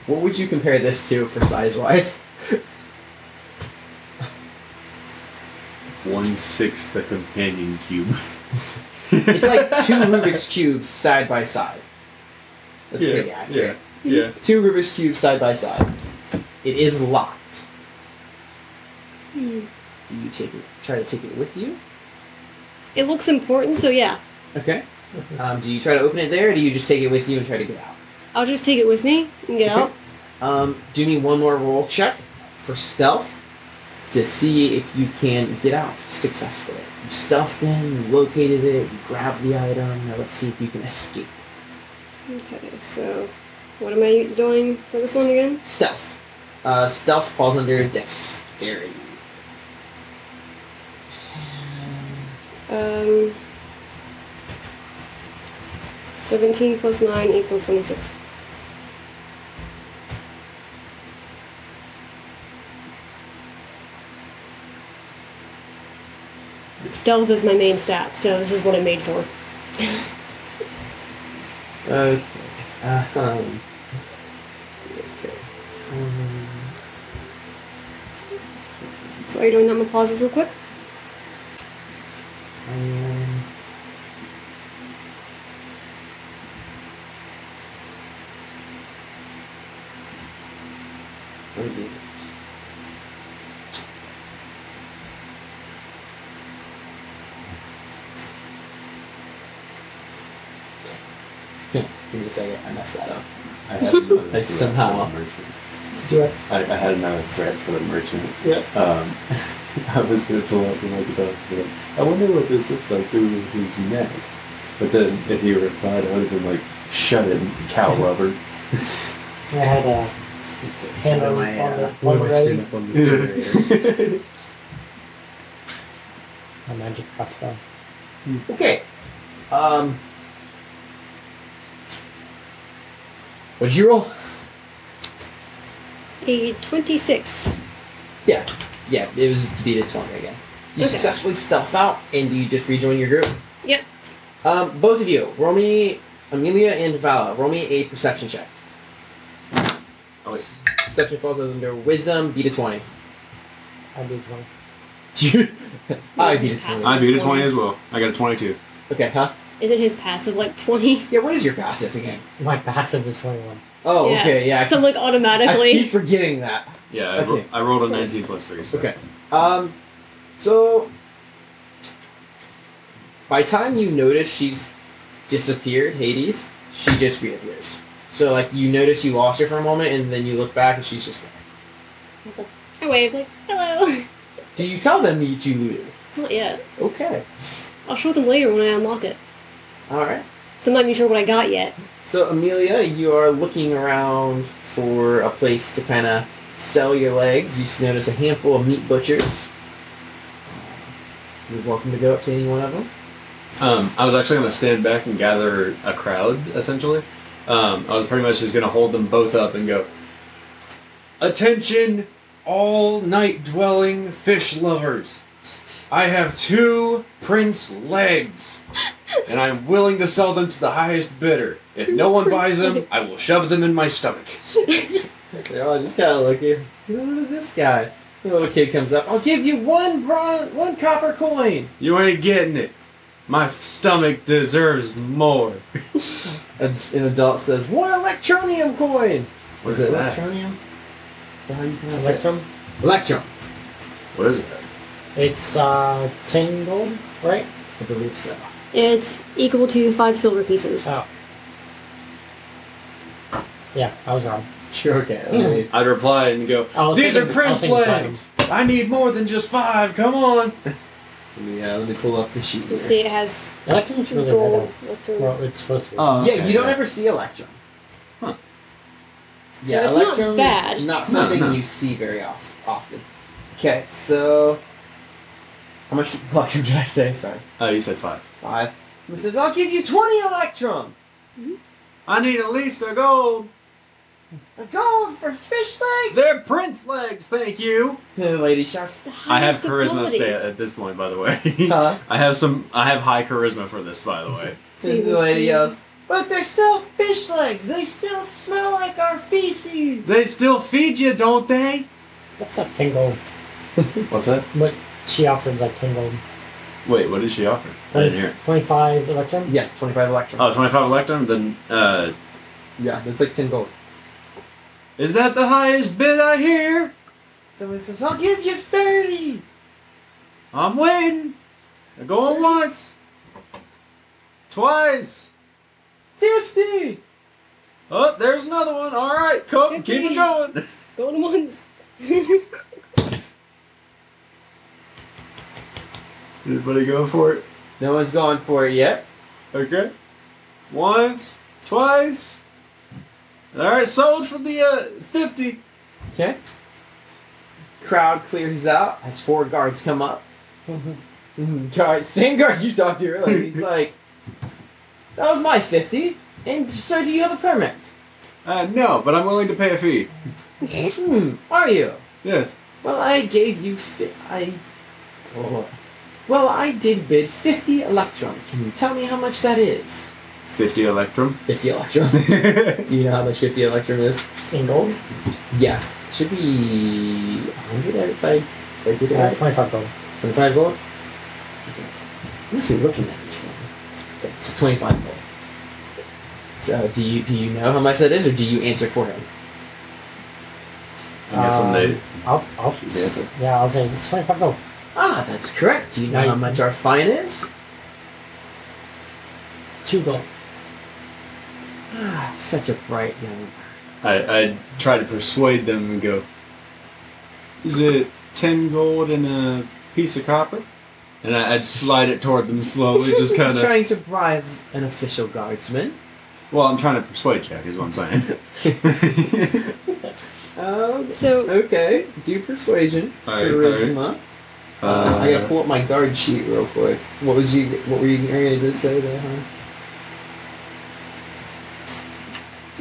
Speaker 1: What would you compare this to for size wise?
Speaker 6: One sixth the companion cube.
Speaker 1: It's like two Rubik's cubes side by side. That's
Speaker 7: Yeah,
Speaker 1: pretty accurate.
Speaker 7: yeah, yeah.
Speaker 1: Two Rubik's cubes side by side. It is locked.
Speaker 2: Hmm.
Speaker 1: Do you take it? Try to take it with you.
Speaker 2: It looks important, so yeah.
Speaker 1: Okay. Um, do you try to open it there, or do you just take it with you and try to get out?
Speaker 2: I'll just take it with me and get
Speaker 1: Okay.
Speaker 2: out.
Speaker 1: Um, do me one more roll check for stealth to see if you can get out successfully. You stealthed in, you located it, you grabbed the item. Now let's see if you can escape.
Speaker 2: Okay, so what am I doing for this one again?
Speaker 1: Stealth. Uh, stealth falls under dexterity.
Speaker 2: Um, 17 plus 9 equals 26. Stealth is my main stat, so this is what I'm made for.
Speaker 1: Okay. Uh-huh. Okay. Um,
Speaker 2: So are you doing that with pauses real quick?
Speaker 1: um, let me do this. Hmm, Give me a second. I messed that up.
Speaker 7: I had another
Speaker 1: Like
Speaker 7: threat
Speaker 1: somehow.
Speaker 7: for the merchant.
Speaker 4: Do it.
Speaker 7: I, I had another threat for the merchant.
Speaker 4: Yep.
Speaker 7: Um, I was going to pull up and look it up. But I wonder what this looks like through his neck. But then if he replied, I would have been like, shut it, cow lover.
Speaker 4: I had a hand on,
Speaker 1: What
Speaker 4: on
Speaker 1: am I, uh,
Speaker 4: the
Speaker 1: what
Speaker 4: on
Speaker 1: am
Speaker 4: the
Speaker 1: I
Speaker 4: ready.
Speaker 1: screwing up on this generator?
Speaker 4: A magic crossbow.
Speaker 1: Okay. Um. What'd you roll?
Speaker 2: A 26.
Speaker 1: Yeah, it was to be the 20 again. You
Speaker 2: Okay.
Speaker 1: successfully stealth out, and you just rejoin your group.
Speaker 2: Yep.
Speaker 1: Um, both of you, roll me, Amelia and Vala, roll me a perception check.
Speaker 3: Oh, wait.
Speaker 1: Perception falls under wisdom, beat a 20.
Speaker 4: I did one.
Speaker 1: I beat a 20.
Speaker 9: I beat a 20 as well. I got a 22.
Speaker 1: Okay, huh?
Speaker 2: Isn't his passive like 20?
Speaker 1: Yeah, what is your passive again?
Speaker 4: My passive is 21.
Speaker 1: Oh,
Speaker 2: Yeah.
Speaker 1: okay, yeah. I
Speaker 2: So
Speaker 1: keep-
Speaker 2: like
Speaker 1: I keep
Speaker 2: automatically.
Speaker 1: forgetting that.
Speaker 9: Yeah, I, ro-
Speaker 1: Okay.
Speaker 9: I rolled a 19 plus 3. So.
Speaker 1: Okay. Um, so by time you notice she's disappeared, Hades, she just reappears. So like you notice you lost her for a moment, and then you look back and she's just there.
Speaker 2: I wave like, hello.
Speaker 1: Do you tell them that you looted?
Speaker 2: Not yet.
Speaker 1: Okay.
Speaker 2: I'll show them later when I unlock it.
Speaker 1: All right.
Speaker 2: So I'm not even sure what I got yet.
Speaker 1: So Amelia, you are looking around for a place to kind of sell your legs. You s- notice a handful of meat butchers. You're welcome to go up to any one of them.
Speaker 3: Um, I was actually going to stand back and gather a crowd, essentially. Um, I was pretty much just going to hold them both up and go, Attention, all night dwelling fish lovers. I have two prince legs, and I'm willing to sell them to the highest bidder. If no one buys them, I will shove them in my stomach.
Speaker 1: They all just kind of look at Look at this guy. The little kid comes up. I'll give you one bron- one copper coin.
Speaker 3: You ain't getting it. My f- stomach deserves more.
Speaker 1: A, an adult says, one electronium coin.
Speaker 3: What
Speaker 1: Is
Speaker 3: is
Speaker 1: it
Speaker 3: that?
Speaker 1: electronium? Is that how you pronounce it?
Speaker 4: Electrum.
Speaker 1: Electrum,
Speaker 3: What is it?
Speaker 4: It's uh, 10 gold, right?
Speaker 1: I believe so.
Speaker 2: It's equal to five silver pieces.
Speaker 4: Oh. Yeah, I was wrong.
Speaker 1: Sure, okay.
Speaker 4: Hmm.
Speaker 1: okay.
Speaker 3: I'd reply and go,
Speaker 4: I was
Speaker 3: These are
Speaker 4: thinking- I
Speaker 3: prince
Speaker 4: was thinking
Speaker 3: legs. I need more than just five. Come on.
Speaker 1: Let me, uh, let me pull up the sheet.
Speaker 2: You
Speaker 1: Here.
Speaker 2: see, it has
Speaker 4: platinum. Electrum's really
Speaker 2: gold.
Speaker 4: good.
Speaker 2: electrum-
Speaker 4: Well, it's supposed to be.
Speaker 7: Oh,
Speaker 1: Yeah, you don't ever see electrum.
Speaker 3: Huh.
Speaker 1: Yeah,
Speaker 2: So it's not
Speaker 1: electrum
Speaker 2: bad.
Speaker 1: is not something
Speaker 3: no.
Speaker 1: you see very os- often. Okay, so how much electrum did I say? Sorry,
Speaker 3: Oh, you said five.
Speaker 1: five. Someone says, "I'll give you twenty electrum."
Speaker 3: I need at least a gold.
Speaker 1: I'm going for fish legs.
Speaker 3: They're prince legs. Thank you.
Speaker 1: The lady shouts,
Speaker 2: the
Speaker 3: I have
Speaker 2: highest
Speaker 3: charisma
Speaker 2: ability.
Speaker 3: stay at this point, by the way.
Speaker 1: "Huh?"
Speaker 3: I have some. I have high charisma for this, by the way.
Speaker 1: And the lady yells, "But they're still fish legs. They still smell like our feces."
Speaker 3: They still feed you, don't they?
Speaker 4: That's not 10 gold.
Speaker 7: What's that?
Speaker 4: What she offers is like 10 gold.
Speaker 3: Wait, what did she offer? I didn't hear.
Speaker 4: 25 electrum?
Speaker 1: Yeah, twenty-five electrum.
Speaker 3: Oh, 25 electrum. Then, uh,
Speaker 1: yeah, that's like ten gold.
Speaker 3: is that the highest bid I hear?
Speaker 1: Someone says, "I'll give you 30.
Speaker 3: I'm waiting. I'm going once, twice.
Speaker 1: 50.
Speaker 3: Oh, there's another one. All right, come, keep
Speaker 2: Fifty.
Speaker 3: it going.
Speaker 2: Going once.
Speaker 5: Anybody going for it?
Speaker 1: No one's going for it yet.
Speaker 3: Okay. Once, twice. All right, sold for the uh, fifty.
Speaker 1: Okay. Crowd clears out as four guards come up. Mhm, Guard, same guard you talked to earlier. He's like, "That was my 50. And sir, do you have a permit?
Speaker 3: Uh, no, but I'm willing to pay a fee.
Speaker 1: hmm. Are you?
Speaker 3: Yes.
Speaker 1: Well, I gave you. Fi- I. Oh. Well, I did bid 50 electrum. Can you tell me how much that is?
Speaker 3: Fifty electrum.
Speaker 1: 50 Electrum. Do you know how much 50 Electrum is?
Speaker 4: in gold.
Speaker 1: Yeah. Should be 100 if I, if I did it
Speaker 4: Yeah,
Speaker 1: right.
Speaker 4: twenty-five gold.
Speaker 1: 25 gold? Okay. I must be looking at this one. Okay, so 25 gold. So do you do you know how much that is, or do you answer for him?
Speaker 3: I guess I'm
Speaker 4: Um,
Speaker 3: late.
Speaker 4: I'll, I'll,
Speaker 7: Yeah.
Speaker 4: yeah, I'll say it's twenty-five gold.
Speaker 1: Ah, that's correct. Do you know
Speaker 4: Now
Speaker 1: how
Speaker 4: you-
Speaker 1: much our fine is?
Speaker 4: Two gold.
Speaker 1: Ah, such a bright young.
Speaker 3: I, I try to persuade them and go, Is it 10 gold and a piece of copper? And I, I'd slide it toward them slowly, Oh, just kind of.
Speaker 1: trying to bribe an official guardsman.
Speaker 3: Well, I'm trying to persuade Jack, is what I'm saying.
Speaker 1: Um,
Speaker 2: So
Speaker 1: okay, do persuasion,
Speaker 3: Alright, alright.
Speaker 1: charisma. Uh, I gotta
Speaker 3: Uh,
Speaker 1: pull up my guard sheet real quick. What was you? What were you going to say there? Huh?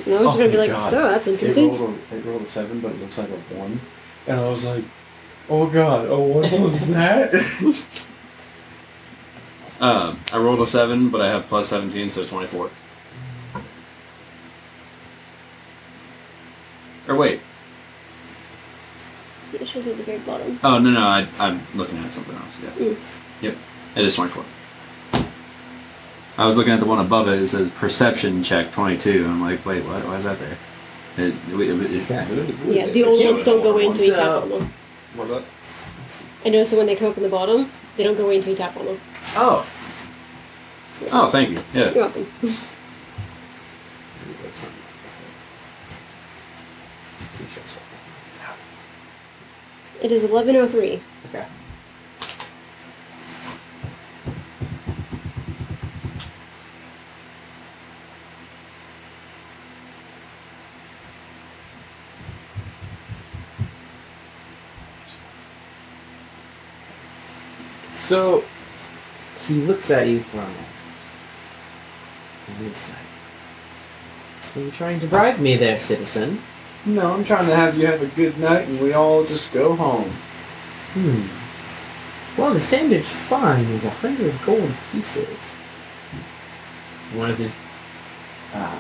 Speaker 2: no, I was
Speaker 3: Oh,
Speaker 2: just gonna be
Speaker 3: thank
Speaker 2: like,
Speaker 3: God.
Speaker 2: so that's
Speaker 7: It
Speaker 2: interesting.
Speaker 7: rolled, a, it rolled a seven, but it looks like a one. And I was like, oh god, oh what was that?
Speaker 3: um, I rolled a 7, but I have plus 17, so 24. Or wait.
Speaker 2: It shows at the very bottom.
Speaker 3: Oh, no, no, I, I'm looking at something else. Yeah.
Speaker 2: Mm.
Speaker 3: Yep. It is 24. I was looking at the one above it. It says perception check 22. I'm like, wait, what? Why is that there? It, it, it, it-
Speaker 1: Okay.
Speaker 2: Yeah, the old ones don't go in until you tap on them.
Speaker 3: What's that?
Speaker 2: I noticed that when they come up in the bottom, they don't go in until you tap on them.
Speaker 3: Oh. Oh, thank you. Yeah.
Speaker 2: You're welcome. It is 11.03.
Speaker 1: So he looks at you for a moment. And he's like, Are you trying to bribe me there, citizen?
Speaker 5: No, I'm trying to have you have a good night and we all just go home.
Speaker 1: Hmm. Well, the standard fine is a hundred gold pieces. One of his. Um,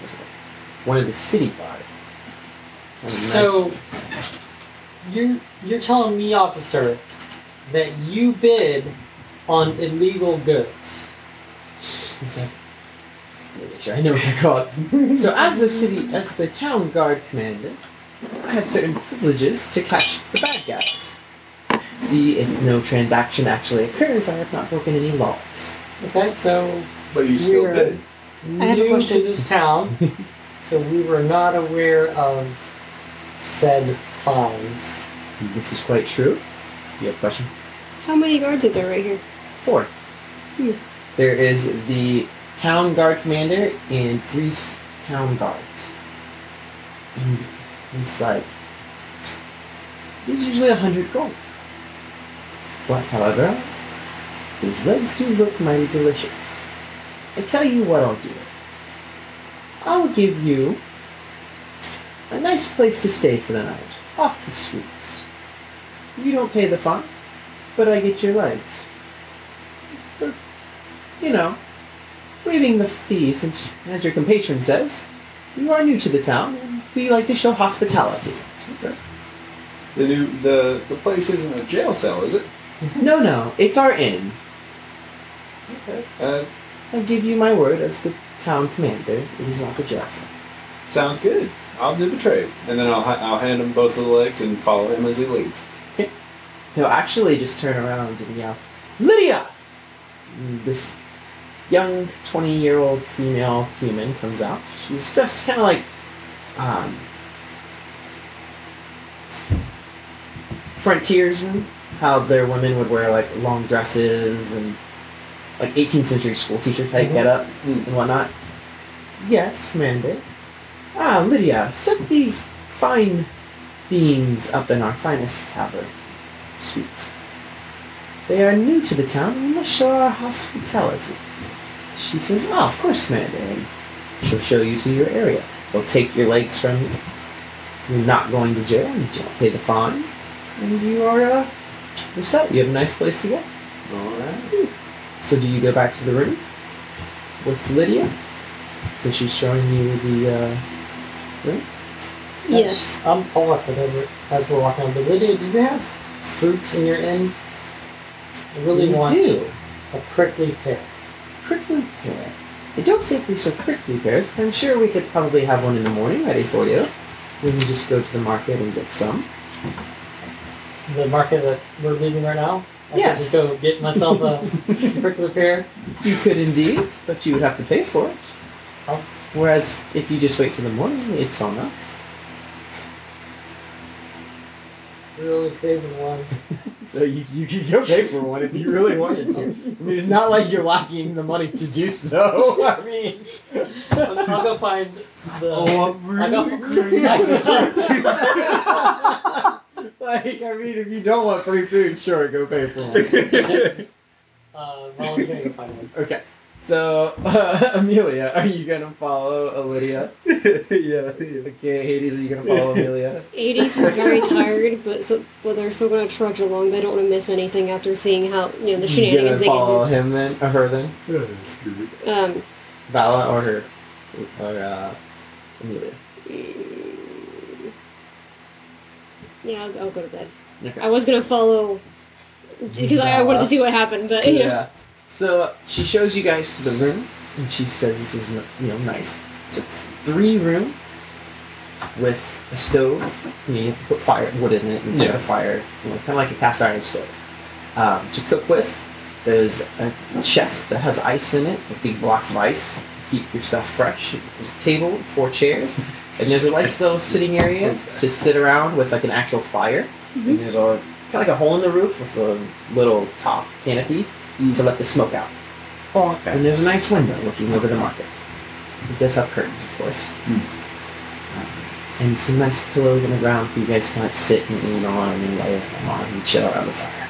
Speaker 1: what's it called? one of the city guard. And I'm like,
Speaker 4: So you're you're telling me, officer, that you bid on illegal goods.
Speaker 1: he's like, "Really sure I know what they're called. So, as the city, as the town guard commander, I have certain privileges to catch the bad guys. See if no transaction actually occurs. I have not broken any laws.
Speaker 4: Okay, so
Speaker 5: But you still
Speaker 4: Weird.
Speaker 5: did.
Speaker 4: new
Speaker 2: I have a
Speaker 4: to
Speaker 2: question.
Speaker 4: this town, so we were not aware of said fines.
Speaker 1: This is quite true. You have a question?
Speaker 2: How many guards are there right here?
Speaker 1: Four.
Speaker 2: Hmm.
Speaker 1: There is the town guard commander and three s- town guards. And it's like there's usually a hundred gold. But however, these legs do look mighty delicious. I tell you what I'll do. I'll give you a nice place to stay for the night, off the streets. You don't pay the fine, but I get your legs you know, waiving the fee since, as your compatron says, you are new to the town and we like to show hospitality.
Speaker 5: The new the the place isn't a jail cell, is it?
Speaker 1: No, no, it's our inn.
Speaker 5: Uh,
Speaker 1: I give you my word as the town commander, it is not the jail cell.
Speaker 5: sounds good. I'll do the trade, and then I'll ha- I'll hand him both of the legs and follow him as he leads.
Speaker 1: He'll actually just turn around and yell, Lydia! And This young 20 year old female human comes out. She's dressed kind of like, um, frontiersmen, how their women would wear like long dresses and like 18th century school teacher type
Speaker 4: Mhm.
Speaker 1: get up
Speaker 5: Mm.
Speaker 1: and whatnot. Yes, Commander. Ah, Lydia, set these fine beings up in our finest tavern. Sweet. They are new to the town and we must show our hospitality. She says, Ah, of course, Commander. And she'll show you to your area. They'll take your legs from you. You're not going to jail. You don't pay the fine. And you are, uh, you're set. You have a nice place to go.
Speaker 5: All right.
Speaker 1: So do you go back to the room? with Lydia, so she's showing you the. Uh,
Speaker 2: Yes.
Speaker 4: Um, I'll walk it over as we're walking over. Lydia, do you have fruits in your inn? I really
Speaker 1: you
Speaker 4: want
Speaker 1: do
Speaker 4: a prickly pear.
Speaker 1: prickly pear. I don't think we sell prickly pears, but I'm sure we could probably have one in the morning ready for you. We can just go to the market and get some.
Speaker 4: The market that we're leaving right now. I could just
Speaker 1: Yes.
Speaker 4: go get myself a prickly pear.
Speaker 1: You could indeed, but you would have to pay for it.
Speaker 4: Oh.
Speaker 1: Whereas if you just wait till the morning, it's on us.
Speaker 4: Really craving one.
Speaker 1: So you, you could go pay for one if you really wanted to. I mean, it's not like you're lacking the money to do so. I mean,
Speaker 4: I'll, I'll go find the.
Speaker 3: Oh,
Speaker 5: I'm
Speaker 4: I go-
Speaker 1: like I mean, if you don't want free food, sure, go pay for one.
Speaker 4: uh, well, it's gonna go find one.
Speaker 1: Okay. So, uh, Amelia, are you gonna follow Lydia?
Speaker 5: yeah, yeah.
Speaker 1: Okay, Hades, are you gonna follow Amelia?
Speaker 2: Hades is very tired, but so but they're still gonna trudge along. They don't want to miss anything after seeing how you know
Speaker 1: you
Speaker 2: the shenanigans
Speaker 1: gonna
Speaker 2: they can do.
Speaker 1: follow him then, or her then?
Speaker 5: Yeah, that's good.
Speaker 2: Um,
Speaker 1: Vala or her, or uh, Amelia.
Speaker 2: mm, yeah, I'll, I'll go to bed.
Speaker 1: Okay.
Speaker 2: I was gonna follow because I, I wanted to see what happened, but you know,
Speaker 1: Yeah. So she shows you guys to the room, and she says this is n- you know nice. It's a three room with a stove. You, know, you have to put fire wood in it and start a fire, you know, kind of like a cast iron stove um, to cook with. There's a chest that has ice in it, with big blocks of ice to keep your stuff fresh. There's a table, with four chairs, and there's a nice little sitting area to sit around with like an actual fire. And there's a kind of like a hole in the roof with a little top canopy to let the smoke out.
Speaker 3: Oh, okay.
Speaker 1: And there's a nice window looking over the market. It does have curtains, of course.
Speaker 10: Hmm.
Speaker 1: Uh, and some nice pillows on the ground for you guys to like sit and lean on and lay on and chill around the fire.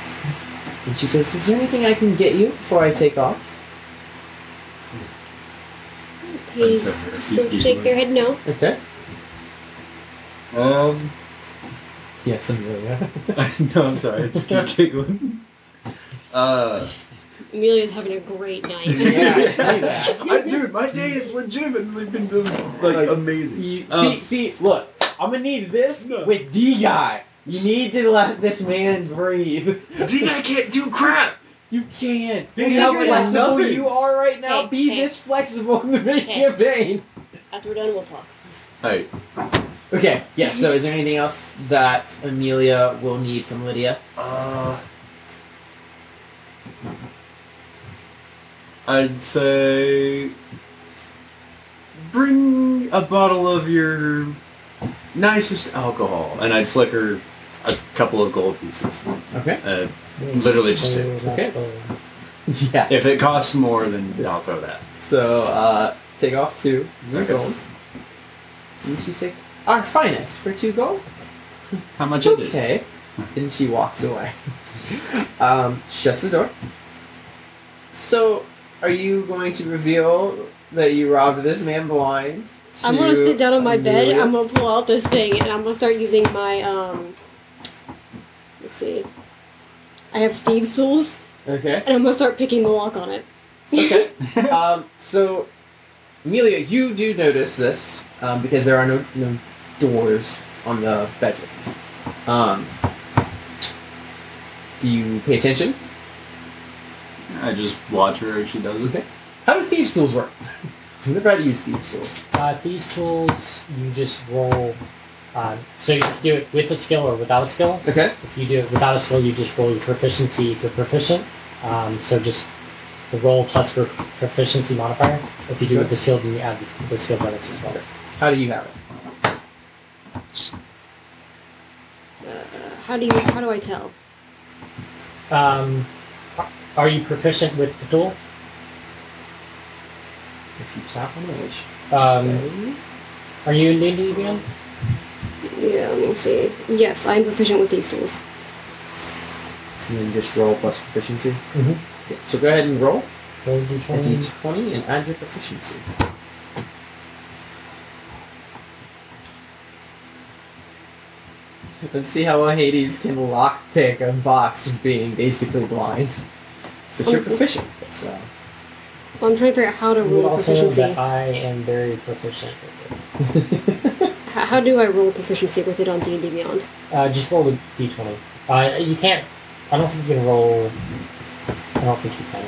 Speaker 1: And she says, "Is there anything I can get you before I take off?"
Speaker 2: Hades
Speaker 5: sorry,
Speaker 2: still
Speaker 5: he- he
Speaker 2: shake their head no.
Speaker 1: Okay.
Speaker 5: Um,
Speaker 1: Yes, Amelia.
Speaker 5: no, I'm sorry. I just keep giggling. Uh,
Speaker 2: Amelia's having a great night.
Speaker 1: Yeah, I see that.
Speaker 5: I, dude, my day has legitimately been like,
Speaker 1: Like,
Speaker 5: amazing.
Speaker 1: You, see,
Speaker 5: Um,
Speaker 1: see, look. I'm gonna need this
Speaker 5: No.
Speaker 1: with D guy. You need to let this man breathe.
Speaker 5: Dude, I can't do crap.
Speaker 1: You can't.
Speaker 5: This
Speaker 1: See
Speaker 5: is
Speaker 1: how
Speaker 5: your
Speaker 1: flexible
Speaker 5: nothing.
Speaker 1: you are right now.
Speaker 2: Hey,
Speaker 1: Be
Speaker 2: hey.
Speaker 1: this flexible in the
Speaker 2: Hey.
Speaker 1: campaign.
Speaker 2: After we're done, we'll talk.
Speaker 3: Hey,
Speaker 1: Okay. Yes. So, is there anything else that Amelia will need from Lydia?
Speaker 5: Uh,
Speaker 3: I'd say bring a bottle of your nicest alcohol, and I'd flicker a couple of gold pieces.
Speaker 1: Okay.
Speaker 3: Uh, Literally just
Speaker 4: So
Speaker 3: two.
Speaker 4: much
Speaker 1: Okay.
Speaker 4: gold.
Speaker 1: Yeah.
Speaker 3: if it costs more, then I'll throw that.
Speaker 1: So, uh, take off two. Your
Speaker 3: Okay.
Speaker 1: gold. And she said, "Our finest for two gold."
Speaker 3: How much it is?
Speaker 1: Okay. And she walks away. um, shuts the door. So, are you going to reveal that you robbed this man blind?
Speaker 2: I'm gonna sit down on my bed.
Speaker 1: Amelia?
Speaker 2: I'm gonna pull out this thing, and I'm gonna start using my um. Let's see. I have thieves' tools,
Speaker 1: Okay.
Speaker 2: and I'm gonna start picking the lock on it.
Speaker 1: Okay. um, so, Amelia, you do notice this um, because there are no, no doors on the bedrooms. Um, do you pay attention?
Speaker 3: I just watch her as she does it.
Speaker 1: Okay. How do thieves' tools work? I've never had to use thieves' tools.
Speaker 4: Uh, these tools, you just roll. Uh, so you can do it with a skill or without a skill.
Speaker 1: Okay.
Speaker 4: If you do it without a skill, you just roll your proficiency if you're proficient. Um, so just the roll plus your proficiency modifier. If you do it with the skill, then you add the, the skill bonus as well.
Speaker 1: How do you have it?
Speaker 2: Uh, how do you? How do I tell?
Speaker 4: Um, are- are you proficient with the tool?
Speaker 1: If you tap on the witch.
Speaker 4: Um, are you in D&D again?
Speaker 2: Yeah, let me see. Yes, I'm proficient with these tools.
Speaker 1: So then you just roll plus proficiency.
Speaker 4: Mhm.
Speaker 1: Okay, so go ahead and roll
Speaker 4: Roll
Speaker 1: a
Speaker 4: d20.
Speaker 1: d20 and add your proficiency. Let's see how well Hades can lockpick Oh. a box of being basically blind. But you're proficient, so
Speaker 2: Well, I'm trying to figure out how to
Speaker 4: You would
Speaker 2: roll a
Speaker 4: also know
Speaker 2: proficiency.
Speaker 4: that I am very proficient with it.
Speaker 2: H- How do I roll a proficiency with it on D and D Beyond?
Speaker 4: Uh, just roll a d20. Uh, you can't. I don't think you can roll. I don't think you can.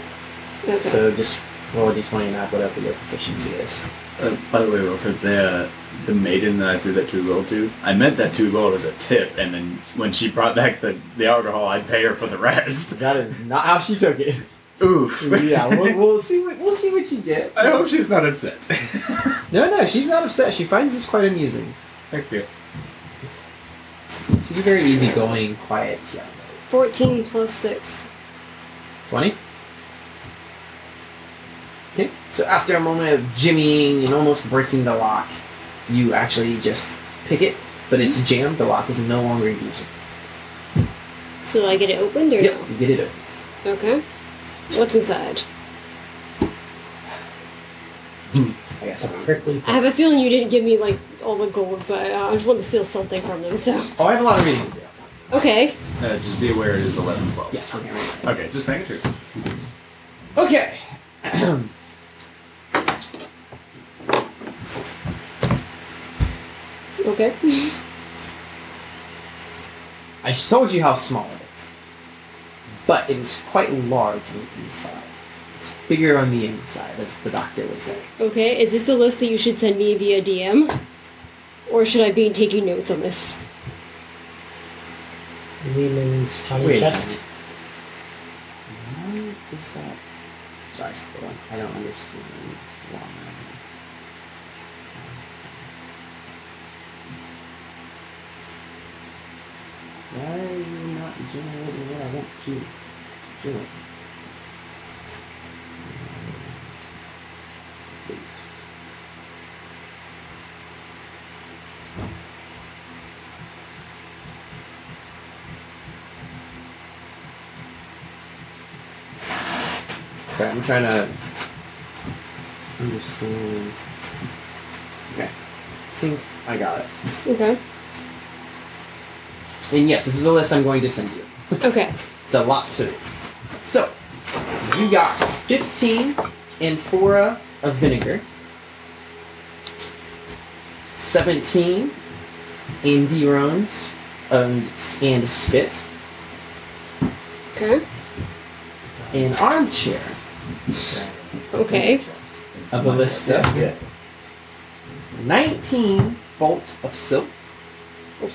Speaker 2: Okay.
Speaker 11: So just roll a d20 and add whatever your proficiency is.
Speaker 6: Uh, by the way, Wilfred, the uh, the maiden that I threw that two gold to, I meant that two gold as a tip, and then when she brought back the, the alcohol, I'd pay her for the rest.
Speaker 11: That is not how she took it.
Speaker 6: Oof.
Speaker 11: yeah, we'll, we'll see.
Speaker 1: See what, we'll see what she did.
Speaker 6: I hope she's not upset.
Speaker 1: No, no, she's not upset. She finds this quite amusing.
Speaker 6: Thank you.
Speaker 1: She's a very easygoing, quiet young.
Speaker 2: 14 plus 6.
Speaker 1: Twenty. Okay. So after a moment of jimmying and almost breaking the lock, you actually just pick it, but it's jammed. The lock is no longer used.
Speaker 2: So I get it opened or
Speaker 1: Yep, you get it open.
Speaker 2: no? Okay. What's inside?
Speaker 1: I guess I'm
Speaker 4: Prickly.
Speaker 2: I have a feeling you didn't give me like all the gold, but uh, I just want to steal something from them. So
Speaker 1: Oh, I have a lot of reading to do.
Speaker 2: okay.
Speaker 6: Uh, just be aware it is 11 12.
Speaker 1: Yes, we're gonna read.
Speaker 6: Okay, just make it true.
Speaker 1: Okay.
Speaker 2: Okay.
Speaker 1: I told you how small it is. But it is quite large on the inside. It's bigger on the inside, as the doctor would say.
Speaker 2: Okay. Is this a list that you should send me via DM, or should I be taking notes on this?
Speaker 4: Lehman's tiny
Speaker 1: Wait a
Speaker 4: chest.
Speaker 1: Why does that. Sorry, hold on. I don't understand why. Why are you not generating what I want to generate? Wait. Sorry, I'm trying to understand. Okay. I think I got it.
Speaker 2: Okay.
Speaker 1: And yes, this is a list I'm going to send you.
Speaker 2: Okay.
Speaker 1: It's a lot to read. So, you got 15 amphora of vinegar, 17 andirons and, and spit,
Speaker 2: Okay.
Speaker 1: an armchair,
Speaker 2: Okay.
Speaker 1: a ballista,
Speaker 7: Yeah.
Speaker 1: 19 bolt of silk,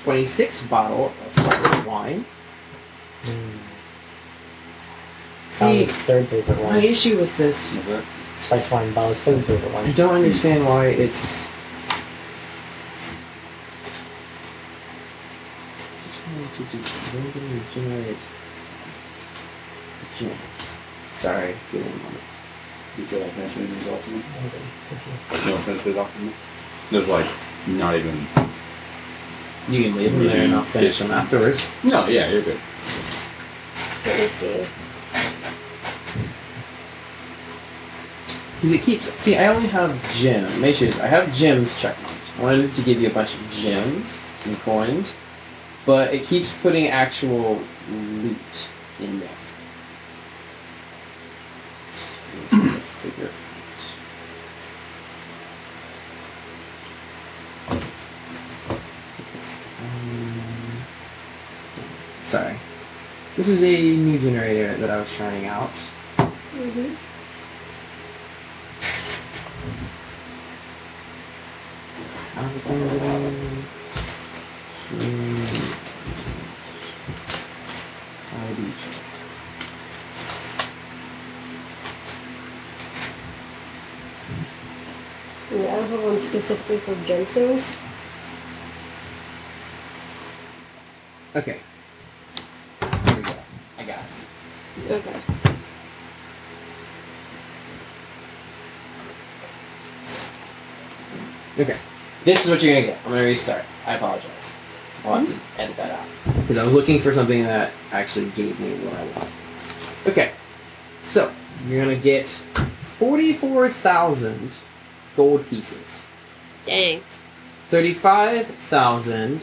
Speaker 1: 26 bottle of sliced wine.
Speaker 4: Mm.
Speaker 1: See,
Speaker 4: Bala's third favorite
Speaker 1: my
Speaker 4: one.
Speaker 1: issue with this,
Speaker 6: Is it?
Speaker 4: Spice wine. Bala's third favorite
Speaker 1: I
Speaker 4: one.
Speaker 1: don't understand why it's. Just wanted to do random and generate the gems. Sorry, give me a moment.
Speaker 5: You feel like mentioning these all to me? No offense to the doctor.
Speaker 6: There's like not even.
Speaker 1: You can leave them there and I'll finish them afterwards.
Speaker 6: No, yeah, you're good.
Speaker 2: Let me see.
Speaker 1: Because it keeps. See, I only have gems. Make sure I have gems check marks. I wanted to give you a bunch of gems and coins, but it keeps putting actual loot in there. Figure it out. Um, Sorry. This is a new generator that I was trying out.
Speaker 2: Mm-hmm.
Speaker 1: ID
Speaker 2: Yeah, I don't have one specifically for gemstones.
Speaker 1: Okay. Here we go. I got it.
Speaker 2: Okay.
Speaker 1: This is what you're gonna get. I'm gonna restart. I apologize. I'll have to edit that out. Because I was looking for something that actually gave me what I want. Okay. So you're gonna get forty-four thousand gold pieces.
Speaker 2: Dang.
Speaker 1: 35,000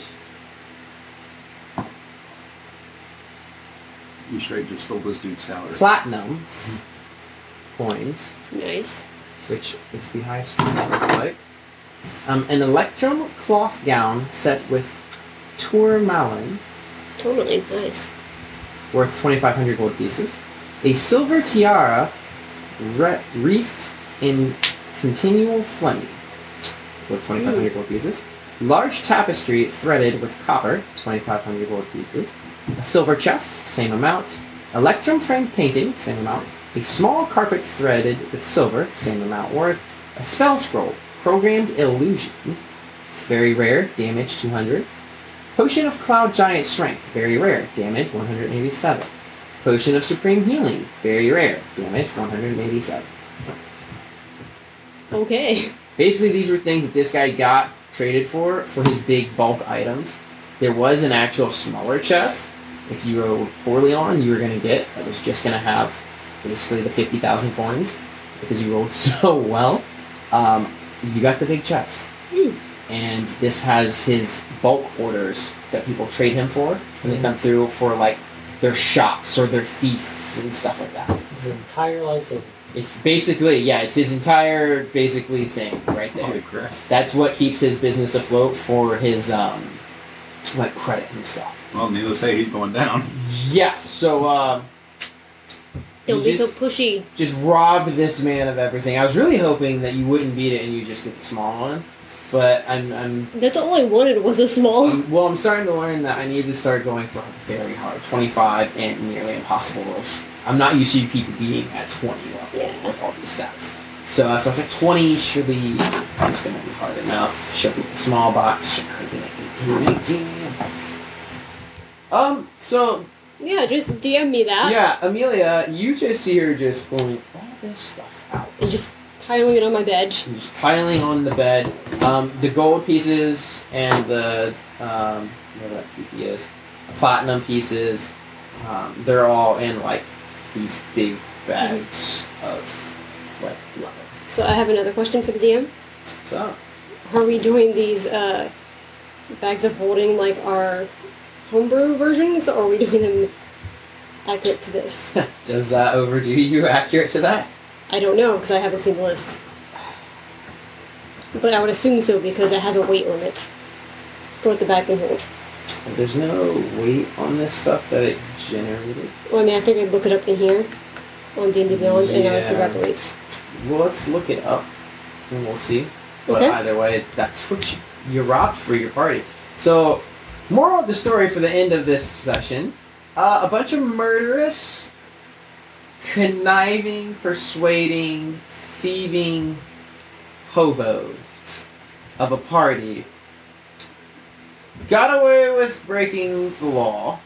Speaker 6: You straight just stole this dude's salary.
Speaker 1: platinum coins,
Speaker 2: Nice.
Speaker 1: which is the highest one that looks like. Um, an electrum cloth gown set with tourmaline
Speaker 2: Totally. Nice.
Speaker 1: worth 2,500 gold pieces. A silver tiara wre- wreathed in continual fleming worth 2,500 gold pieces. Large tapestry threaded with copper, 2,500 gold pieces. A silver chest, same amount. Electrum frame painting, same amount. A small carpet threaded with silver, same amount worth. A spell scroll, programmed illusion. It's very rare, damage 200. Potion of Cloud Giant Strength, very rare, damage 187. Potion of Supreme Healing, very rare, damage 187.
Speaker 2: Okay.
Speaker 1: Basically, these were things that this guy got traded for for his big bulk items. There was an actual smaller chest. If you were poorly on, you were going to get that was just going to have basically the 50,000 coins because you rolled so well. Um, you got the big chest.
Speaker 2: Hmm.
Speaker 1: And this has his bulk orders that people trade him for when they come through for like their shops or their feasts and stuff like that.
Speaker 4: His entire life savings.
Speaker 1: It's basically yeah, it's his entire basically thing right there.
Speaker 6: Holy crap.
Speaker 1: That's what keeps his business afloat for his um like credit and stuff.
Speaker 3: Well, needless to say, he's going down.
Speaker 1: Yeah, so um
Speaker 2: Don't
Speaker 1: you
Speaker 2: be so
Speaker 1: just,
Speaker 2: pushy.
Speaker 1: just robbed this man of everything. I was really hoping that you wouldn't beat it and you just get the small one. But I'm I'm
Speaker 2: That's all I wanted was a small.
Speaker 1: I'm- well I'm starting to learn that I need to start going for very hard. Twenty five and nearly impossible rolls. I'm not used to people being at twenty level
Speaker 2: Yeah.
Speaker 1: with all these stats. So, uh, so I was like, 20 should be, it's going to be hard enough. Should be the small box. Should be like 18, 19. Um, so,
Speaker 2: Yeah, just DM me that
Speaker 1: yeah, Amelia, you just see her just pulling all this stuff out.
Speaker 2: and just piling it on my bed.
Speaker 1: And just piling on the bed. Um, the gold pieces and the, um, whatever that PP is, platinum pieces, um, they're all in, like, these big bags of, like, leather.
Speaker 2: So I have another question for the DM.
Speaker 1: So,
Speaker 2: Are we doing these uh, bags of holding like our homebrew versions, or are we doing them accurate to this?
Speaker 1: Does that overdo you accurate to that?
Speaker 2: I don't know because I haven't seen the list. But I would assume so because it has a weight limit for what the bag can hold.
Speaker 1: There's no weight on this stuff that it generated.
Speaker 2: Well, I mean, I figured I'd look it up in here on D&D Beyond, and I would figure out the
Speaker 1: Yeah.
Speaker 2: weights.
Speaker 1: Well, let's look it up and we'll see. But
Speaker 2: Okay.
Speaker 1: either way, that's what you, you robbed for your party. So, moral of the story for the end of this session uh, a bunch of murderous, conniving, persuading, thieving hobos of a party got away with breaking the law,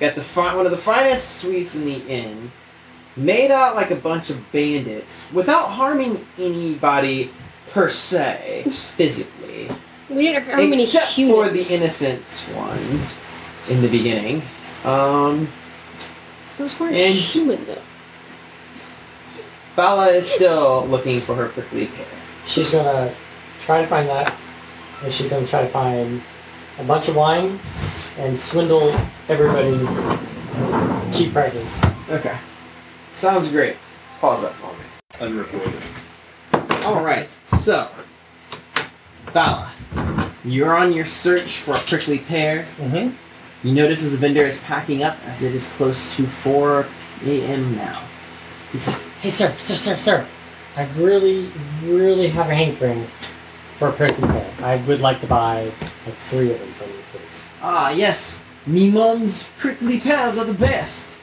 Speaker 1: got the fi- one of the finest suites in the inn made out like a bunch of bandits without harming anybody per se physically
Speaker 2: We didn't how many
Speaker 1: except
Speaker 2: humans.
Speaker 1: for the innocent ones in the beginning um
Speaker 2: Those weren't
Speaker 1: and-
Speaker 2: human, though.
Speaker 1: Bala is still looking for her prickly pear
Speaker 4: She's gonna try to find that, and she's gonna try to find a bunch of wine and swindle everybody cheap prices.
Speaker 1: okay sounds great pause that for me
Speaker 6: Unrecorded.
Speaker 1: all right so Bala you're on your search for a prickly pear
Speaker 4: Mm-hmm.
Speaker 1: You notice as the vendor is packing up as it is close to 4 p.m. now.
Speaker 4: Hey, sir, sir, sir, sir. I really, really have a hankering for a prickly pear. I would like to buy like three of them from you, please.
Speaker 1: Ah, yes. Mimon's prickly pears are the best.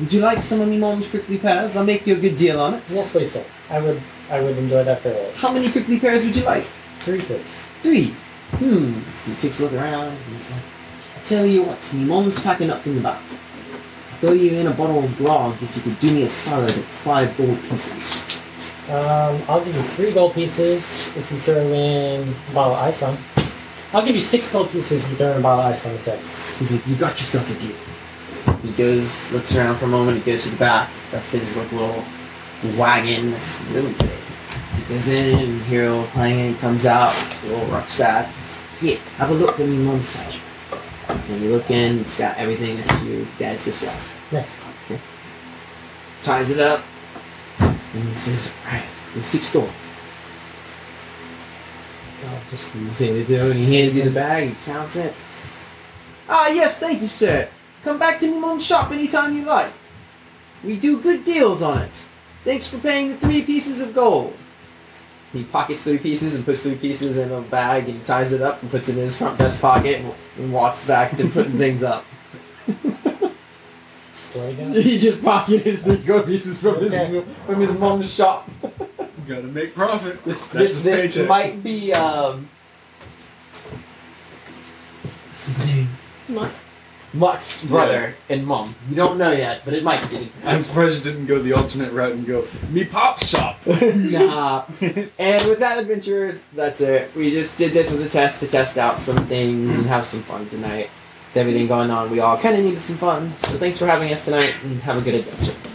Speaker 1: Would you like some of Mimon's prickly pears? I'll make you a good deal on it.
Speaker 4: Yes, please, sir. I would, I would enjoy that thoroughly.
Speaker 1: How many prickly pears would you like?
Speaker 4: Three, please.
Speaker 1: Three. Hmm. He takes a look around and he's like, I tell you what, Mimon's packing up in the back. I'll throw you in a bottle of grog if you could do me a salad of five gold pieces.
Speaker 4: Um, I'll give you three gold pieces if you throw in a bottle of ice wine. I'll give you six gold pieces if you throw in a bottle of ice wine, sir.
Speaker 1: He's like, you got yourself a deal. He goes, looks around for a moment, he goes to the back of his like, little wagon that's really big. He goes in, and hear a little clanging, he comes out, a little rucksack. Here, have a look at me mom's side. And you look in, it's got everything that you guys discussed.
Speaker 4: Yes.
Speaker 1: Ties it up,
Speaker 11: And this is right. The six gold.
Speaker 4: Oh, just
Speaker 11: Xanadu, and he hands you the bag, he counts it.
Speaker 1: Ah, yes, thank you, sir. Come back to Mumon's shop anytime you like. We do good deals on it. Thanks for paying the three pieces of gold. He pockets three pieces and puts three pieces in a bag and ties it up and puts it in his front vest pocket and, and walks back to putting things up.
Speaker 4: just lay down.
Speaker 1: he just pocketed the gold pieces from his
Speaker 4: Okay.
Speaker 1: from his mom's shop.
Speaker 5: Gotta make profit.
Speaker 1: This this,
Speaker 5: That's his
Speaker 1: this
Speaker 5: paycheck.
Speaker 1: might be um,
Speaker 11: What's his name?
Speaker 2: Muck.
Speaker 1: Muck's brother and mom.
Speaker 11: You don't know yet, but it might be.
Speaker 5: I'm surprised you didn't go the alternate route and go, me pop shop.
Speaker 1: nah. uh, And with that, adventurers, that's it. We just did this as a test to test out some things and have some fun tonight. With everything going on, we all kind of needed some fun. So thanks for having us tonight and have a good adventure.